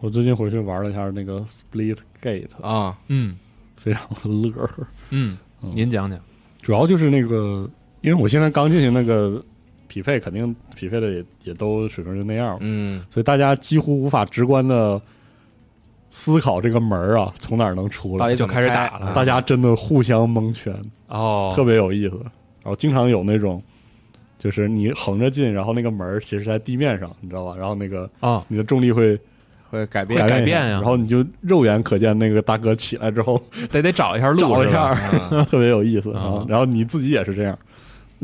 F: 我最近回去玩了一下那个 Split Gate，
C: 啊，
D: 嗯
F: 非常乐儿。
D: 嗯，您讲讲，
F: 主要就是那个，因为我现在刚进行那个匹配，肯定匹配的也也都水平就那样，
C: 嗯，
F: 所以大家几乎无法直观的思考这个门儿啊从哪儿能出
C: 大
F: 来
C: 家。怎
D: 就
C: 么开啊
D: 开始打了
F: 大家真的互相蒙圈，
D: 哦，
F: 特别有意思。然后经常有那种，就是你横着进，然后那个门儿其实在地面上，你知道吧？然后那个
D: 哦，
F: 你的重力会
C: 会改
D: 会
C: 变
D: 改变啊呀
F: 然后你就肉眼可见那个大哥起来之 后，
D: 得得找一下路，
F: 找一
D: 是吧
F: 下， 特别有意思啊
D: 啊。
F: 然后你自己也是这样，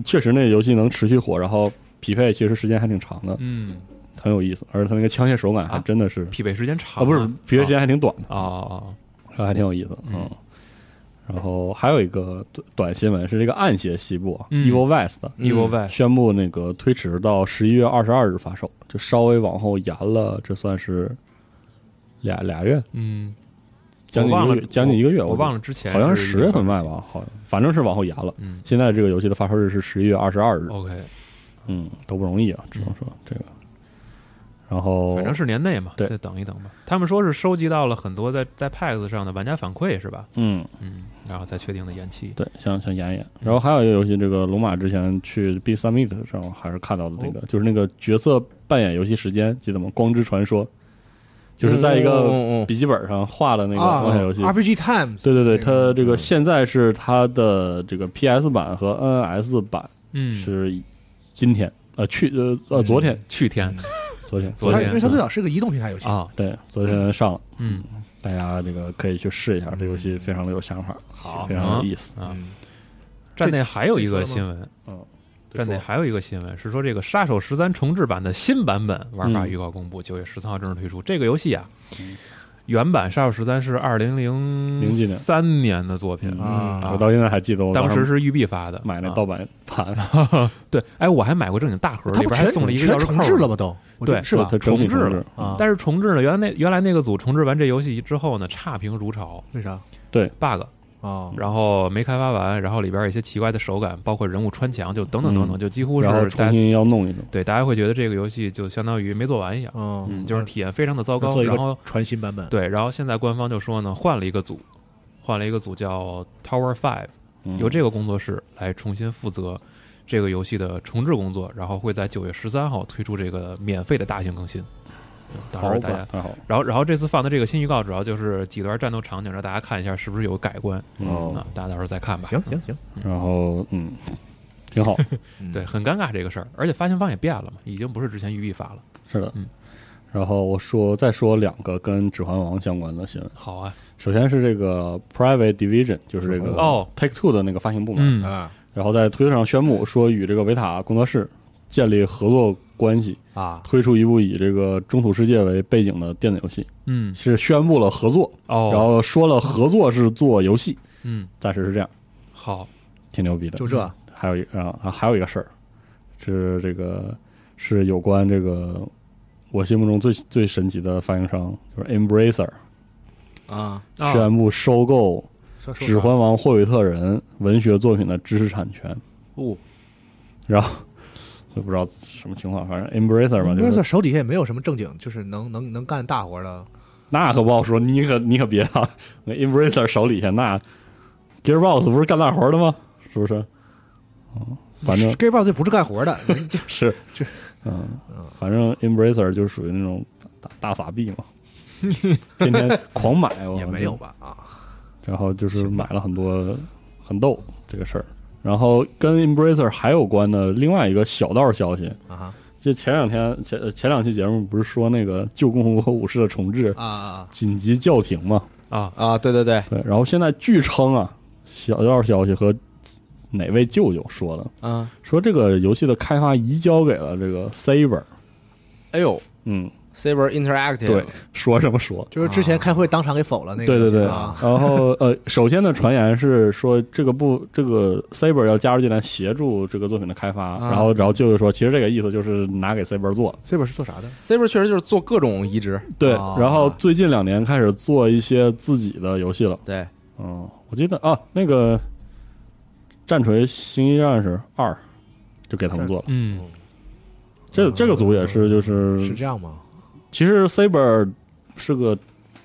F: 确实那游戏能持续火，然后匹配其实时间还挺长的，
D: 嗯，
F: 很有意思。而且它那个枪械手感还
D: 啊
F: 真的是
D: 匹配时间
F: 啊，
D: 长
F: 不是匹配时间还挺短的，
D: 啊啊
F: 啊还挺有意思，嗯
D: 嗯。
F: 然后还有一个短短新闻是这个暗邪西部、
D: 嗯
F: Evil West 的
D: e v i
F: 宣布那个推迟到十一月二十二日发售，就稍微往后延了，这算是俩俩月，
D: 嗯，
F: 将近
D: 我
F: 一
D: 忘
F: 个
D: 了
F: 月，将近一个月，
D: 我忘了之前
F: 好像是
D: 是
F: 十月份卖吧，好像反正是往后延了。
D: 嗯哦
F: 现在这个游戏的发售日是十一月二十二日，
D: ，OK，
F: 嗯，都不容易啊，只能说这个。然后
D: 反正是年内嘛，
F: 哦对
D: 再等一等吧。他们说是收集到了很多在在 PAX 上的玩家反馈是吧？
F: 嗯，
D: 嗯，然后再确定的延期。
F: 对，想想演演。然后还有一个游戏，这个龙马之前去 B Summit 上还是看到的这
D: 哦
F: 个，就是那个角色扮演游戏时间，记得吗？光之传说，就是在一
C: 嗯
F: 个
C: 嗯嗯嗯
F: 笔记本上画的那个
E: 啊
F: 冒险游戏。
E: RPG Time，
F: 对对对，它这个
C: 嗯
F: 现在是它的这个 PS 版和 NS 版
D: 嗯，
F: 是今天呃去呃呃昨天
D: 去天
F: 昨 天
D: 昨
E: 它
D: 天
E: 因为它最早是个移动平台游戏，
D: 啊，
F: 对昨天上了，
D: 嗯，
F: 大家这个可以去试一下，这游戏非常的有想法，
D: 好
F: 非常有意思。
D: 啊。
E: 嗯
D: 站内还有一个新闻，
F: 对
D: 站内还有一个新闻是说，这个《杀手十三》重置版的新版本玩
F: 嗯
D: 法预告公布，九月十三号正式推出。这个游戏啊，原版《杀手十三》是二零零
F: 几年嗯
D: 三年的作品，
E: 啊
F: 我到现在还记得我
D: 当时
F: 上
D: 是育碧发的，
F: 买那
D: 啊
F: 盗版 盘，
D: 对，哎，我还买过正经大盒，
E: 它
D: 里
E: 不
D: 边还
E: 全
D: 送了一个
E: 全
D: 钥匙扣
E: 重
D: 儿。
E: 置了吗？都我觉得
D: 对
E: 是 吧
F: 它？整体
D: 重置了
E: 啊，
D: 但是重置呢，原来那原来那个组重置完这游戏之后呢，差评如潮
E: 为啥？
D: ，bug，
E: 啊，
D: 然后没开发完，然后里边有一些奇怪的手感，包括人物穿墙，就等等等等，
F: 嗯
D: 就几乎是
F: 然后
D: 大
F: 重
D: 家
F: 新要弄一弄。
D: 对大家会觉得这个游戏就相当于没做完一样，
E: 嗯，
D: 就是体验非常的糟
E: 要
D: 糕。
E: 做一
D: 然后
E: 个全新版本，
D: 对，然后现在官方就说呢，换了一个组，换了一个组叫 Tower Five。
F: 嗯
D: 由这个工作室来重新负责这个游戏的重置工作，然后会在九月十三号推出这个免费的大型更新。嗯到时
F: 好
D: 候大
F: 吧
D: 家，，
F: 太好了，
D: 然后然后这次放的这个新预告主要就是几段战斗场景，让大家看一下是不是有改观
F: 嗯，
E: 哦
D: 啊，大家到时候再看吧。嗯
E: 行行行，
F: 然后嗯，挺好，
E: 嗯
D: 对，很尴尬这个事儿，而且发行方也变了嘛，已经不是之前育碧发了。
F: 是的
D: 嗯，
F: 然后我说再说两个跟《指环王》相关的新闻。
D: 好啊，
F: 首先是这个 Private Division，就是这个
D: 哦
F: Take Two 的那个发行部门，
D: 嗯
E: 啊
F: 然后在推特上宣布说与这个维塔工作室建立合作关系，
E: 啊，
F: 推出一部以这个中土世界为背景的电子游戏，
D: 嗯
F: 是宣布了合作，
D: 哦，
F: 然后说了合作是做游戏，
D: 嗯
F: 暂时是这样，
D: 好
F: 挺牛逼的。
E: 就这
F: 还有一个啊，还有一个事儿，是这个是有关这个我心目中最最神奇的发行商，就是 Embracer
C: 啊，
D: 啊
F: 宣布收购
E: 说
F: 《
E: 说
F: 指环王》霍比特人文学作品的知识产权。
C: 哦，
F: 然后就不知道什么情况，反正 Embracer 吧，
E: 不
F: 就是是
E: 手底下也没有什么正经，就是能能能干大活的，
F: 那可不好说，你可你可别啊那，Embracer 手底下那 Gearbox 不是干大活的吗？是不是？嗯，反正
E: Gay Boss 这不是干活 的，人家
F: 是
E: 这，
F: 嗯，反正 Embracer 就是属于那种大大傻逼 嘛，天天狂买，我
E: 也没有吧啊。
F: 然后就是买了很多很逗这个事儿。然后跟 Embracer 还有关的另外一个小道消息，
E: 啊
F: 就前两天前呃前两期节目不是说那个旧共和国武士的重置
E: 啊啊！
F: 紧急叫停嘛？
D: 啊，
C: 啊，对对对，
F: 对，然后现在据称啊，小道消息和哪位舅舅说的，
C: 嗯，
F: 说这个游戏的开发移交给了这个 Saber，
C: 哎呦
F: 嗯，
C: ，Saber Interactive，
F: 对，说什么说。
E: 就是之前开会当场给否了那个，
F: 对对对，
E: 啊
F: 然后呃，首先的传言 是说这个部这个 Saber 要加入进来协助这个作品的开发，
E: 啊
F: 然后然后舅舅说，其实这个意思就是拿给 Saber 做，
E: ，Saber 是做啥的？
C: ，Saber 确实就是做各种移植，
F: 对，
E: 哦
F: 然后最近两年开始做一些自己的游戏了，
C: 对，
F: 嗯，我记得啊，那个《战锤：星际战士二》就给他们做了。
D: 嗯
F: 这这个组也是，就是
E: 是这样吗？
F: 其实 Saber 是个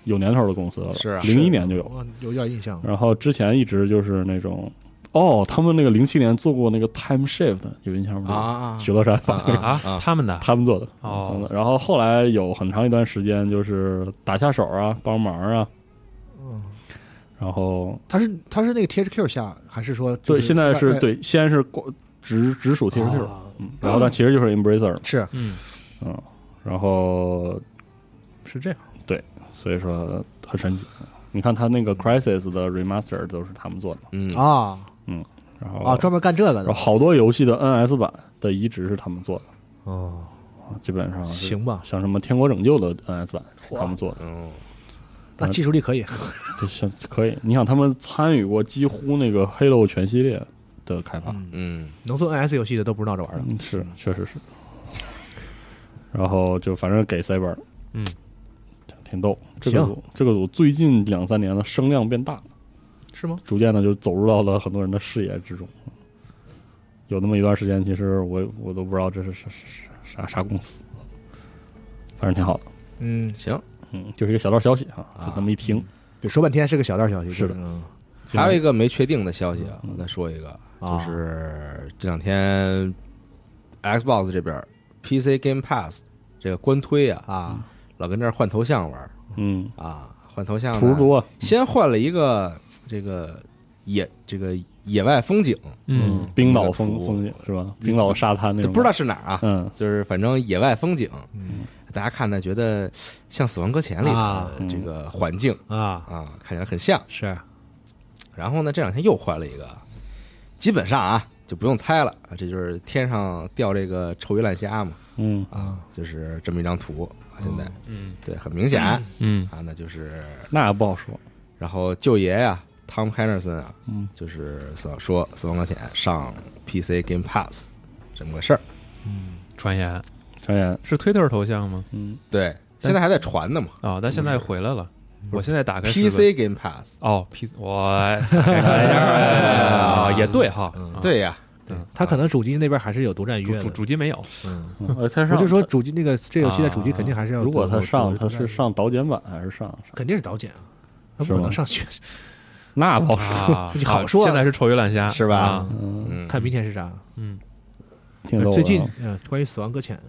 F: 有年头的公司了，
C: 是啊
F: 零一年就有。
E: 我有点印象
F: 然后之前一直就是那种，哦，他们那个零七年做过那个 Time Shift，有印象吗？
C: 啊
F: 许乐山
C: 啊啊
D: 啊，他们的
F: 他们做的。他们
D: 哦
F: 的然后后来有很长一段时间就是打下手啊，帮忙啊，
E: 嗯
F: 然后
E: 他是他是那个 THQ 下还是说就是
F: 对，现在是
E: 哎
F: 对，先是光直直属 THQ，
E: 啊
F: 嗯，然后但其实就是 Embracer，
E: 是
D: 嗯
F: 然后
E: 是这样
F: 所以说很神奇。你看他
E: 嗯
F: 那个 Crisis 的 Remaster 都是他们做的，
C: 嗯，
E: 啊
F: 然后
E: 啊，专门干这个
F: 然
E: 的
F: 后好多游戏的 NS 版的移植是他们做的，
E: 哦，
F: 啊基本上是
E: 行吧，
F: 像什么《天国拯救》的 NS 版是他们做的，
C: 嗯，
E: 那技术力可以，
F: 这像可以。你想他们参与过几乎那个《Halo》全系列的开发，
C: 嗯，
E: 能做 NS 游戏的都不是闹着玩的。
F: 嗯，是，确实是。然后就反正给塞班，
D: 嗯，
F: 挺逗。这个
E: 行
F: 组这个组最近两三年的声量变大了，
E: 是吗？
F: 逐渐的就走入到了很多人的视野之中。有那么一段时间，其实我我都不知道这是啥啥啥啥公司，反正挺好的。
E: 嗯，
C: 行。
F: 嗯，就是一个小道消息哈，就那么一听，
E: 就说半天是个小道消息，
F: 是的
E: 这个嗯
C: 还有一个没确定的消息啊，我再说一个，就
E: 啊
C: 是这两天 Xbox 这边 PC Game Pass 这个官推啊，
E: 啊，
C: 老跟这儿换头像玩儿
F: 嗯，
C: 啊，换头像呢
F: 图多，
C: 先换了一个这个野这个野外风景，
D: 嗯，
F: 冰岛风
C: 那个图
F: 风景是吧？冰岛沙滩那
C: 就
F: 种，
C: 不知道，是哪儿啊，
F: 嗯，
C: 就是反正野外风景，
E: 嗯
C: 大家看呢觉得像《死亡搁浅》里
E: 啊
C: 的这个环境
F: 嗯
E: 啊，
C: 啊，看起来很像。
E: 是
C: 然后呢，这两天又换了一个，基本上啊就不用猜了，啊这就是天上掉这个臭鱼烂虾嘛，
F: 嗯，
C: 啊，就是这么一张图。啊现在
D: 嗯
C: 对，很明显啊，
D: 嗯
C: 那就是
F: 那不好说，
C: 然后舅爷呀、汤姆汉克森啊，
F: 嗯，
C: 就是死亡说死亡搁浅上 PC Game Pass 这么个事儿。
D: 传言
F: 张岩，
D: 是 Twitter 头像吗？
F: 嗯，
C: 对，现在还在传呢嘛
D: 啊，但现在回来了。我现在打开是个
C: ，PC Game Pass。
D: 哦 P 我打开看一下啊，也对哈，啊
C: 对呀，
E: 他可能主机那边还是有独占
D: 主
E: 约
D: 主
E: 的。
D: 主机没有，
F: 嗯呃，他
E: 我
F: 上
E: 就说主机那个这个游戏在主机肯定还是要有
F: 如
E: 独，
F: 果他上，
E: 有
F: 他
E: 独占约
F: 是上导剪版还是上？
E: 肯定是导剪啊，他
F: 是
E: 不
F: 吗
E: 可能上学。，
F: 那不好
D: 啊
E: 你好说啊
D: 现在是臭鱼烂虾
C: 是吧
D: 啊
F: 嗯，
C: 嗯，
E: 看明天是啥？
F: 挺逗的啊。
E: 最近呃，关于死亡搁浅，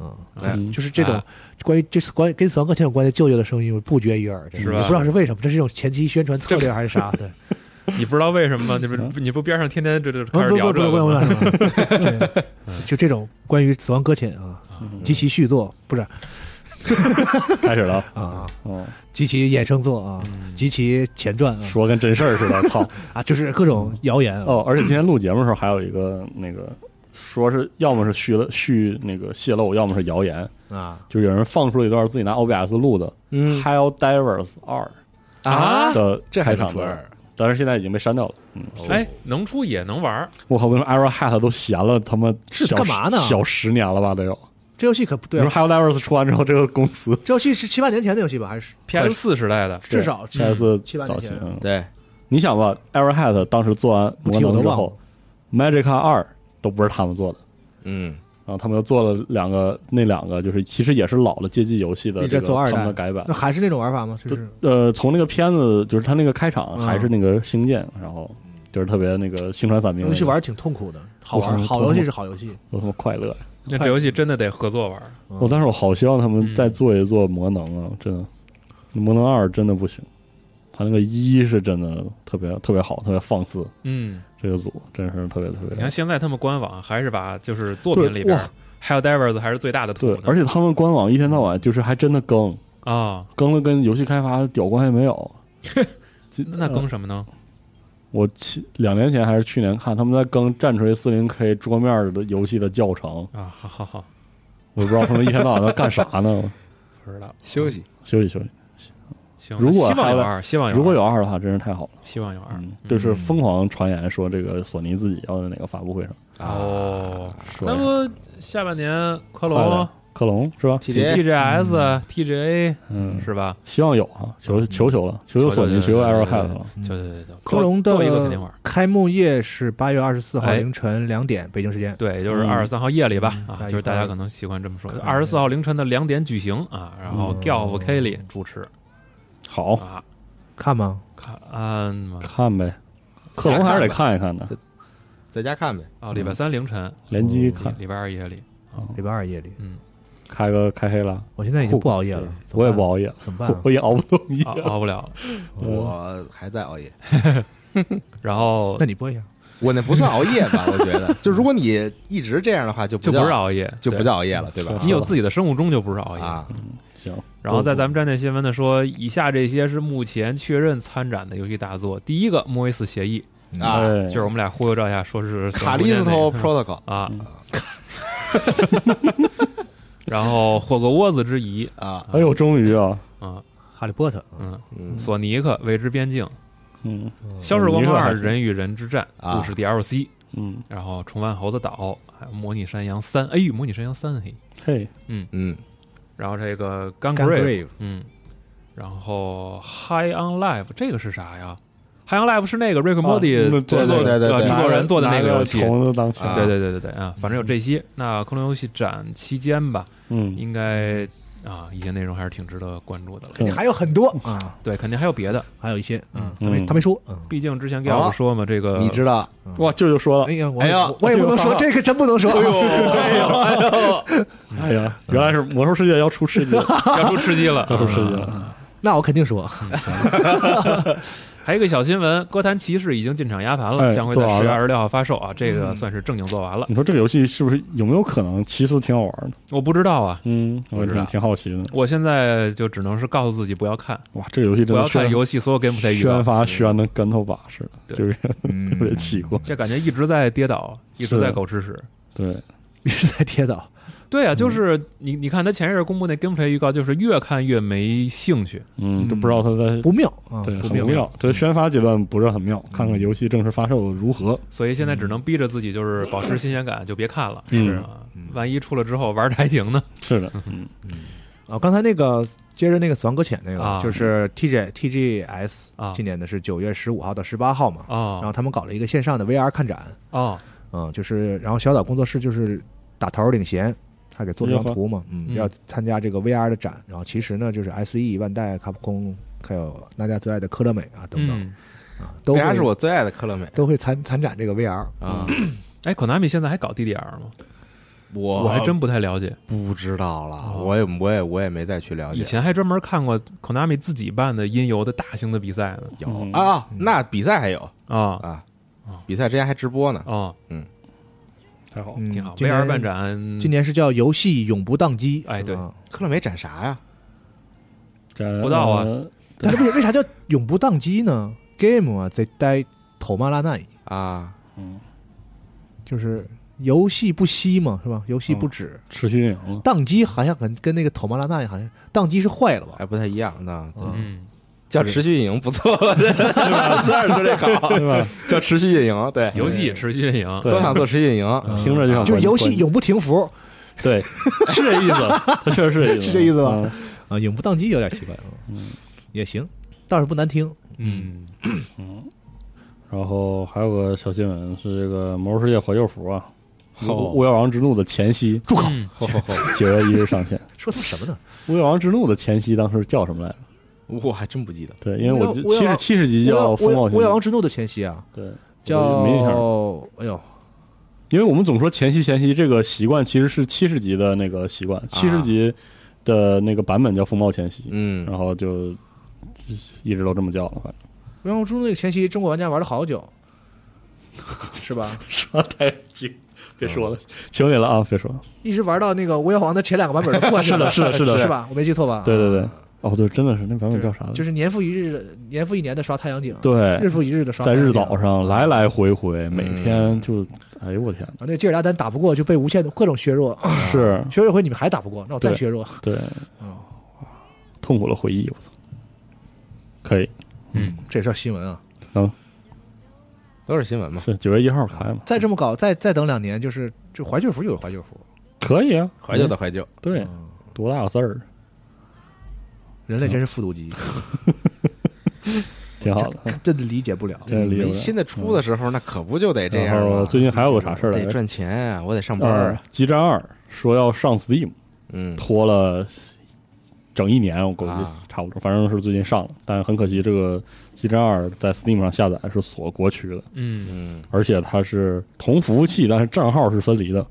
E: 嗯，
C: 哎
F: 嗯
E: 就是这种
D: 啊
E: 关于这次关于跟死亡搁浅有关的旧旧的声音，我不绝于耳，真的
D: 是吧
E: 我不知道是为什么，这是一种前期宣传策略还是啥的？
D: 你不知道为什么吗？你不你不边上天天这这
E: 不
D: 开始
E: 不不
D: 聊这
E: 不
D: 个
E: 不
D: 吗，
E: 不不，对就这种关于死亡搁浅啊，及其续作不是
F: 嗯开始了，
E: 啊，
F: 哦，
E: 及其衍生作啊，及其前传啊，
F: 说跟真事儿似的，操！
E: 啊，就是各种谣言啊，
F: 哦，而且今天录节目的时候还有一个那个，说是要么是虚了虚那个泄露，要么是谣言，
E: 啊，
F: 就有人放出了一段自己拿 OBS 录的《
C: 嗯
F: Hell Divers 二
D: 啊》
F: 的
C: 这还
F: 开
C: 能
F: 场
C: 出
F: 的，
C: 二
F: 但是现在已经被删掉了。嗯，
D: 哎，能出也能玩儿，
F: 我靠，为什么 Arrowhead 都闲了他妈
E: 是
F: 小
E: 干嘛呢
F: 小十年了吧，得有。
E: 这游戏可不
F: 你
E: 对
F: 说
E: 啊，
F: Hell Divers 出完之后，这个公司
E: 这游戏是七八年前的游戏吧，还是
D: PS 四时代的，
E: 至少
F: 下一次
E: 七八
F: 早
E: 年
F: 期
E: 前，
F: 嗯
C: 对，
F: 你想吧，Arrowhead 当时做完魔能之后，Magic 二都不是他们做的，
C: 嗯，
F: 然后他们又做了两个，那两个就是其实也是老的街机游戏的
E: 一
F: 这
E: 直
F: 个
E: 做二
F: 他
E: 代
F: 们的改版
E: 那。还是那种玩法吗？ 就是
F: 呃，从那个片子就是他那个开场
E: 嗯
F: 还是那个星舰，然后就是特别那个星船散兵
E: 游戏玩儿挺痛苦的，好玩
F: 我
E: 儿，
F: 很
E: 好游戏是好游戏，
F: 有什么快乐呀。
D: 那这游戏真的得合作玩儿。
F: 我哦当时我好希望他
D: 嗯
F: 们再做一做魔能啊，真的，魔能二真的不行，他那个一是真的特别特别好，特别放肆，
D: 嗯，
F: 这个组真是特别特别。
D: 你看现在他们官网还是把就是作品里边
F: 对哇
D: 儿。还有 Divers 还是最大的图
F: 对
D: 呢，
F: 而且他们官网一天到晚就是还真的更
D: 啊，
F: 更了，跟游戏开发屌关系没有。这
D: 那更什么呢？
F: 我去两年前还是去年看他们在更战锤四零 K 桌面的游戏的教程，
D: 啊，好好好，
F: 我不知道他们一天到晚在干啥呢？
D: 不知道。
C: 休息，
F: 休息休息，
D: 行，
F: 如果
D: 希望
F: 还
D: 有
F: 来
D: 二，希望有二，
F: 如果有二的话，真是太好了。
D: 希望有二，
F: 嗯，就是疯狂传言说这个索尼自己要在哪个发布会上
D: 哦，
F: 说
D: 那不下半年
F: 快
D: 科隆
F: 点、克隆是吧
C: TGA
D: TGS、TGA
F: 嗯，
D: 是吧？
F: 希望有啊，
D: 嗯
F: 求求求了，求求索尼，求求 Arrowhead 了。
D: 对对对对，
E: 科隆
D: 做一个肯定玩
E: 的。开幕夜是八月二十四号
D: 哎
E: 凌晨两点北京时间，
D: 对，就是
F: 嗯
D: 二十三号夜里吧，
E: 大
D: 啊，
E: 家
D: 就是
E: 一块
D: 大
E: 儿
D: 家可能喜欢这么说。
E: 看
D: 二十四号凌晨的两点举行啊，然后 Gelf Kelly 主持
F: 好
D: 啊，
E: 看吗？
D: 看嗯
F: 看呗，克隆还是得看一看的，
C: 在家看呗。
D: 啊，礼拜三凌晨，
F: 联机看，
D: 礼拜二夜里，
E: 礼拜二夜里，
F: 开个开黑了。
E: 我现在已经不熬夜了，
F: 嗯我也不熬夜了，
E: 怎么办啊
F: 我也熬不动夜。
D: 熬熬不了了。
C: 我还在熬夜，
D: 然后
E: 那你播一下
C: 我那不算熬夜吧？我觉得，就如果你一直这样的话，就
D: 就
C: 不
D: 不是
C: 叫
D: 熬夜，
C: 就不
D: 对
C: 叫熬夜了，对吧？
D: 你有自己的生物钟就不是熬夜。
C: 啊，
F: 行，
D: 然后在咱们站内新闻呢说，以下这些是目前确认参展的游戏大作。第一个《莫伊斯协议
C: 啊
F: 对》，嗯
D: 就是我们俩忽悠赵一下，说 是
C: 卡利斯托嗯 protocol
D: 啊，然后《霍格沃兹之遗
C: 啊，
F: 哎呦，终于啊，》
D: 啊，
E: 哈利波特，
D: 嗯，
C: 嗯
D: 索尼克未知边境，
F: 嗯
D: 《消逝光芒二：
F: 索尼克还行
D: 人与人之战》
C: 啊
D: 故事 DLC，
F: 嗯，
D: 然后《重返猴子岛》，还有《模拟山羊三》，哎，《模拟山羊三》嘿，
F: 嘿，
C: 嗯
D: 然后这个《Gun
E: Gun
D: Grave》，
E: Grave
D: 嗯，然后《High on Life》这个是啥呀？《High on Life》是那个 Rick and
F: 啊
D: Morty
F: 对
D: 制作
C: 对
F: 对
C: 对
D: 呃
C: 对
D: 制作人 做的那
F: 拿
D: 个
F: 着嗯
D: 游戏。
F: 虫子当枪，
C: 啊
D: 对对对对对啊，反正有这些。那空中游戏展期间吧，
F: 嗯，
D: 应该啊，一些内容还是挺值得关注的了。
F: 对
E: 还有很多啊，
D: 对，肯定还有别的，
E: 还有一些，嗯，他
F: 嗯
E: 没他没说，嗯，
D: 毕竟之前 g
C: 好
D: a 说嘛，这个
C: 嗯你知道，
F: 哇，舅舅说
E: 哎
F: 了，
E: 呀，我
C: 哎呀
E: 我也不能说，这个真不能说，
F: 哎呀，原来是魔兽世界要出世界，
D: 要出吃鸡了，
F: 要出世
D: 嗯
F: 界了，
E: 那我肯定说，
D: 还有一个小新闻，《哥谭骑士》已经进场压盘了，
F: 哎
D: 将会在
F: 做完
D: 十月
F: 了嗯
D: 二十六号发售啊，这个算是正经做完了。
F: 你说这个游戏是不是有没有可能其实挺好玩的？
D: 我不知道啊，
F: 嗯，我
D: 不知道
F: 挺挺好奇的。
D: 我现在就只能是告诉自己不要看，
F: 哇，这个游戏
D: 不
F: 真的
D: 要看
F: 宣
D: 游戏所有 gameplay 预
F: 宣
D: 告，
F: 发宣的跟头把似的，
D: 对
F: 就是
A: 嗯
F: 特别奇怪。
D: 这感觉一直在跌倒，一直
F: 是
D: 在狗吃屎。
F: 对，
E: 一直在跌倒，
D: 对啊，
F: 嗯
D: 就是你，你看他前一阵公布那 gameplay 预告，就是越看越没兴趣。
F: 嗯，
E: 嗯
F: 都不知道他在
E: 不妙啊，
F: 对
D: 不
F: 很
D: 妙
F: 无妙，这宣发阶段不是很妙，看看游戏正式发售如何。
D: 所以现在只能逼着自己，就是保持新鲜感，就别看了。
F: 嗯
D: 是啊，万一出了之后玩的还行呢？
F: 是的，嗯，
E: 啊，刚才那个接着那个《死亡搁浅》那个，
D: 啊
E: 就是 TG TGS，、
D: 啊
E: 今年的是九月十五号到十八号嘛，然后
D: 哦
E: 他们搞了一个线上的 VR 看展，
D: 哦，
E: 嗯，就是然后小岛工作室就是打头领衔，他给做了张图嘛，嗯，
D: 嗯
E: 要参加这个 VR 的展，然后其实呢就是 SE、万代、卡普空，还有大家最爱的科乐美啊等等、
D: 嗯
E: 啊，都
C: 为
E: 会
C: 啥哎是我最爱的科乐美
E: 都会参参展这个 VR，
C: 啊？
D: 哎，Konami 现在还搞 DDR 吗？
C: 我
D: 我还真不太了解。
C: 不知道了，
D: 哦
C: 我也我也我也没再去了解。
D: 以前还专门看过 Konami 自己办的音游的大型的比赛呢。
C: 有
F: 嗯
C: 啊，那比赛还有
D: 啊
C: 啊
D: 哦，
C: 比赛之前还直播呢。
F: 嗯
D: 哦，
F: 太好了，
E: 嗯，
D: 挺好。
E: 今
D: VR
E: 年
D: 办展，嗯
E: 今年是叫游戏永不宕机，
D: 哎对
E: 啊
C: 科乐美展啥呀？
F: 这
D: 不到啊
F: 呃
E: 但是为为啥叫永不宕机呢？Game 啊，在待头麻拉奈。
C: 啊，
F: 嗯，
E: 就是游戏不息嘛，是吧？游戏不止，
F: 持续运营了，
E: 宕机好像跟跟那个头麻拉奈好像宕机是坏了吧？
C: 还不太一样呢。
E: 啊
D: 嗯，
C: 叫持续运营不 错， 是吧虽然说这好，
F: 对吧？
C: 叫持续运营，对，
D: 游戏持续运营，
F: 对嗯
C: 都想做持续运营。
F: 听着就想
E: 就是游戏
F: 关
E: 永不停服
F: 对， 是这意思，它确实是这意思，
E: 是这意思吧
F: 嗯？
E: 啊，永不宕机有点奇怪啊，也行，倒是不难听。
D: 嗯，
F: 然后还有个小新闻是这个《魔兽世界》怀旧服啊，
C: 哦
F: 《巫妖王之怒》的前夕，
E: 住口！
D: 嗯
C: 吼吼吼
F: 九月一日上线。
E: 说他们什么呢？
F: 《巫妖王之怒》的前夕当时叫什么来着？
C: 我还真不记得。
F: 对，因为我
E: 巫妖
F: 七十七十集叫《
E: 巫
F: 风
E: 妖
F: 暴
E: 巫
F: 群
E: 妖
F: 岛
E: 王》，之怒的前夕啊，
F: 对，
E: 叫
F: 我没印象了。
E: 哎呦，
F: 因为我们总说前夕前夕这个习惯其实是七十集的那个习惯，七十集的那个版本叫《风暴前夕》，
C: 嗯，
F: 然后就一直都这么叫了，反正
E: 巫妖王之怒那个前夕，中国玩家玩了好久， 是吧？
F: 说太精，别说了，求你了啊，别说了。
E: 一直玩到那个巫妖王的前两个版本都过去了，
F: 是的是的是的
E: 是吧？我没记错吧？
F: 对对对，哦对，真的是那版
E: 就
F: 本
E: 是
F: 叫啥来着？
E: 就是年复一日的，年复一年的刷太阳井，
F: 对，
E: 日复一日的刷
F: 在
E: 太阳
F: 日
E: 井啊
F: 岛上来来回回，每天
C: 嗯
F: 就，哎呦我天，
E: 啊，那吉尔达丹打不过就被无限的各种削弱，
F: 是
E: 削弱一回你们还打不过，那我再
F: 嗯对
E: 削弱。
F: 对，痛苦的回忆，我操，可以，
E: 这也叫新闻啊！
C: 都是新闻嘛。
F: 是九月一号开嘛？
E: 再这么搞，再再等两年，就是这怀旧服又有怀旧服，
F: 可以啊，
C: 怀旧的怀旧，
F: 对，多大个事儿，
E: 人类真是复读机，
F: 挺嗯好的。
E: 真的理解不了。
F: 真的理解不
C: 没
F: 了
C: 新的出的时候，那可不就得这样
F: 然后
C: 吗？
F: 最近还有个啥事儿来
C: 得
F: 着？
C: 赚钱啊，我得上班
F: 二
C: 啊。
F: 激战二说要上 Steam，
C: 嗯，
F: 拖了整一年，我估计
C: 啊
F: 差不多，反正是最近上了，但很可惜，这个激战二在 Steam 上下载是锁国区的，
D: 嗯，
C: 嗯，
F: 而且它是同服务器，但是账号是分离的，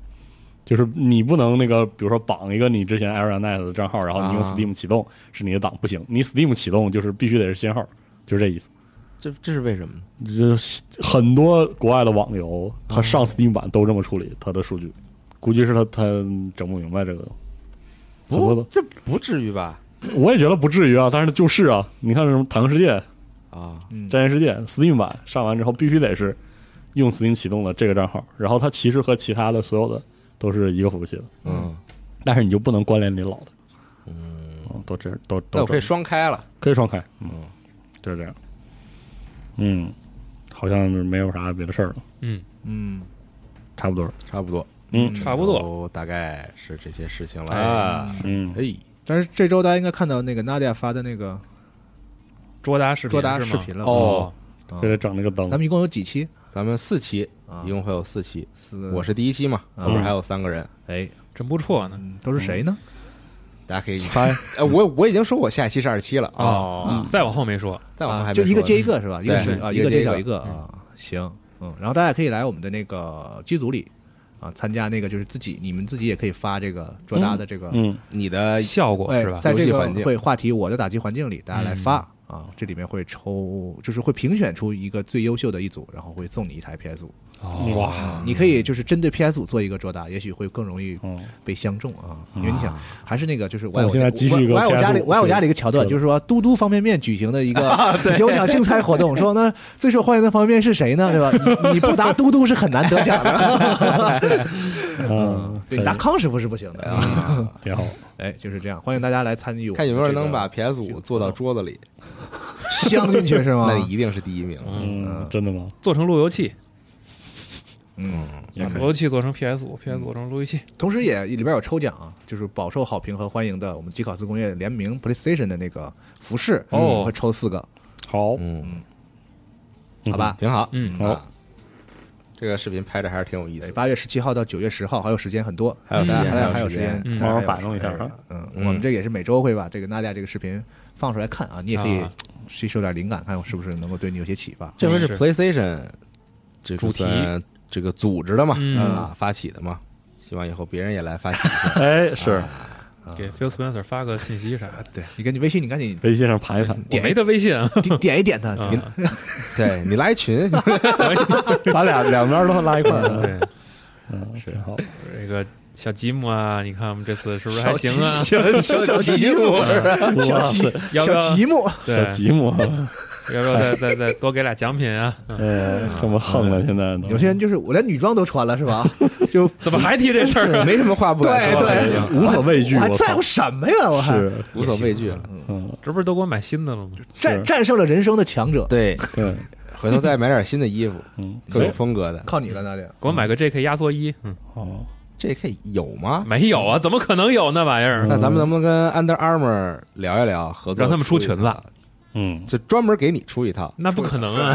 F: 就是你不能那个，比如说绑一个你之前 AreaNet 的账号，然后你用
C: 啊
F: Steam 启动、是你的档不行，你 Steam 启动就是必须得是新号，就是这意思。
C: 这这是为什么呢？
F: 就是很多国外的网游，它上 Steam 版都这么处理它的数据，估计是它它整不明白这个。很多
C: 不
F: 的，，
C: 这不至于吧？
F: 我也觉得不至于啊，但是就是啊，你看什么《太阳世界》《
C: 啊，
E: 嗯
F: 战舰世界》Steam 版上完之后，必须得是用 Steam 启动了这个账号，然后它其实和其他的所有的都是一个服务器的，
C: 嗯，
F: 但是你就不能关联你老的。嗯，都这都
C: 那
F: 都
C: 我可以
F: 这
C: 双开了。
F: 可以双开，嗯，就是这样。嗯，好像就没有啥别的事儿了，
D: 嗯，
E: 嗯，
F: 差不多了。
C: 差不多，
F: 嗯
D: 差不多。
C: 哦，大概是这些事情了啊。
F: 嗯，
C: 哎，
E: 但是这周大家应该看到那个 Nadia 发的那个
D: 卓达视频
E: 捉达
D: 是
E: 视
D: 吗
E: 频了嗯
D: 哦，
F: 嗯非得整那个灯
E: 咱。们一共有几期？
C: 咱们四期，
E: 啊
C: 一共会有四期，
E: 四个，
C: 我是第一期嘛，后边还有三个人，
E: 哎，
D: 真不错呢。
E: 嗯都是谁呢？
C: 大家可以
F: 嗨，
C: 哎，我我已经说我下期是二期了啊，
F: 嗯
E: 哦，
D: 再往后没说，
C: 但我们
E: 啊
C: 还没
E: 就一个
C: 说呢
E: 接一个是吧？一个是
C: 对
E: 啊，
C: 一个
E: 个
C: 接
E: 接
C: 一
E: 小
C: 个
E: 一个啊，行，嗯，然后大家可以来我们的那个机组里啊，参加那个就是自己，你们自己也可以发这个卓达的这个
F: 嗯，
C: 你的
D: 效果
E: 哎
D: 是，吧？
E: 在这
C: 游戏
E: 个
C: 环境嗯
E: 会话题我的打击环境里，大家来发啊，这里面会抽，就是会评选出一个最优秀的一组，然后会送你一台 PS 五。
D: 哇，
E: 啊你可以就是针对 PS 五做一个卓达，也许会更容易
F: 哦，
E: 被相中啊，因为你想还是那个就是我
F: 但
E: 爱
F: 我
E: 我
F: 现在急
E: 我
F: 需一个
E: 我爱我
F: PS5
E: 家里我爱我家里一个桥段，
F: 是的
E: 就是说嘟嘟方便面举行的一个有奖竞猜活动，说那 最受欢迎的方便面是谁呢？对吧？你你不答嘟嘟是很难得奖的，
F: 嗯，
E: 对，你答康师傅是不行的。
C: 啊，
F: 挺好。
E: 哎，就是这样，欢迎大家来参与我们
C: 看有没有人能 把
E: 这
C: PS 五做到啊桌子里，
E: 个镶进去是吗
C: 那？一定是第一名。
F: 嗯，真的吗？
D: 做成路由器，
E: 嗯。
F: 也可
D: 路
F: 以。
D: 由器做成 PS 五，PS 五做成路由器，
E: 同时也里边有抽奖啊，就是饱受好评和欢迎的我们吉考斯工业联名 PlayStation 的那个服饰
D: 哦
E: 嗯会抽四个，
F: 好，
C: 嗯，
E: 好吧？
C: 挺好，
D: 嗯
F: 好
C: 啊，这个视频拍着还是挺有意思的，
E: 八月十七号到九月十号还有时间很多，
C: 还有时
E: 大
C: 间，
E: 家大家还有
C: 时
E: 时间，
D: 嗯
E: 大家还有
F: 慢慢摆弄一下
E: 时间
F: 哈。
E: 嗯，
C: 嗯
E: 我们这也是每周会把这个娜迦这个视频放出来看啊，你也可以
D: 啊
E: 吸收点灵感，看我是不是能够对你有些启发。
C: 这回是
D: 是
C: PlayStation 这个
D: 主题
C: 算这个组织的嘛，
D: 嗯
C: 啊，发起的嘛，希望以后别人也来发起一下
F: 哎，是
D: 给 Phil Spencer 发个信息啥的。
E: 对你跟你微信，你赶紧
F: 微信上盘一盘，
D: 我
E: 点
D: 没他微信啊，
E: 点点一点他，
D: 啊
E: 你
C: 对你拉一 群，
F: 把俩两边都拉一块儿。
D: 对，
F: 嗯，挺好。
D: 这个小吉姆啊，你看我们这次是不是还行啊？
C: 小题目，
F: 小吉
D: 要不
E: 小哎
D: 要
E: 题目，
D: 对
F: 小吉姆，
D: 要不要再再再多给俩奖品啊？嗯
F: 呃，这么横了，现在都
E: 有些人就是我连女装都穿了是吧？就
D: 怎么还提这 事儿啊？
C: 没什么话不敢说，哎
E: 对
C: 已经
F: 无所畏惧，
E: 我还
F: 我
E: 在
F: 操
E: 乎什么呀？我还
F: 是，
C: 无所畏惧了。
F: 嗯，
D: 这不是都给我买新的了吗？
E: 战战胜了人生的强者，
C: 对，
F: 对，
C: 回头再买点新的衣 服，
F: 嗯，
C: 更有风格的。
E: 靠你了，娜姐。
D: 给我买个 JK 压缩衣？嗯，
F: 哦，
C: 这 K 有吗？
D: 没有啊，怎么可能有那玩意儿？
E: 嗯
C: 那咱们能不能跟 Under Armour 聊一聊合作，
D: 让他们出裙子
C: 一套，
F: 嗯，
C: 就专门给你出一套。
D: 那不可能啊！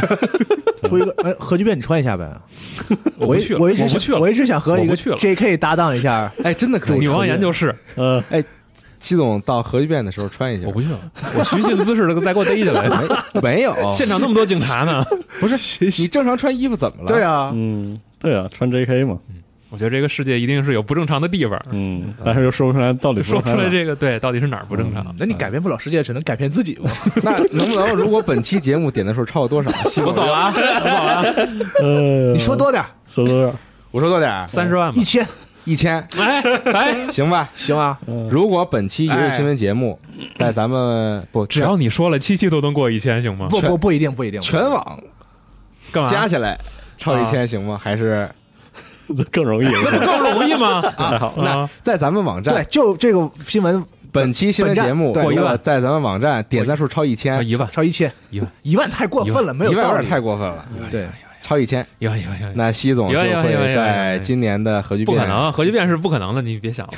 E: 出一个，哎，何俊变你穿一下呗。
D: 我
E: 我
D: 不
E: 一
D: 去了，
E: 我
D: 我
E: 一直
D: 不去
E: 想
D: 了
E: 一。直想和一
D: 我不
E: 个
D: 去了
E: J.K. 搭档一下，
C: 哎，真的可以。
D: 女王研究室，
F: 呃，
C: 戚总到核聚变的时候穿一下。哎
D: 我不去了，我寻衅滋事的，再给我逮起 来！
C: 没没有，
D: 现场那么多警察呢，
C: 不是你正常穿衣服怎么了？
E: 对啊，
F: 嗯，对啊，穿 JK 嘛，
D: 我觉得这个世界一定是有不正常的地方，
F: 嗯，但是又说不出来到底
D: 说
F: 不
D: 出来
F: 哪
D: 这个对到底是哪儿不正常？
E: 嗯那你改变不了世界，只能改变自己嘛。
C: 那能不能如果本期节目点的时候超过多少？戚总
D: 我走了，啊，
F: 呃，
E: 你说多点儿，
F: 说多少？
C: 我说多点儿，
D: 三十万吧
E: 一，千
C: 一千，
D: 哎哎，嗯
C: 行吧？
E: 行啊，
C: 如果本期一日新闻节目在咱们不
D: 哎只要你说了，七期都能过一千，行吗？
E: 不不不一定，不一定，
C: 全全网
D: 干嘛？
C: 加起来超一
D: 啊
C: 千行吗？还是
F: 更容易
D: 那
F: 了，
D: 不更容易吗？啊，
C: 在咱们网
E: 对
C: 站，
E: 就这个新闻
C: 本期新闻节目
E: 本站对
C: 如果在咱们网站点赞数超一
D: 啊
C: 千，
D: 一万
E: 超一千，
D: 一万
E: 一万太过分了，没有
C: 一万有
E: 道
C: 点
E: 理，
C: 太过分了，
E: 对，
C: 超一千，
D: 一万一万一万，
C: 那西总就
D: 有有有有
C: 会
D: 有
C: 在今年的核聚
D: 不
C: 变
D: 可能，啊核聚变是不可能的，你别想了，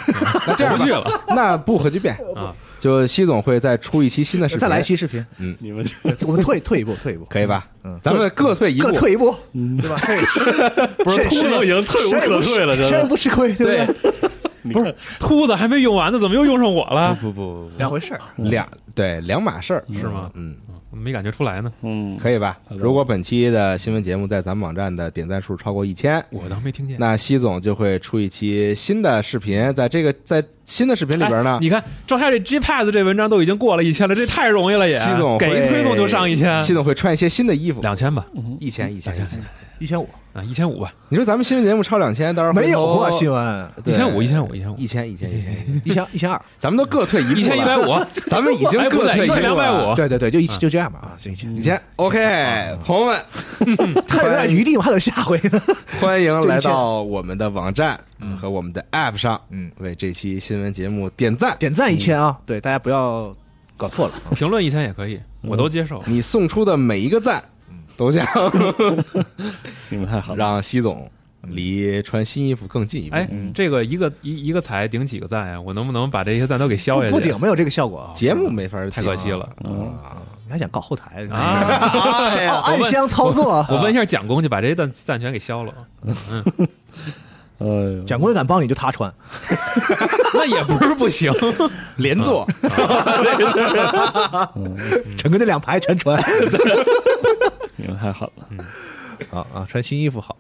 C: 那这样
D: 我不去
C: 吧，
D: 了
C: 那不核聚变
D: 啊，
C: 就西总会再出一期新的视频，
E: 再来一期视频，
F: 你们
E: 我们退退一步，退一步，
C: 可以吧？
E: 嗯，
C: 咱们各退一步
E: 各，退一步，对吧？谁
F: 不
E: 谁
F: 是秃
E: 谁
F: 都已经退无
E: 谁也
F: 可
E: 不吃
F: 退了，真
E: 谁也
F: 的。
E: 不吃亏，对不对？
D: 不是秃子还没用完呢，怎么又用上我了？
C: 不不不
E: 两回事儿。
C: 不，两对两码事儿，
D: 是吗？
C: 嗯，
D: 没感觉出来呢，
F: 嗯，
C: 可以吧？
F: 好的
C: 如果本期的新闻节目在咱们网站的点赞数超过一千，
D: 我倒没听见。
C: 那西总就会出一期新的视频，在这个在新的视频里边呢
D: 哎，你看赵夏这 G Pass 这文章都已经过了一千了，这太容易了也。啊
C: 西总
D: 给一
C: 会
D: 推送就上一千，
C: 西总会穿一些新的衣服，
D: 两千吧，
C: 一千一千一千。
E: 一千五
D: 啊，一千五吧，
C: 你说咱们新闻节目超两千，到时候
E: 没有过
C: 过
E: 新闻，
D: 一千五，一千五，一千五，
C: 一千一千一千，
E: 一千一千二，
C: 咱们都各退一步了
D: 一千一百，五，
C: 咱们已经
D: 哎不
C: 各
D: 对，
C: 退
D: 一千两百
C: 步了，
D: 五，啊
E: 对对对，就一
D: 嗯
E: 就这样吧啊，这一千
C: 一。千 OK，朋友们，
E: 他有点余地嘛，还有下回
D: 嗯
E: 呢。
C: 欢迎来
E: 这一千
C: 到我们的网站和我们的 App 上，
E: 嗯，
C: 为这期新闻节目点赞。
E: 点赞一千啊，对，大家不要搞错了。
D: 评论一千也可以，我都接受。
C: 你送出的每一个赞，
D: 嗯
C: 都 想
F: 你们太狠了，
C: 让西总离穿新衣服更近一步。
D: 哎，这个一个一一个才顶几个赞呀？我能不能把这些赞都给消
E: 不
D: 下去？啊
E: 不顶没有这个效果，啊
C: 节目没法
D: 太
C: 顶
D: 可惜了
C: 啊！
E: 你还想搞后台？
D: 啊！
E: 是哦暗箱操作。啊
D: 我问一下蒋工，就把这些赞赞全给消了。
E: 啊
F: 呃，
E: 蒋工敢帮你就他穿，
D: 那也不是不行，
C: 连坐，
D: 嗯
E: 整个那两排全穿。
F: 你们太狠了，
E: 啊啊，穿新衣服好。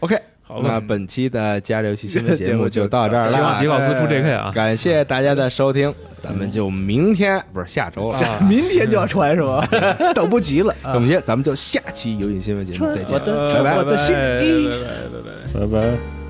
C: OK，
D: 好吧
C: 那本期的《加热游戏 新闻节目就到这儿
D: 希望吉
C: 了，哎
D: 考斯出 JK 啊！
C: 感谢大家的收听，咱们就明天不是下周了，
D: 啊
E: 明天就要穿是吧？
D: 嗯
E: 等不及了啊！
C: 总结咱们就下期游戏新闻节目
E: 穿
C: 再见
E: 我。的
D: 拜
E: 穿
D: 拜
F: 嗯
E: 我的新衣。
F: 拜拜。